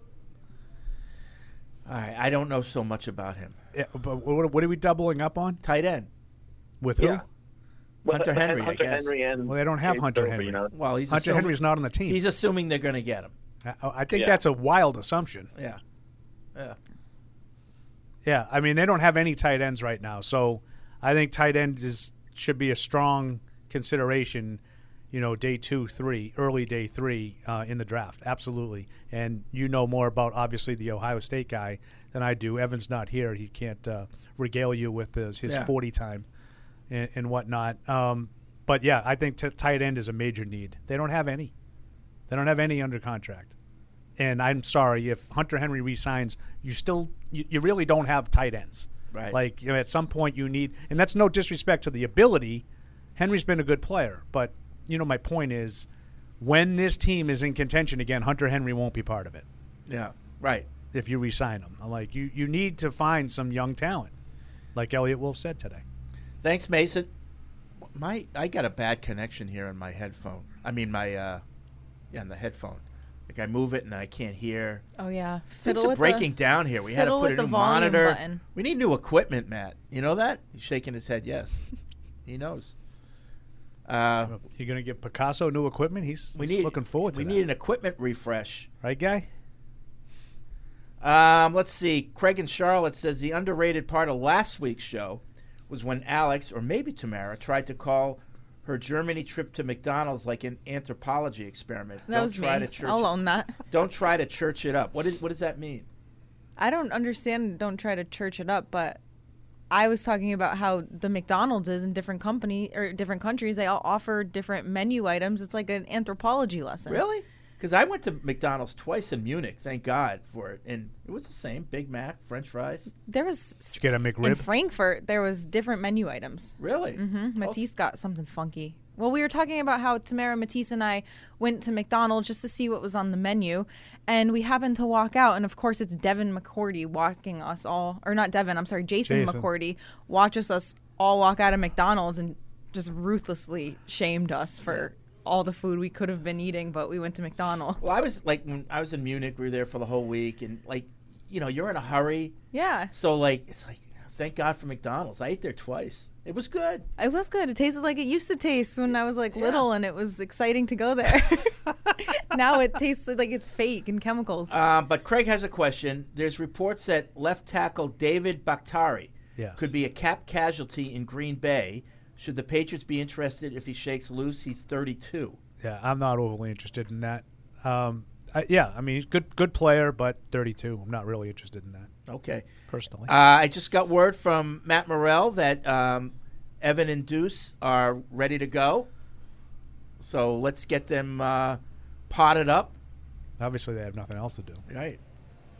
A: All right. I don't know so much about him.
H: Yeah, but what, what are we doubling up on?
A: Tight end.
H: With who?
A: Yeah. uh, Hunter Henry, I guess.
H: well, they don't have Hunter Henry.
A: Well, he's
H: Hunter
A: assuming-
H: Henry's not on the team.
A: He's assuming they're going to get him.
H: I, I think
A: Yeah.
H: that's a wild assumption.
A: Yeah. Yeah.
H: Yeah, I mean they don't have any tight ends right now, so I think tight end is should be a strong consideration. You know, day two, three, early day three uh, in the draft, absolutely. And you know more about obviously the Ohio State guy than I do. Evan's not here; he can't uh, regale you with his, his
K: Yeah.
H: forty time and, and whatnot. Um, but yeah, I think t- tight end is a major need. They don't have any. They don't have any under contract. And I'm sorry if Hunter Henry resigns, you still you, you really don't have tight ends.
A: Right.
H: Like you know, at some point you need, and that's no disrespect to the ability. Henry's been a good player, but you know my point is, when this team is in contention again, Hunter Henry won't be part of it.
A: Yeah. Right.
H: If you resign him, I'm like you you need to find some young talent, like Elliot Wolf said today.
A: Thanks, Mason. My I got a bad connection here in my headphone. I mean my uh yeah, in the headphone. Like I move it and I can't hear.
J: Oh yeah,
A: Things are breaking down here. We had to
J: fiddle
A: put
J: with
A: a
J: the
A: new
J: volume
A: monitor.
J: button.
A: We need new equipment, Matt. You know that? He's shaking his head yes. he knows. Uh,
H: You're gonna give Picasso new equipment. He's,
A: We
H: he's
A: need-
H: looking forward to
A: we
H: that.
A: need an equipment refresh,
H: right, guy?
A: Um, let's see. Craig in Charlotte says the underrated part of last week's show was when Alex, or maybe Tamara, tried to call her Germany trip to McDonald's like an anthropology experiment.
J: That
A: Don't
J: was
A: try
J: me.
A: To church
J: I'll own that.
A: Don't try to church it up. What is? What does that mean?
J: I don't understand. Don't try to church it up, but I was talking about how the McDonald's is in different company or different countries. They all offer different menu items. It's like an anthropology lesson.
A: Really? Because I went to McDonald's twice in Munich. Thank God for it, and it was the same: Big Mac, French fries.
J: There was
H: Get a
J: in
H: McRib.
J: Frankfurt. There was different menu items.
A: Really?
J: Mm-hmm. Matisse got something funky. Well, we were talking about how Tamara Matisse and I went to McDonald's just to see what was on the menu, and we happened to walk out, and of course it's Devin McCourty walking us all, or not Devin, I'm sorry, Jason,
K: Jason.
J: McCourty watches us all walk out of McDonald's and just ruthlessly shamed us for all the food we could have been eating, but we went to McDonald's.
A: Well, I was like when I was in Munich, we were there for the whole week, and like, you know, you're in a hurry.
J: Yeah.
A: So like, it's like, thank God for McDonald's. I ate there twice. It was good.
J: It was good. It tasted like it used to taste when I was like little, and it was exciting to go there. (laughs) now it tastes like it's fake and chemicals.
A: Uh, but Craig has a question. There's reports that left tackle David Bakhtari
H: Yes.
A: could be a cap casualty in Green Bay. Should the Patriots be interested if he shakes loose? He's 32.
H: Yeah, I'm not overly interested in that. Um, I, yeah, I mean, he's good, good player, but 32. I'm not really interested in that.
A: Okay.
H: Personally.
A: Uh, I just got word from Matt Morrell that um, Evan and Deuce are ready to go. So let's get them uh, potted up.
H: Obviously, they have nothing else to do.
A: Right.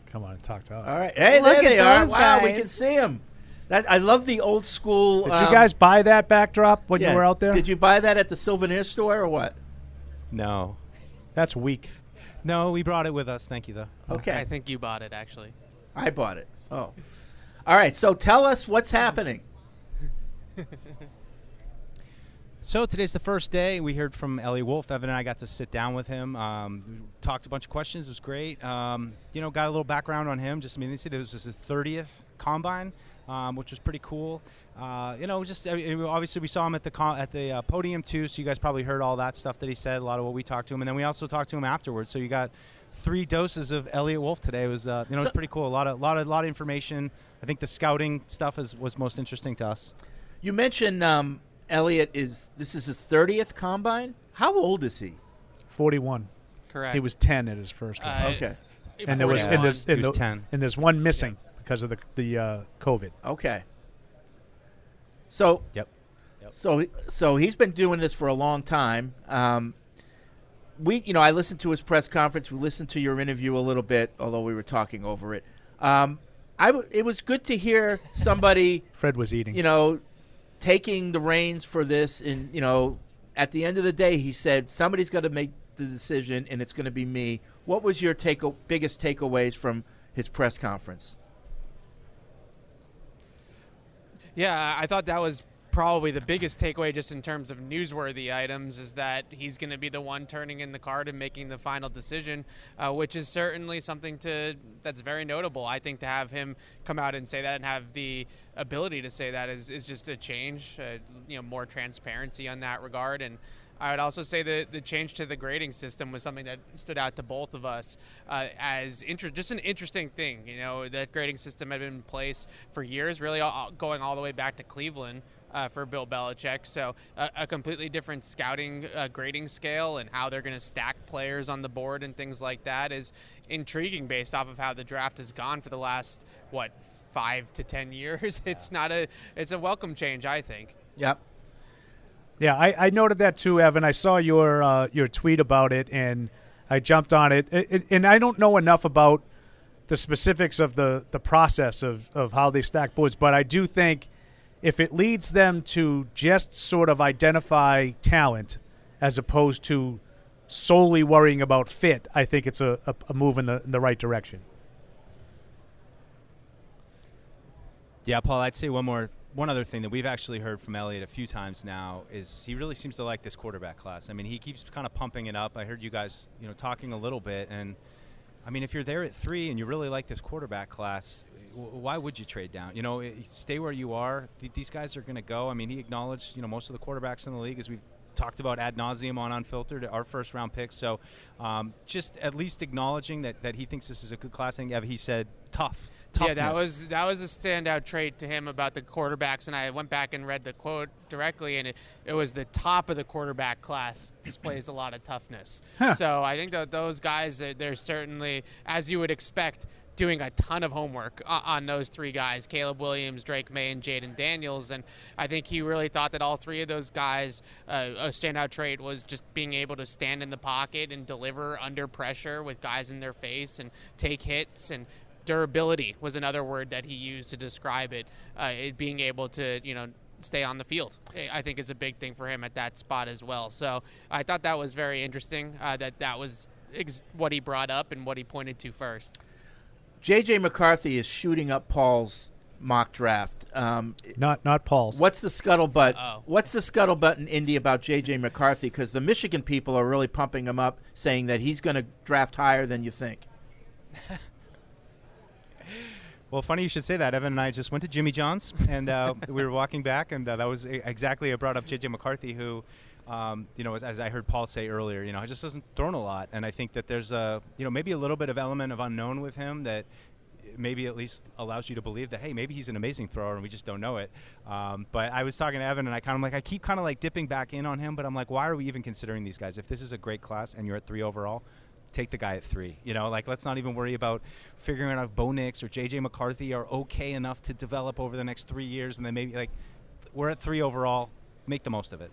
H: Come on and talk to us.
A: All right. Hey, there they are. Wow, we can see them. That, I love the old school.
H: Did you
A: um,
H: guys buy that backdrop when
A: yeah.
H: you were out there?
A: Did you buy that at the souvenir store or what?
G: No.
H: That's weak.
G: No, we brought it with us. Thank you, though.
A: Okay.
P: I think you bought it actually.
A: I bought it. Oh. All right. So tell us what's happening.
G: So today's the first day. We heard from Ellie Wolf. Evan and I got to sit down with him. Um, we talked a bunch of questions. It was great. Um, you know, got a little background on him. Just I mean, they said it was his thirtieth combine, um, which was pretty cool. Uh, you know, just I mean, obviously we saw him at the con- at the uh, podium too. So you guys probably heard all that stuff that he said. A lot of what we talked to him, and then we also talked to him afterwards. So you got three doses of Elliot Wolf today. It was uh, you know, it was pretty cool. A lot of lot of lot of information. I think the scouting stuff is was most interesting to us.
A: You mentioned um, Elliot is this is his thirtieth combine. How old is he?
H: 41.
P: Correct.
H: He was 10 at his first one.
A: Uh, Okay.
H: And there was and there's,
G: 41.
H: and
G: He was
H: the-
G: 10.
H: and there's one missing because of the the uh, COVID.
A: Okay. So.
G: Yep.
A: So so he's been doing this for a long time. Um, we you know I listened to his press conference. We listened to your interview a little bit, although we were talking over it. Um, I w- it was good to hear somebody.
H: (laughs) Fred was eating.
A: You know, taking the reins for this, and you know, at the end of the day, he said somebody's got to make the decision, and it's going to be me. What was your take biggest takeaways from his press conference?
P: Yeah, I thought that was probably the biggest takeaway just in terms of newsworthy items is that he's going to be the one turning in the card and making the final decision, uh, which is certainly something to that's very notable. I think to have him come out and say that and have the ability to say that is, is just a change, uh, you know, more transparency on that regard and I would also say the the change to the grading system was something that stood out to both of us uh, as inter- just an interesting thing. You know, that grading system had been in place for years, really all, going all the way back to Cleveland uh, for Bill Belichick. So a a completely different scouting uh, grading scale and how they're going to stack players on the board and things like that is intriguing based off of how the draft has gone for the last what five to ten years. (laughs) It's not a it's a welcome change, I think.
A: Yep.
H: Yeah, I, I noted that too, Evan. I saw your uh, your tweet about it, and I jumped on it. It- it- And I don't know enough about the specifics of the, the process of, of how they stack boards, but I do think if it leads them to just sort of identify talent as opposed to solely worrying about fit, I think it's a, a, a move in the, in the right direction.
G: Yeah, Paul, I'd say one more one other thing that we've actually heard from Elliot a few times now is he really seems to like this quarterback class. I mean, he keeps kind of pumping it up. I heard you guys, you know, talking a little bit and I mean, if you're there at 3 and you really like this quarterback class, w- why would you trade down? You know, i- stay where you are. Th- These guys are going to go. I mean, he acknowledged, you know, most of the quarterbacks in the league as we've talked about ad nauseum on unfiltered our first round picks. So, um, just at least acknowledging that, that he thinks this is a good class. And yeah, he said tough. Toughness.
P: Yeah, that was that was a standout trait to him about the quarterbacks, and I went back and read the quote directly, and it, it was the top of the quarterback class displays a lot of toughness.
L: Huh.
P: So I think that those guys, they're, they're certainly, as you would expect, doing a ton of homework o- on those three guys: Caleb Williams, Drake May, and Jaden Daniels. And I think he really thought that all three of those guys, uh, a standout trait was just being able to stand in the pocket and deliver under pressure with guys in their face and take hits and durability was another word that he used to describe it. Uh, it being able to, you know, stay on the field. eh, I- I think is a big thing for him at that spot as well. So I thought that was very interesting. Uh, that that was ex- what he brought up and what he pointed to first.
A: JJ McCarthy is shooting up Paul's mock draft. Um,
H: Not not Paul's.
A: what's the scuttlebutt? What's the scuttlebutt in Indy about JJ McCarthy? Because the Michigan people are really pumping him up, saying that he's going to draft higher than you think.
G: Well, funny you should say that. Evan and I just went to Jimmy John's, and uh, we were walking back, and uh, that was e- exactly I brought up JJ McCarthy, who, um, you know, as, as I heard Paul say earlier, you know, he just doesn't thrown a lot, and I think that there's a, you know, maybe a little bit of element of unknown with him that maybe at least allows you to believe that hey maybe he's an amazing thrower and we just don't know it um, but i was talking to evan and i kind of like i keep kind of like dipping back in on him but i'm like why are we even considering these guys if this is a great class and you're at three overall take the guy at three you know like let's not even worry about figuring out if bo nix or jj mccarthy are okay enough to develop over the next three years and then maybe like we're at three overall make the most of it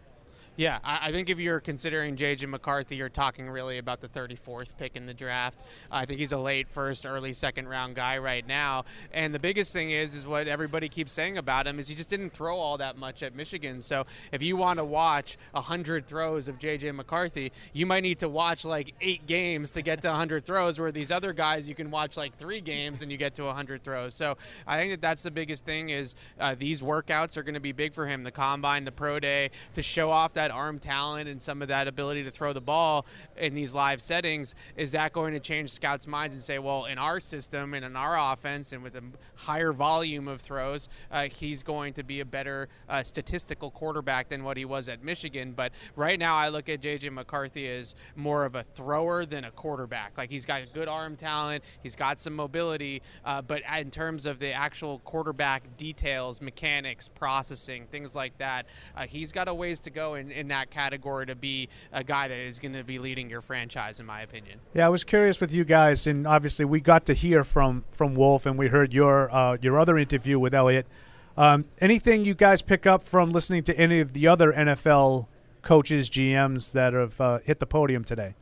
P: Yeah, I, I think if you're considering JJ McCarthy, you're talking really about the 34th pick in the draft. I think he's a late first, early second round guy right now. And the biggest thing is, is what everybody keeps saying about him is he just didn't throw all that much at Michigan. So if you want to watch 100 throws of JJ McCarthy, you might need to watch like eight games to get to 100 throws, where these other guys you can watch like three games and you get to 100 throws. So I think that that's the biggest thing is uh, these workouts are going to be big for him. The combine, the pro day, to show off that arm talent and some of that ability to throw the ball in these live settings. Is that going to change scouts' minds and say, well, in our system and in our offense and with a higher volume of throws, uh, he's going to be a better uh, statistical quarterback than what he was at Michigan? But right now, I look at JJ McCarthy as more of a thrower than a quarterback. Like he's got good arm talent, he's got some mobility, uh, but in terms of the actual quarterback details, mechanics, processing, things like that, uh, he's got a ways to go in, in that category to be a guy that is going to be leading your franchise, in my opinion.
H: Yeah, I was curious with you guys, and obviously we got to hear from from Wolf, and we heard your uh, your other interview with Elliot. Um, anything you guys pick up from listening to any of the other NFL coaches, GMs that have uh, hit the podium today?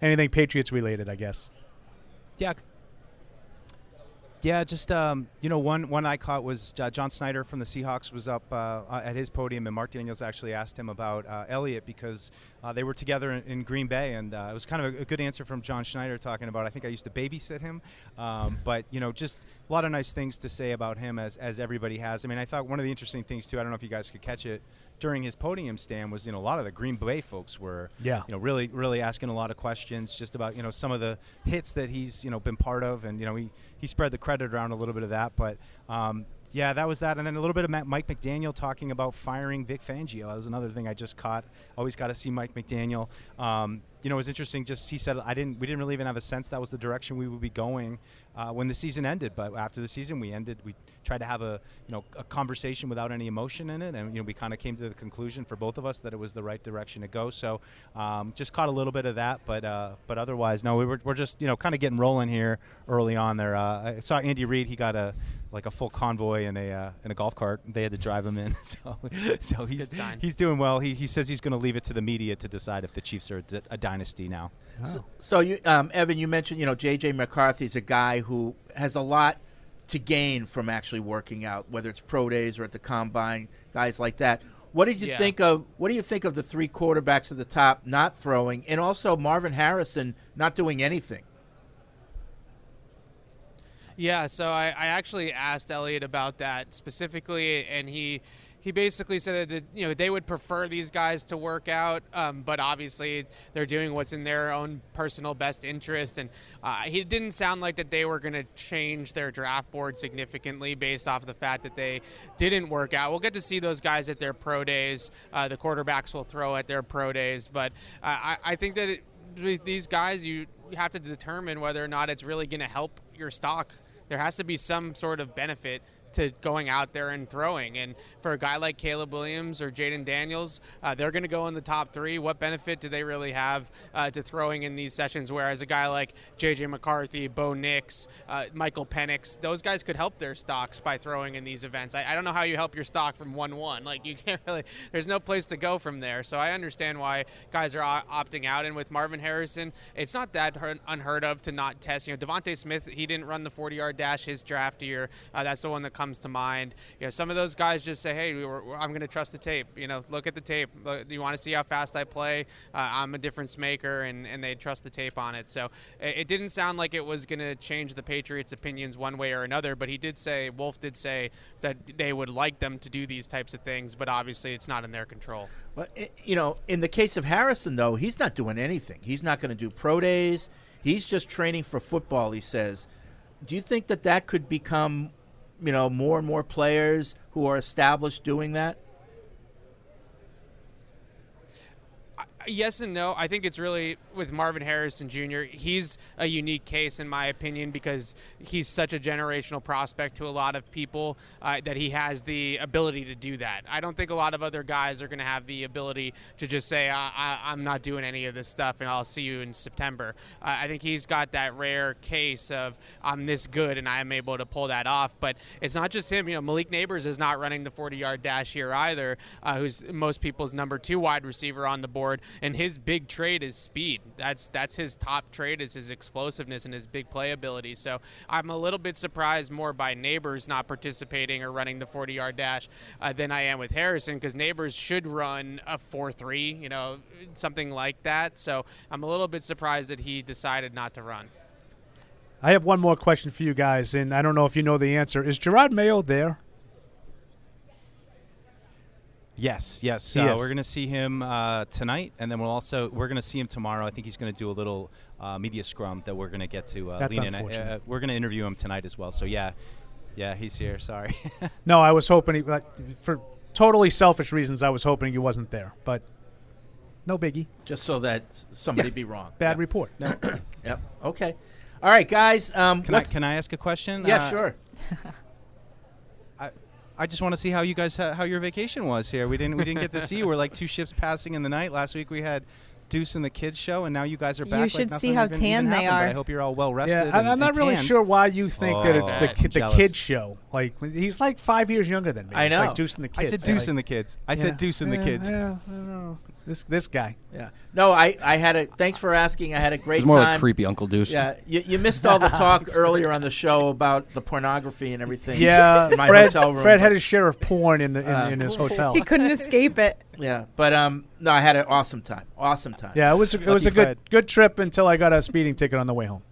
H: Anything Patriots related, I guess.
G: Yeah. Yeah, just um, you know, one one I caught was uh, John Snyder from the Seahawks was up uh, at his podium, and Mark Daniels actually asked him about uh, Elliott because uh, they were together in, in Green Bay, and uh, it was kind of a, a good answer from John Schneider talking about. I think I used to babysit him, um, but you know, just a lot of nice things to say about him as as everybody has. I mean, I thought one of the interesting things too. I don't know if you guys could catch it during his podium stand was you know a lot of the Green Bay folks were
H: Yeah.
G: you know really really asking a lot of questions just about you know some of the hits that he's you know been part of and you know he he spread the credit around a little bit of that but um, yeah that was that and then a little bit of Ma- Mike McDaniel talking about firing Vic Fangio that was another thing I just caught always got to see Mike McDaniel um, you know it was interesting just he said I didn't we didn't really even have a sense that was the direction we would be going uh, when the season ended but after the season we ended we tried to have a you know a conversation without any emotion in it and you know we kind of came to the conclusion for both of us that it was the right direction to go so um, just caught a little bit of that but uh, but otherwise no we were, we're just you know kind of getting rolling here early on there uh, I saw Andy Reid he got a like a full convoy in a uh, in a golf cart they had to drive him in (laughs) so so he's
P: Good sign.
G: he's doing well he, he says he's going to leave it to the media to decide if the Chiefs are a, d- a dynasty now
A: So, so you, um, Evan, you mentioned you know JJ McCarthy's a guy who has a lot to gain from actually working out, whether it's pro days or at the combine, guys like that. What did you
K: Yeah.
A: think of? What do you think of the three quarterbacks at the top not throwing, and also Marvin Harrison not doing anything?
P: Yeah, so I, I actually asked Elliot about that specifically, and he he basically said that you know they would prefer these guys to work out, um, but obviously they're doing what's in their own personal best interest, and uh, he didn't sound like that they were going to change their draft board significantly based off the fact that they didn't work out. We'll get to see those guys at their pro days. Uh, the quarterbacks will throw at their pro days, but uh, I, I think that it, with these guys you have to determine whether or not it's really going to help your stock there has to be some sort of benefit to going out there and throwing and for a guy like caleb williams or jaden daniels uh, they're going to go in the top three what benefit do they really have uh, to throwing in these sessions whereas a guy like jj mccarthy bo nix uh, michael Penix, those guys could help their stocks by throwing in these events I, I don't know how you help your stock from 1-1 like you can't really there's no place to go from there so i understand why guys are o- opting out and with marvin harrison it's not that hun- unheard of to not test you know devonte smith he didn't run the 40 yard dash his draft year uh, that's the one that comes to mind. You know, some of those guys just say, "Hey, we were, I'm going to trust the tape. You know, look at the tape. Look, do you want to see how fast I play? Uh, I'm a difference maker," and, and they trust the tape on it. So it, it didn't sound like it was going to change the Patriots' opinions one way or another. But he did say, Wolf did say that they would like them to do these types of things, but obviously it's not in their control.
A: Well, i- eh, you know, in the case of Harrison, though, he's not doing anything. He's not going to do pro days. He's just training for football. He says. Do you think that that could become, you know, more and more players who are established doing that?
P: yes and no. I think it's really with Marvin Harrison Jr. He's a unique case in my opinion because he's such a generational prospect to a lot of people uh, that he has the ability to do that. I don't think a lot of other guys are going to have the ability to just say, I- I- "I'm not doing any of this stuff," and I'll see you in September. Uh, I think he's got that rare case of I'm this good and I'm able to pull that off. But it's not just him. You know, Malik Neighbors is not running the 40-yard dash here either, uh, who's most people's number two wide receiver on the board. And his big trade is speed. That's that's his top trade is his explosiveness and his big playability. So I'm a little bit surprised more by Neighbors not participating or running the 40-yard dash uh, than I am with Harrison because Neighbors should run a 4-3, you know, something like that. So I'm a little bit surprised that he decided not to run.
H: I have one more question for you guys, and I don't know if you know the answer. Is Gerard Mayo there?
G: Yes, yes.
H: He
G: uh,
H: is.
G: We're going to see him uh, tonight, and then we'll also we're going to see him tomorrow. I think he's going to do a little uh, media scrum that we're going to get to. Uh,
H: That's
G: lean in.
H: unfortunate.
G: Uh, we're going to interview him tonight as well. So yeah, yeah, he's here. Sorry. (laughs)
H: No, I was hoping he, like, for totally selfish reasons, I was hoping he wasn't there, but no biggie.
A: Just so that s- somebody
H: Yeah.
A: be wrong.
H: Bad
A: Yep.
H: report. No.
A: (coughs) Yep. Okay. All right, guys. Um,
G: Can I-
A: what's-
G: can I ask a question?
A: Yeah,
G: Uh,
A: sure.
G: I, I just want to see how you guys how your vacation was here. We didn't we didn't get to see you. We're like two ships passing in the night. Last week we had Deuce and the kids show, and now you guys are
J: You
G: back. like
J: should see
G: nothing
J: how
G: even-
J: tan
G: even
J: they
G: happened, but
J: are.
G: I hope you're all uh, well rested.
H: Yeah, I-
G: and-
H: I'm not
G: and
H: really
G: tanned.
H: sure why you think that it's the
G: Oh,
H: kid, the
G: jealous.
H: kids show. Like he's like five years younger than me.
G: I
H: It's
G: know.
H: like Deuce and the
G: I
H: kids.
G: said Deuce and the kids. I said Deuce and the kids.
H: Yeah, I don't know. This this
G: (laughs)
H: guy.
A: Yeah. No, I, I had a. Thanks for asking. I had a great.
K: It's more like
A: time.
K: creepy Uncle Deuce.
A: Yeah. You, you missed all the talk (laughs) earlier on the show about the pornography and everything.
H: Yeah,
A: In my
H: Fred.
A: hotel room,
H: Fred
A: but-
H: had his share of porn in the in,
A: Uh,
H: in his hotel.
J: He couldn't escape
A: (laughs)
J: it.
A: Yeah, but um, no, I had an awesome time. Awesome time.
H: Yeah, it was it was a
A: Lucky
H: good
A: Fred.
H: good trip until I got a speeding ticket on the way home.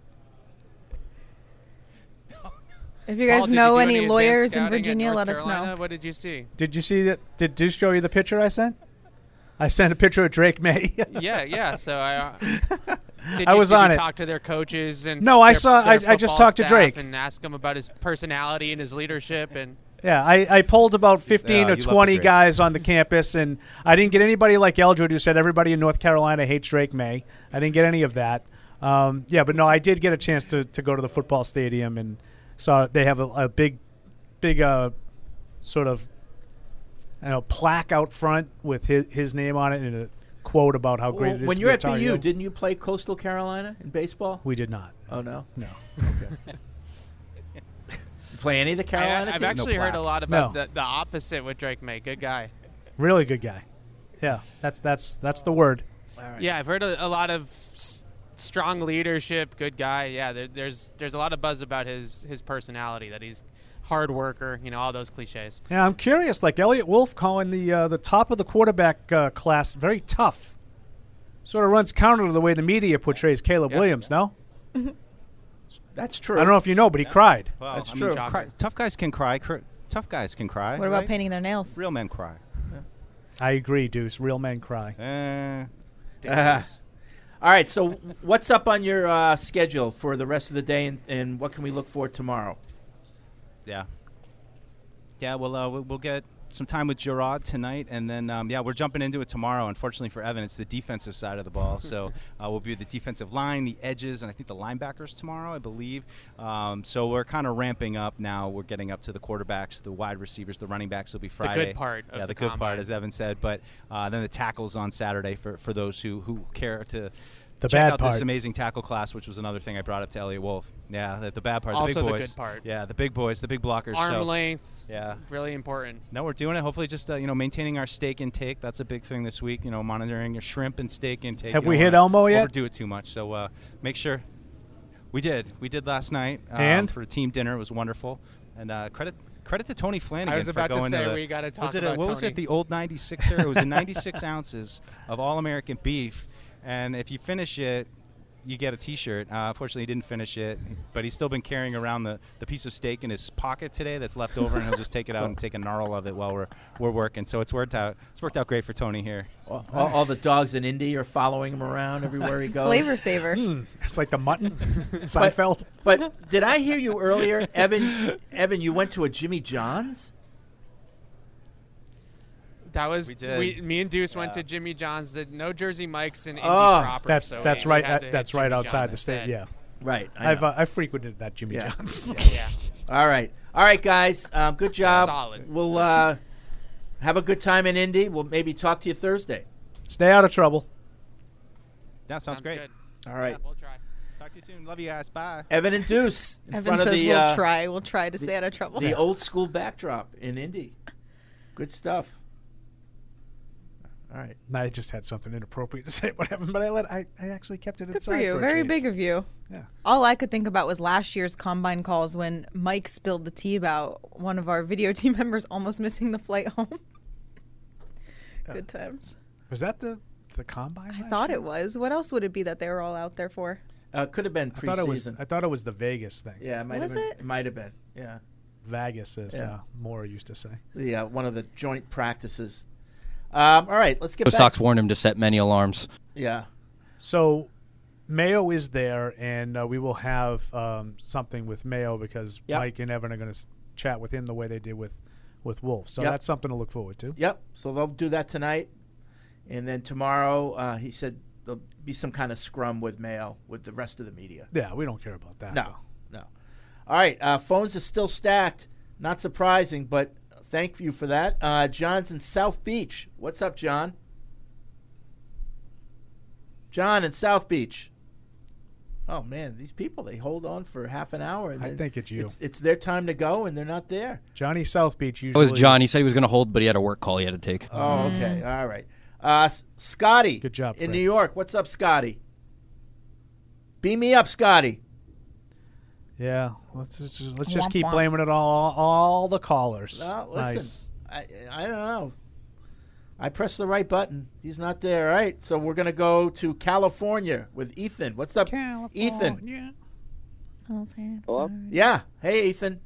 J: If you
P: Paul,
J: guys
P: did you
J: know
P: do
J: any,
P: advanced
J: lawyers
P: scouting
J: in
P: at
J: Virginia,
P: North
J: let us know.
P: Carolina? What did you see?
H: Did you see that? Did Deuce show you the picture I sent? I sent a picture of Drake May.
P: yeah, yeah. So
H: (laughs)
P: I. Uh, did
H: I
P: you-
H: was
P: did
H: on
P: you
H: it.
P: Talk to their coaches and
H: No, I
P: their-
H: saw-
P: their
H: I- I just
P: football
H: talked to
P: staff
H: Drake.
P: and asked him about his personality and his leadership and.
H: Yeah, I, I polled about 15
P: Yeah, you
H: or
P: love the
H: 20
P: Drake.
H: guys on the campus, and I didn't get anybody like Eldred who said everybody in North Carolina hates Drake May. I didn't get any of that. Um, yeah, but no, I did get a chance to, to go to the football stadium and saw they have a, a big, big uh, sort of I don't know, plaque out front with his, his name on it and a quote about how great
A: Well,
H: it is
A: when
H: to
A: you were
H: be
A: at
H: a Tar Heel.
A: BU, didn't you play Coastal Carolina in baseball?
H: We did not.
A: Oh no.
H: No.
P: (laughs)
A: Okay. You play any of the Carolina?
P: I, I've
A: teams?
P: actually heard a lot
H: No.
P: about the, the opposite with Drake May. Good guy.
H: really good guy. Yeah, that's that's that's the word.
P: Yeah, I've heard a, a lot of s- strong leadership. Good guy. Yeah, there, there's there's a lot of buzz about his his personality that he's hard worker. You know all those cliches.
H: Yeah, I'm curious. Like Elliot Wolf calling the uh, the top of the quarterback uh, class very tough. Sort of runs counter to the way the media portrays Caleb Williams. No,
A: That's true.
H: I don't know if you know, but he cried.
G: Well,
H: That's
G: I mean,
H: true.
G: cry- tough guys can cry. Cr- tough guys can cry.
J: What about
G: right?
J: painting their nails?
G: Real men cry.
H: I agree, Deuce. Real men cry.
A: Ah. (laughs) All right. So, what's up on your uh, schedule for the rest of the day, and, and what can we look for tomorrow?
G: Yeah. Yeah, well, uh, we- we'll get some time with Gerard tonight, and then um, yeah, we're jumping into it tomorrow. Unfortunately for Evan, it's the defensive side of the ball, so
P: (laughs)
G: uh, we'll be with the defensive line, the edges, and I think the linebackers tomorrow, I believe. Um, so we're kind of ramping up now. We're getting up to the quarterbacks, the wide receivers, the running backs will be
P: good
G: Friday.
P: part of
G: yeah,
P: the
G: good part,
P: combine.
G: as Evan said. But uh, then the tackles on Saturday for for those who who care to.
H: The
G: check
H: bad
G: out
H: part.
G: this amazing tackle class, which was another thing I brought up to Elliot Wolf. Yeah, the, the bad part, the
P: Also
G: big
P: the
G: boys.
P: good part.
G: Yeah, Uh, the big boys, the big blockers.
P: Arm
G: so-
P: length.
G: Yeah.
P: Really important.
G: No, we're doing it. Hopefully, just uh, you know, maintaining our steak intake. That's a big thing this week. You know, monitoring your shrimp and steak intake.
H: Have
G: You
H: we
G: don't
H: hit
G: wanna
H: Elmo yet?
G: Overdo it too much. So uh, make sure. We did. We did last night. um,
H: And?
G: for team dinner, it was wonderful. And uh, credit Credit to Tony Flanagan.
P: I was
G: for
P: about to
G: going
P: say
G: the-
P: we gotta talk
G: was it a-
P: about
G: What was
P: Tony.
G: it? The old 96er. It was
P: (laughs)
G: a 96 ounces of all American beef, and if you finish it, you get a T-shirt. Uh, unfortunately, he didn't finish it, but he's still been carrying around the, the piece of steak in his pocket today that's left over, and he'll just take it out and take a gnarl of it while we're we're working. So it's worked out. It's worked out great for Tony here.
A: All, all- all the dogs in Indy are following him
H: (laughs)
A: around everywhere he goes.
J: Flavor saver.
H: Hmm. it's like the mutton.
A: (laughs) Seinfeld. But, but did I hear you earlier, Evan? Evan, you went to a Jimmy John's.
P: That was we
H: did.
P: me and Deuce went
H: Yeah.
P: to Jimmy John's. The no Jersey Mike's in Indy
H: Oh.
P: proper.
H: That's-
P: so
H: that's
P: we
H: right
P: had
H: at-
P: to hit
H: that's right
P: Jimmy
H: outside
P: John's
H: the state,
P: instead.
H: yeah.
A: Right. I
H: I've
A: know.
H: uh, I've frequented that Jimmy
A: (laughs) Yeah.
H: John's.
P: yeah.
A: All right. All right, guys. Um, good job.
P: Solid.
A: We'll uh, have a good time in Indy. We'll maybe talk to you Thursday.
H: Stay out of trouble.
G: That sounds, great.
A: All right.
P: we'll try.
G: Talk to you soon. Love you guys. Bye.
A: Evan and Deuce in
J: Evan
A: front of
J: says
A: the.
J: we'll
A: uh,
J: try. We'll try to
A: the-
J: stay out of trouble. (laughs)
A: The old school backdrop in Indy. Good stuff. All right.
H: I just had something inappropriate to say, whatever. But I let I, I actually kept it
J: Good
H: inside
J: for you.
H: a
J: Very
H: change.
J: big of you.
H: Yeah.
J: All I could think about was last year's combine calls when Mike spilled the tea about one of our video (laughs) team members almost missing the flight home. Good times.
H: Was that the the combine?
J: I thought it was. What else would it be that they were all out there for?
A: Uh, could have been
H: I thought it was.
A: preseason.
H: I thought it was the Vegas thing.
A: Yeah, it might
J: Was
A: have been.
J: it?
A: Might have been. Yeah.
H: Vegas, as
A: Yeah.
H: uh, Moore used to say.
A: Yeah, one of the joint practices. Um, all right, let's get
I: The
A: back.
I: Sox warned him to set many alarms.
A: Yeah.
H: So Mayo is there, and uh, we will have um, something with Mayo because
A: Yep.
H: Mike and Evan are going to chat with him the way they did with with Wolf. So
A: Yep.
H: that's something to look forward to.
A: Yep. So they'll do that tonight, and then tomorrow, uh, he said there'll be some kind of scrum with Mayo with the rest of the media.
H: Yeah, we don't care about that.
A: No,
H: though.
A: no. All right, uh, phones are still stacked. Not surprising, but thank you for that. Uh, John's in South Beach. What's up, John? John in South Beach. Oh man, these people—they hold on for half an hour, and
H: I
A: then
H: think it's you.
A: It's, it's their time to go, and they're not there.
H: Johnny South Beach usually.
I: That was John. He
H: is-
I: said he was going to hold, but he had a work call he had to take.
A: Oh, okay. All right. Uh, S- Scotty. Good job. In
H: Fred.
A: New York. What's up, Scotty? Beam me up, Scotty.
H: Yeah, let's just let's just
A: Womp
H: keep
A: womp.
H: blaming it all all the callers.
A: No, listen.
H: Nice.
A: I, I don't know. I pressed the right button. He's not there. All right. So we're going to go to California with Ethan. What's up, Ethan?
K: Hello?
A: Yeah. Hey, Ethan.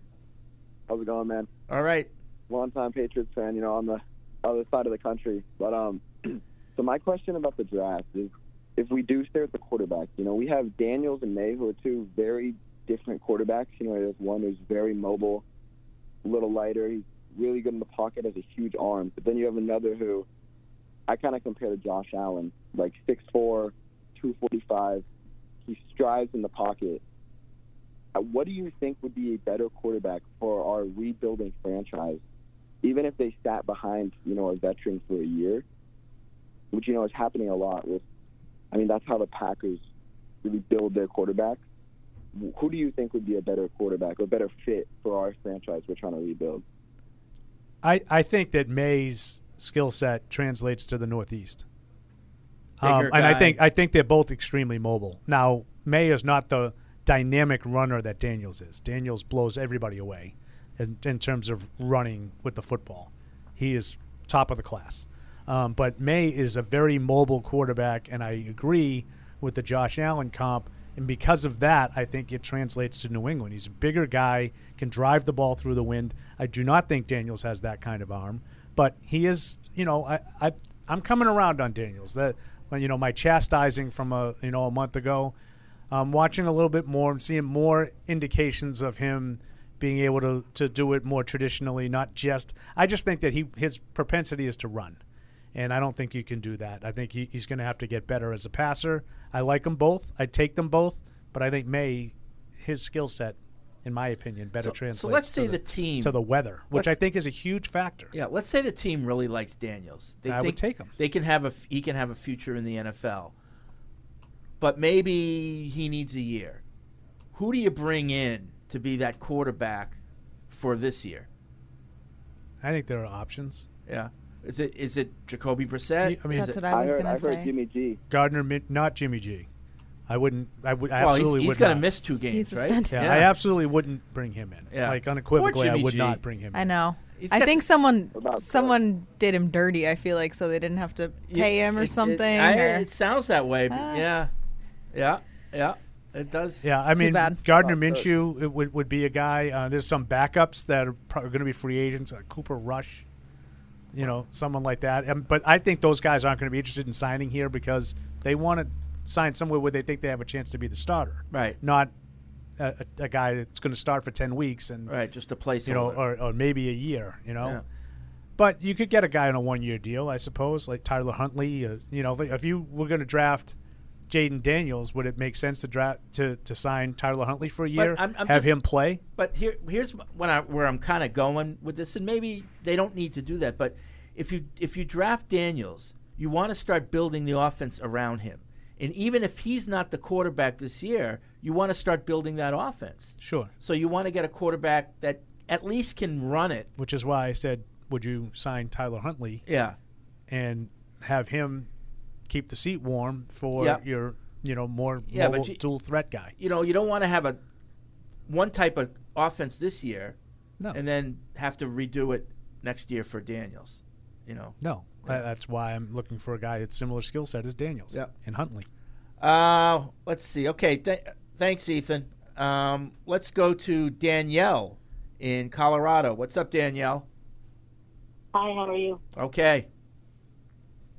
K: How's it going, man?
A: All right.
K: Long time Patriots fan, you know, on the other side of the country. But um (clears throat) so my question about the draft is if we do stay with the quarterback, you know, we have Daniels and May who are two very different quarterbacks. You know, there's one who's very mobile, a little lighter, he's really good in the pocket, has a huge arm. But then you have another who I kinda compare to Josh Allen, like six four, two forty five. He strives in the pocket. Uh, What do you think would be a better quarterback for our rebuilding franchise? Even if they sat behind, you know, a veteran for a year, which you know is happening a lot. With, I mean, that's how the Packers really build their quarterbacks. Wh- Who do you think would be a better quarterback or better fit for our franchise we're trying to rebuild?
H: I, I think that May's skill set translates to the Northeast. Um,
A: Bigger
H: and I
A: guy.
H: think I think they're both extremely mobile. Now May is not the dynamic runner that Daniels is. Daniels blows everybody away in, in terms of running with the football. He is top of the class. Um, but May is a very mobile quarterback, and I agree with the Josh Allen comp. And because of that, I think it translates to New England. He's a bigger guy, can drive the ball through the wind. I do not think Daniels has that kind of arm, but he is. You know, I, I I'm coming around on Daniels. That when you know my chastising from a you know a month ago, I'm watching a little bit more. I'm seeing more indications of him being able to, to do it more traditionally, not just. I just think that he his propensity is to run, and I don't think you can do that. I think he, he's going to have to get better as a passer. I like them both. I take them both, but I think May, his skill set, in my opinion, better
A: So- so
H: translates.
A: let's
H: to
A: say the team-
H: to the weather, which I
A: let's-
H: think is a huge factor.
A: Yeah. Let's say the team really likes Daniels. They
H: I would
A: think
H: take him.
A: They can have a f- he can have a future in the NFL. But maybe he needs a year. Who do you bring in to be that quarterback for this year?
H: I think there are options.
A: Yeah. Is it is it Jacoby Brissett?
H: I mean,
A: Is it-
K: I heard, I heard Jimmy G.
H: Gardner, Min- not Jimmy G. I wouldn't. I would. I
A: Well, he's-
H: absolutely
A: he's
H: would.
A: gonna
H: not.
A: miss two games, He's right? suspended.
H: Yeah,
A: Yeah.
H: I absolutely wouldn't bring him in.
A: Yeah.
H: Like
A: Poor
H: unequivocally, I
A: Jimmy
H: would
A: G.
H: not bring him.
J: I
H: in.
J: know.
A: He's
J: I
A: got-
J: think someone
A: About-
J: someone did him dirty. I feel like so they didn't have to
A: You-
J: pay him
A: it-
J: or
A: it-
J: something.
A: I-
J: or-
A: it sounds that way. but
J: Ah.
A: yeah, yeah, yeah. It does.
H: Yeah, I mean Gardner Minshew it would, would be a guy. Uh, there's some backups that are probably going to be free agents. Uh, Cooper Rush, you know, someone like that. Um, but I think those guys aren't going to be interested in signing here because they want to sign somewhere where they think they have a chance to be the starter,
A: Right.
H: Not a, a, a guy that's going to start for ten weeks and
A: Right, just a
H: you know,
A: placeholder.
H: or, or maybe a year, you know.
A: Yeah.
H: But you could get a guy on a one-year deal, I suppose, like Tyler Huntley. Uh, you know, if- if you were going to draft Jaden Daniels, would it make sense to draft to, to sign Tyler Huntley for a
A: But
H: year,
A: I'm- I'm
H: have
A: just-
H: him play?
A: But here, here's when I, where I'm kind of going with this, and maybe they don't need to do that. But if you if you draft Daniels, you want to start building the offense around him, and even if he's not the quarterback this year, you want to start building that offense.
H: Sure.
A: So you want to get a quarterback that at least can run it.
H: Which is why I said, would you sign Tyler Huntley?
A: Yeah.
H: and have him keep the seat warm for
A: Yeah.
H: your you know more
A: Yeah, but
H: mobile
A: you-
H: dual threat guy.
A: You know, you don't want to have a one type of offense this year,
H: No.
A: and then have to redo it next year for Daniels. You know.
H: No, I- that's why I'm looking for a guy that's similar skill set as Daniels
A: Yeah.
H: and Huntley.
A: Uh, let's see. Okay, th- thanks, Ethan. Um, let's go to Danielle in Colorado. What's up, Danielle?
L: Hi, how are you?
A: Okay.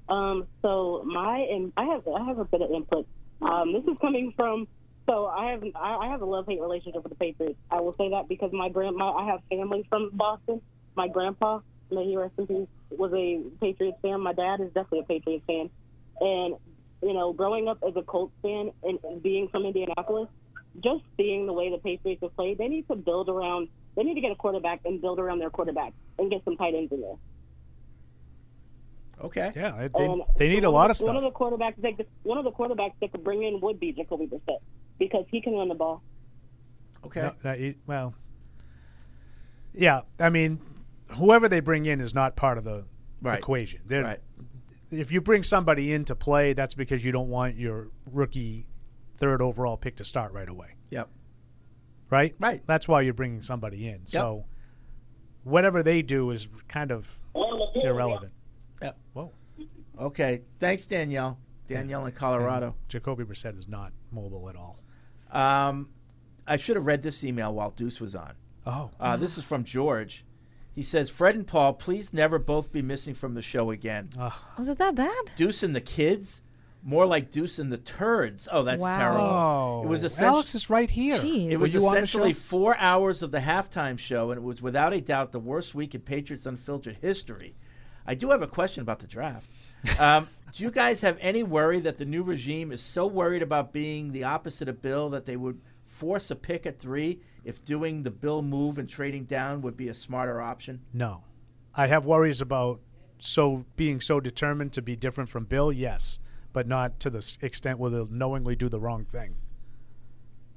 L: Um, so my and I have I have a bit of input. Um, this is coming from so I have I I have a love hate relationship with the Patriots. I will say that because my grandma I have family from Boston. My grandpa, may he rest in peace, was a Patriots fan. My dad is definitely a Patriots fan, and you know, growing up as a Colts fan and being from Indianapolis, just seeing the way the Patriots have played, they need to build around. They need to get a quarterback and build around their quarterback and get some tight ends in there.
A: Okay.
H: Yeah, they,
L: Oh, And
H: they need a lot of
L: Um, One of
H: stuff.
L: the quarterbacks, they could, one of the quarterbacks they could bring in would be Jacoby Brissett because he can run the ball.
A: Okay.
H: No, that is- well, yeah. I mean, whoever they bring in is not part of the
A: Right.
H: equation. They're-
A: Right.
H: If you bring somebody in to play, that's because you don't want your rookie third overall pick to start right away.
A: Yep.
H: Right.
A: Right.
H: That's why you're bringing somebody in. So whatever they do is kind of irrelevant.
A: Yep.
H: Whoa.
A: Okay. Thanks, Danielle. Danielle in Colorado.
H: And Jacoby Brissett is not mobile at all.
A: Um, I should have read this email while Deuce was on.
H: Oh.
A: Uh, this is from George. He says, Fred and Paul, please never both be missing from the show again.
J: Was it that bad?
A: Deuce and the kids? More like Deuce and the turds. Oh, that's
J: Wow.
A: terrible. It was
H: Oh,
A: essentially,
H: Alex is right here. Jeez.
A: It
H: Were
A: was
H: you on the
A: essentially
H: show?
A: four hours of the halftime show, and it was without a doubt the worst week in Patriots Unfiltered history. I do have a question about
H: (laughs)
A: the draft. Um, do you guys have any worry that the new regime is so worried about being the opposite of Bill that they would force a pick at three if doing the Bill move and trading down would be a smarter option?
H: No. I have worries about so being so determined to be different from Bill, yes, but not to the s- extent where they'll knowingly do the wrong thing.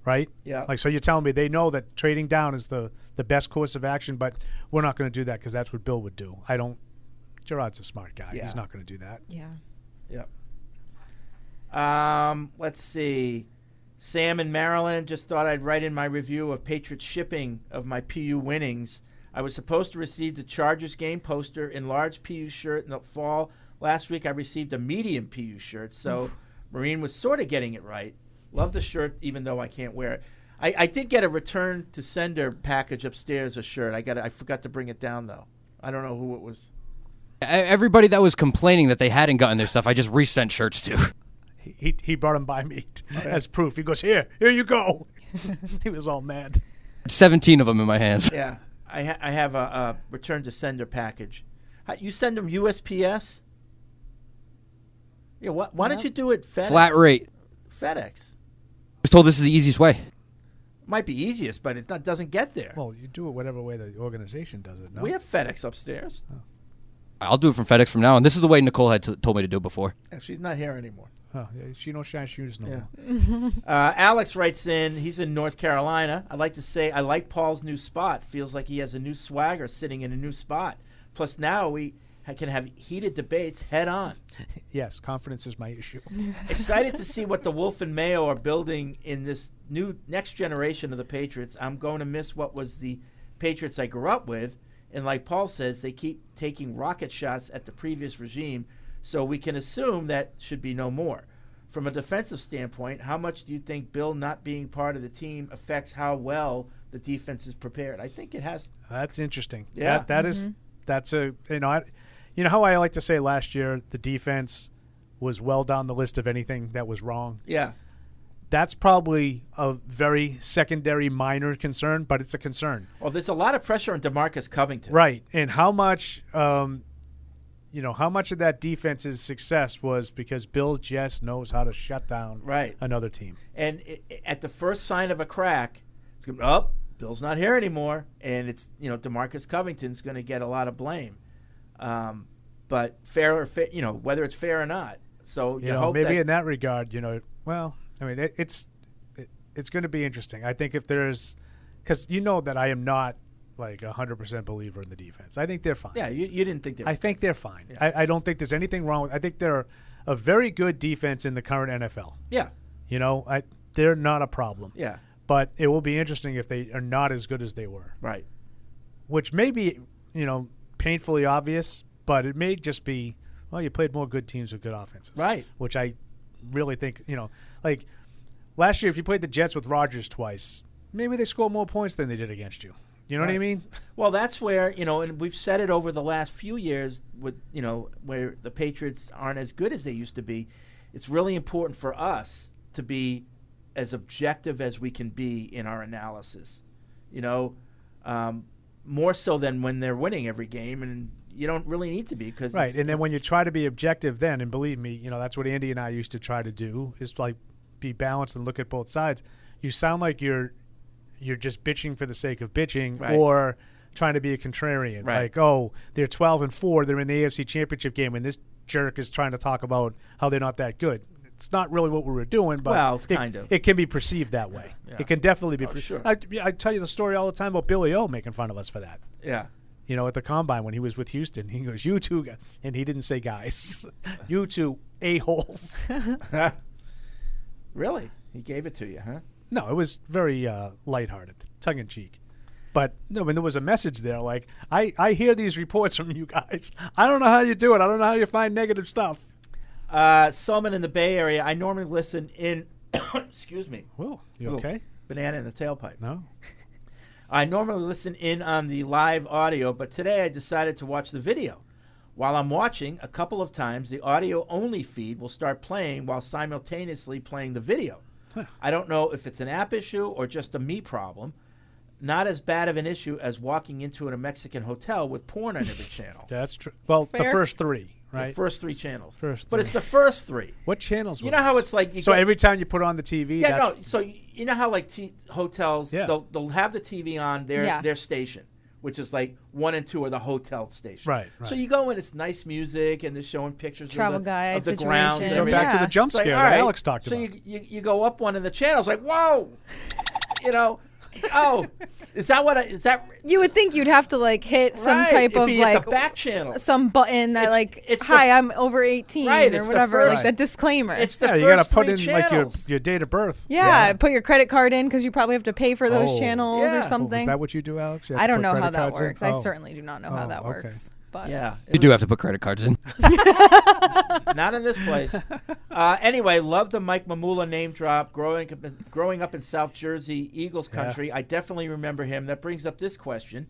H: Right?
A: Yeah.
H: Like so you're telling me they know that trading down is the the best course of action, but we're not going to do that cuz that's what Bill would do. I don't Gerard's a smart guy.
A: Yeah.
H: He's not going to do that.
J: Yeah.
A: Yep. Um, let's see. Sam in Maryland just thought I'd write in my review of Patriots shipping of my PU winnings. I was supposed to receive the Chargers game poster in large PU shirt in the fall. Last week I received a medium PU shirt, so
M: Oof.
A: Marine was sort of getting it right. Love the shirt, even though I can't wear it. I, I did get a return to sender package upstairs, a shirt. I got I forgot to bring it down though. I don't know who it was.
N: E- Everybody that was complaining that they hadn't gotten their stuff, I just resent shirts (laughs) to.
H: He he, he brought him by me (laughs) t- as proof. He goes, "Here, here you go." (laughs) he was all mad.
N: 17 of them in my hands.
A: Yeah, I ha- I have a, a return to sender package. How- You send them USPS. Yeah, wh- why don't you do it FedEx?
N: Flat rate.
A: FedEx
N: I was told this is the easiest way.
A: might be easiest, but it's not doesn't get there.
H: Well, you do it whatever way the organization does it. No? Oh.
A: We have FedEx upstairs.
N: I'll do it from FedEx from now on. This is the way Nicole had t- told me to do it before.
A: And She's not here anymore.
H: Oh, yeah, she don't shine shoes no
A: Yeah.
H: more.
A: (laughs) Uh, Alex writes in. He's in North Carolina. I'd like to say I like Paul's new spot. Feels like he has a new swagger sitting in a new spot. Plus now we ha- can have heated debates head on.
H: Yes, confidence is my (laughs)
A: (laughs)
H: issue.
A: Excited to see what the Wolf and Mayo are building in this new next generation of the Patriots. I'm going to miss what was the Patriots I grew up with. And like Paul says, they keep taking rocket shots at the previous regime, so we can assume that should be no more. From a defensive standpoint, how much do you think Bill not being part of the team affects how well the defense is prepared? I think it has.
H: That's interesting.
A: Yeah.
H: that, that is-
A: Mhm.
H: that's a you know I, you know how I like to say last year the defense was well down the list of anything that was wrong.
A: Yeah.
H: That's probably a very secondary minor concern, but it's a concern.
A: Well, there's a lot of pressure on Demarcus Covington.
H: Right. And how much, um, you know, how much of that defense's success was because Bill just knows how to shut down
A: Right.
H: another team.
A: And i i- at the first sign of a crack, it's going to oh, Bill's not here anymore, and it's you know Demarcus Covington's going to get a lot of blame. Um, but fair or fa- you know whether it's fair or not. So you,
H: You, know,
A: hope
H: maybe
A: that,
H: in that regard, you know, well, I mean, it, it's it, it's going to be interesting. I think if there's, because you know that I am not like a hundred percent believer in the defense. I think they're fine.
A: yeah, you, you didn't think they were
H: I think they're fine.
A: Yeah.
H: I, I don't think there's anything wrong with. I think they're a very good defense in the current NFL.
A: Yeah.
H: You know, I they're not a problem.
A: Yeah.
H: But it will be interesting if they are not as good as they were.
A: Right.
H: Which may be, you know, painfully obvious, but it may just be, well, you played more good teams with good offenses.
A: Right.
H: Which I really think, you know, like last year if you played the Jets with Rodgers twice, maybe they score more points than they did against you. You know what I
A: Right.
H: mean?
A: Well, that's where you know, and we've said it over the last few years with you know where the Patriots aren't as good as they used to be. It's really important for us to be as objective as we can be in our analysis. You know, um, more so than when they're winning every game, and you don't really need to be because
H: Right, and then when you try to be objective, then and believe me, you know that's what Andy and I used to try to do is like be balanced and look at both sides. You sound like you're you're just bitching for the sake of bitching,
A: Right.
H: or trying to be a contrarian.
A: Right.
H: Like, oh, they're twelve and four, they're in the AFC Championship game, and this jerk is trying to talk about how they're not that good. It's not really what we were doing, but
A: Well, it's
H: it,
A: kind of.
H: it can be perceived that way.
A: Yeah.
H: It can definitely be.
A: Oh,
H: per-
A: sure.
H: I, I tell you the story all the time about Billy O making fun of us for that
A: yeah,
H: you know, at the combine when he was with Houston. He goes, "You two," gu-" and he didn't say guys. (laughs) you two a holes.
A: really, he gave it to you, huh?
H: (laughs) no, it was very uh, lighthearted, tongue in cheek. But no, and there was a message there. Like I, I hear these reports from you guys. I don't know how you do it. I don't know how you find negative stuff.
A: Uh, Selman in the Bay Area. I normally listen in. (coughs) excuse me.
H: Whoa, you
A: Ooh,
H: okay?
A: Banana in the tailpipe.
H: No.
A: (laughs) I normally listen in on the live audio, but today I decided to watch the video. While I'm watching, a couple of times the audio only feed will start playing while simultaneously playing the video. I don't know if it's an app issue or just a me problem. Not as bad of an issue as walking into a Mexican hotel with porn on
H: (laughs)
A: every channel.
H: That's true. Well, the
A: Fair.
H: first three, right?
A: The first three channels.
H: First
A: but
H: three.
A: it's the first three.
H: What channels?
A: You
H: were
A: know how
H: those?
A: it's like you
H: so
A: go-
H: every time you put on the TV,
A: Yeah,
H: that's
A: no. So y- you know how like t- hotels,
H: Yeah.
A: they'll they'll have the TV on their
H: Yeah.
A: their station, which is like one and two are the hotel stations.
H: Right,
A: So
H: right.
A: you go in, it's nice music, and they're showing pictures
J: Travel
A: of the,
J: guide
A: of the grounds. And
J: situation. Go
A: everything.
J: back to the
H: jump
A: It's like,
H: scare
A: all
H: that Alex talked
A: so
H: about.
A: you, you you go up one of the channels, like whoa, you know, oh, is that what I, is that?
J: You would think you'd have to like hit some
A: Right,
J: type
A: it'd
J: of
A: be at the
J: like
A: back channel.
J: some button that
A: It's-
J: like
A: it's the-
J: hi, I'm over 18
A: Right,
J: or
A: it's the
J: whatever,
A: first-
J: like the disclaimer.
A: It's
H: yeah, you gotta put in like your your date of birth.
J: yeah, put your credit card in because you probably have to pay for those
H: Oh.
J: channels
H: Yeah.
J: or
H: Oh,
J: something.
H: Is that what you do, Alex? You have
J: I
H: to
J: don't
H: put
J: know how
H: credit
J: that
H: cards in?
J: works.
H: Oh.
J: I certainly do not know how
H: Oh,
J: that
H: okay.
J: works. But
A: Yeah,
N: You do have to put credit cards in.
A: Not in this place. Uh, anyway, love the Mike Mamula name drop. Growing up, growing up in South Jersey, Eagles
H: Yeah.
A: country, I definitely remember him. That brings up this question: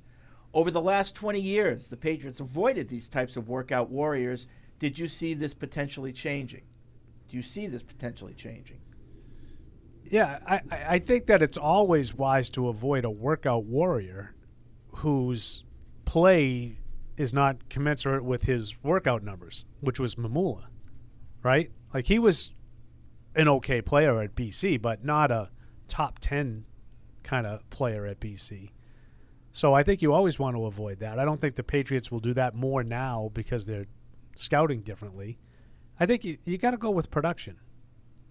A: Over the last 20 years, the Patriots avoided these types of workout warriors. Did you see this potentially changing? Do you see this potentially changing?
H: Yeah, I, I I think that it's always wise to avoid a workout warrior whose play is not commensurate with his workout numbers, which was Mamula, right? Like he was an okay player at BC, but not a top 10 kind of player at BC. So I think you always want to avoid that. I don't think the Patriots will do that more now because they're scouting differently. I think you, you got to go with production,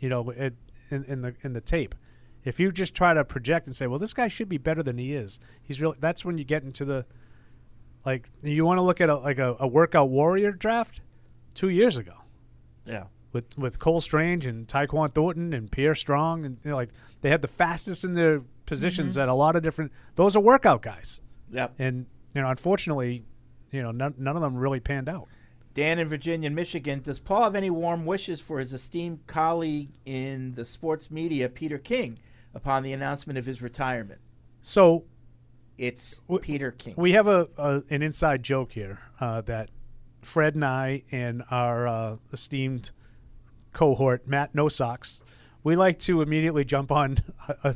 H: you know, it, in, in the in the tape. If you just try to project and say, "Well, this guy should be better than he is," he's really that's when you get into the Like you want to look at a, like a, a workout warrior draft two years ago.
A: Yeah.
H: With with Cole Strange and Tyquan Thornton and Pierre Strong and you know, like they had the fastest in their positions
A: Mhm.
H: at a lot of different. Those are workout guys.
A: Yep.
H: And you know, unfortunately, you know, none, none of them really panned out.
A: Dan in Virginia and Michigan. Does Paul have any warm wishes for his esteemed colleague in the sports media, Peter King, upon the announcement of his retirement?
H: So
A: It's Peter King.
H: We have a, a an inside joke here uh, that Fred and I and our uh, esteemed cohort Matt No Socks, we like to immediately jump on a, a,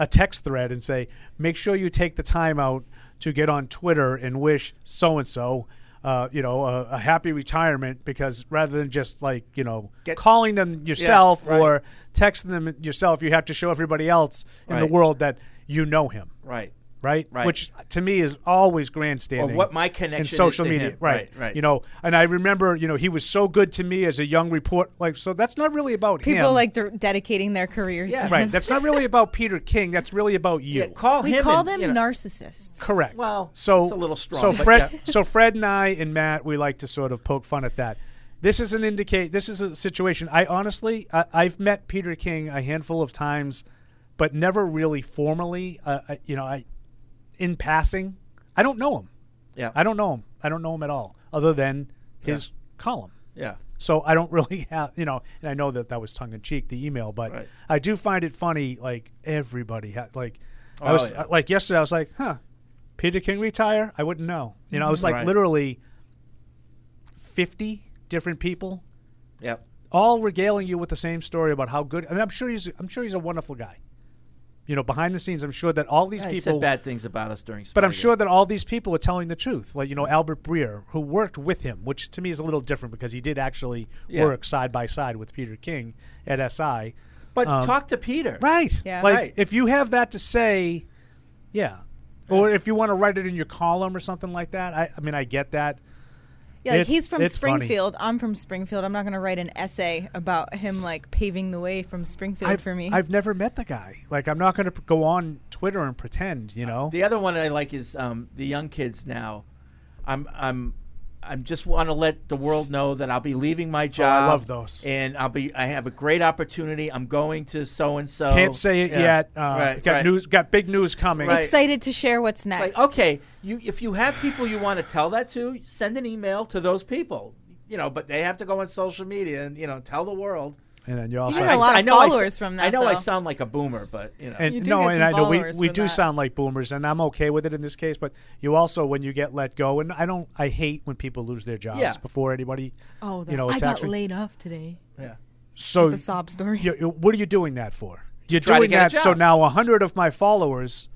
H: a text thread and say, make sure you take the time out to get on Twitter and wish so and so. Uh, you know, a, a happy retirement because rather than just like you know calling them yourself
A: right.
H: or texting them yourself, you have to show everybody else in the
A: Right.
H: world that you know him
A: Right.
H: right?
A: Right.
H: Which to me is always grandstanding.
A: Or what my
H: in
A: connection is
H: social
A: to
H: media,
A: him.
H: right.
A: Right, right.
H: You know, and I remember, you know, he was so good to me as a young report. Like, so that's not really about
J: People
H: him.
J: like de- dedicating their careers. to
H: right.
J: him.
H: That's not really about Peter King. That's really about you.
A: call
J: we call them narcissists.
H: Correct.
J: Well,
H: so
A: it's a little strong,
H: So
A: but
H: Fred,
A: yeah.
H: so Fred and I and Matt, we like to sort of poke fun at that. This is an indicate. This is a situation. I honestly, I, I've met Peter King a handful of times, but never really formally. Uh, I, you know, I in passing, I don't know him.
A: Yeah.
H: I don't know him. I don't know him at all, other than his column.
A: Yeah.
H: So I don't (laughs) really have, you know, and I know that that was tongue in cheek, the email, but
A: Right.
H: I do find it funny. Like everybody had, like, I
A: Oh,
H: was
A: yeah.
H: like yesterday, I was like, huh, Peter King retire? I wouldn't know. You know, I was like
A: Right.
H: literally fifty different people,
A: Yep.
H: all regaling you with the same story about how good. I mean, I'm sure he's, I'm sure he's a wonderful guy. You know, behind the scenes, I'm sure that all these
A: Yeah, he
H: people
A: said bad things about us during.
H: but I'm
A: Spygate.
H: sure that all these people are telling the truth. Like, you know, Albert Breer, who worked with him, which to me is a little different because he did actually
A: Yeah.
H: work side by side with Peter King at SI.
A: But
H: Um,
A: talk to Peter.
H: Right.
A: Yeah.
H: Like,
A: Right.
H: if you have that to say, yeah. Or if you want to write it in your column or something like that, I, I mean, I get that.
J: Yeah, like
H: It's-
J: he's from
H: it's funny.
J: Springfield. I'm from Springfield. I'm not going to write an essay about him like paving the way from Springfield
H: I've,
J: for me.
H: I've never met the guy. Like, I'm not going to go on Twitter and pretend, you know?
A: The other one I like is um, the young kids now. I'm I'm I'm just want to let the world know that I'll be leaving my job.
H: Oh, love those.
A: And I'll be I have a great opportunity. I'm going to so and so.
H: Can't say it yet. Uh, got news. Got big news coming.
J: Excited to share what's next.
A: Like, okay, you if you have people you want to tell that to, send an email to those people. You know, but they have to go on social media and you know tell the world.
H: And then you also
J: get a lot of
A: s-
J: followers from that,
A: I know I
J: though.
A: sound like a boomer, but you know,
H: And no, and I know we, we do
A: that.
H: sound like boomers, and I'm okay with it in this case. But you also, when you get let go, and I don't, I hate when people lose their jobs
J: Yeah.
H: before anybody.
J: oh, the,
H: you know,
J: I
H: it's
J: got
H: actually
J: laid off today.
A: Yeah.
H: so
J: the sob story.
H: you- you- what are you doing that for? You're
A: try to
H: doing
A: get a
H: that so
A: job.
H: now hundred of my followers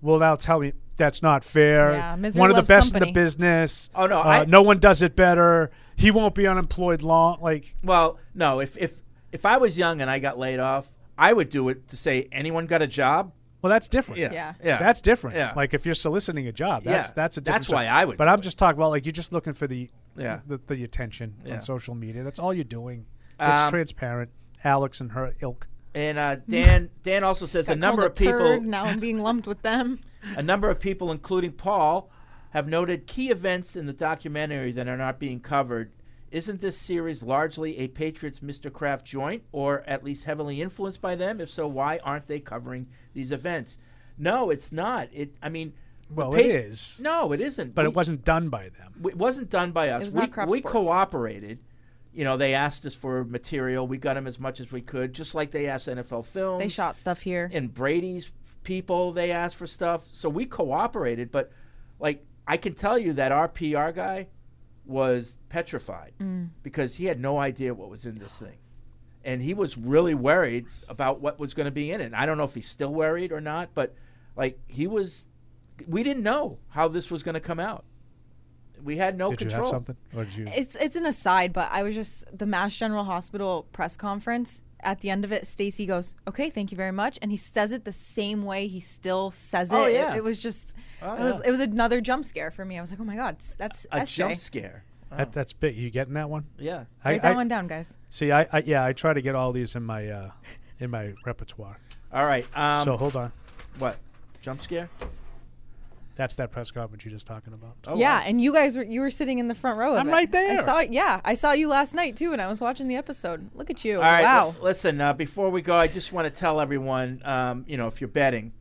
H: will now tell me that's not fair.
A: Yeah, misery
H: One of the
A: loves
H: best in
A: company.
H: the business.
A: Oh, no,
H: Uh,
A: I-
H: no one does it better. He won't be unemployed long. Like
A: Well, no. If if if I was young and I got laid off, I would do it to say anyone got a job.
H: Well, that's different.
A: Yeah, yeah.
H: That's different.
A: Yeah.
H: Like if you're soliciting a job, that's
A: Yeah.
H: that's a different.
A: That's why
H: job.
A: I would
H: But I'm just talking about like you're just looking for the
A: Yeah.
H: the, the attention
A: Yeah.
H: on social media. That's all you're doing. It's
A: Um,
H: transparent. Alex and her ilk.
A: And uh, Dan Dan also says a
J: Got
A: number
J: called
A: of
J: a turd,
A: people
J: Now I'm being lumped with
H: (laughs)
J: them.
A: a number of people, including Paul, have noted key events in the documentary that are not being covered. Isn't this series largely a Patriots Mr. Kraft joint, or at least heavily influenced by them? If so, why aren't they covering these events? No, it's not. It. I mean, the
H: Well, it is.
A: No, it isn't.
H: But
A: We-
H: it wasn't done by them.
A: w- it wasn't done by us.
H: was
A: we
H: not crop
A: we
H: sports.
A: cooperated. You know, they asked us for material. We got them as much as we could, just like they asked NFL Films.
J: They shot stuff here.
A: And Brady's people, they asked for stuff. So we cooperated. But, like, I can tell you that our PR guy was petrified
J: Mm.
A: because he had no idea what was in this thing. And he was really worried about what was going to be in it. I don't know if he's still worried or not, but, like, he was. We didn't know how this was going to come out. We had no
H: did
A: control.
H: you have something? Or did you?
J: It's it's an aside, but I was just the Mass General Hospital press conference. At the end of it, Stacy goes, "Okay, thank you very much," and he says it the same way he still says it.
A: Oh,
J: It-
A: yeah.
J: It, was just,
A: Oh,
J: it was
A: yeah.
J: it was another jump scare for me. I was like, "Oh my god, s- that's
A: A
J: SJ."
A: jump scare. Oh.
H: That, that's big. You getting that one?
A: Yeah.
J: Write that one down, guys.
H: See, I, I yeah, I try to get all these in my uh, in my repertoire.
A: All right. Um,
H: so hold on.
A: What? Jump scare?
H: That's that press conference you're just talking about.
A: Oh,
J: yeah, and you guys were you were sitting in the front row. Of
H: Oh, I'm
J: it.
H: right there.
J: I saw it. Yeah, I saw you last night too, and I was watching the episode. Look at you!
A: All right.
J: Oh, wow.
A: l- listen, uh, before we go, I just want to tell everyone, um, you know, if you're betting,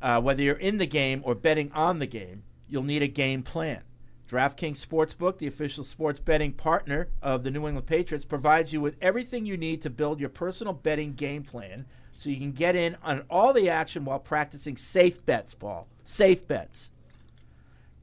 A: uh, whether you're in the game or betting on the game, you'll need a game plan. DraftKings Sportsbook, the official sports betting partner of the New England Patriots, provides you with everything you need to build your personal betting game plan so you can get in on all the action while practicing safe bets, Paul. Safe bets.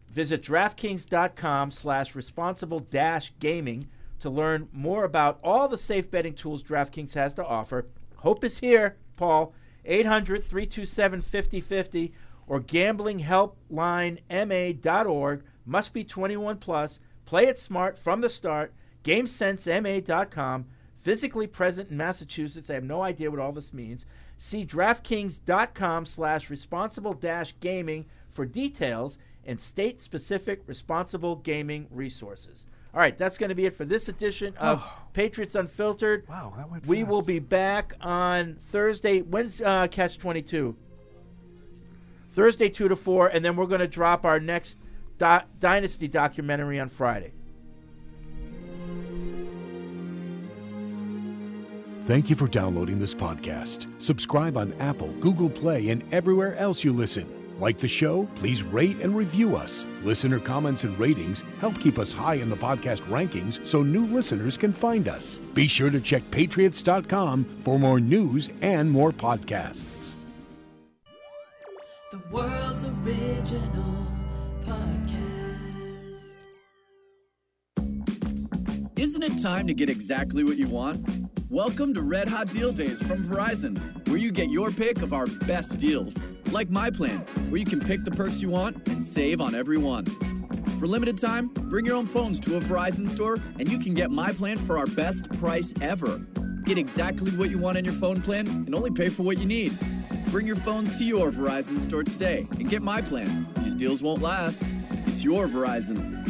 A: Visit DraftKings.com slash responsible dash gaming to learn more about all the safe betting tools DraftKings has to offer. Hope is here, Paul. 800 327 5050 or gamblinghelplinema.org. Must be 21 plus. Play it smart from the start. GameSenseMA.com. Physically present in Massachusetts. I have no idea what all this means. See DraftKings.com slash responsible dash gaming for details and state specific responsible gaming resources. All right, that's going to be it for this edition of Patriots Unfiltered. Oh. Wow, that went We will be back on Thursday. When's uh, Catch 22? Thursday, 2 to 4, and then we're going to drop our next do- Dynasty documentary on Friday.
B: Thank you for downloading this podcast. Subscribe on Apple, Google Play, and everywhere else you listen. Like the show? Please rate and review us. Listener comments and ratings help keep us high in the podcast rankings so new listeners can find us. Be sure to check patriots.com for more news and more podcasts.
X: The world's original podcast.
Q: Isn't it time to get exactly what you want? Welcome to Red Hot Deal Days from Verizon, where you get your pick of our best deals. Like My Plan, where you can pick the perks you want and save on every one. For limited time, bring your own phones to a Verizon store and you can get My Plan for our best price ever. Get exactly what you want in your phone plan and only pay for what you need. Bring your phones to your Verizon store today and get My Plan. These deals won't last. It's your Verizon.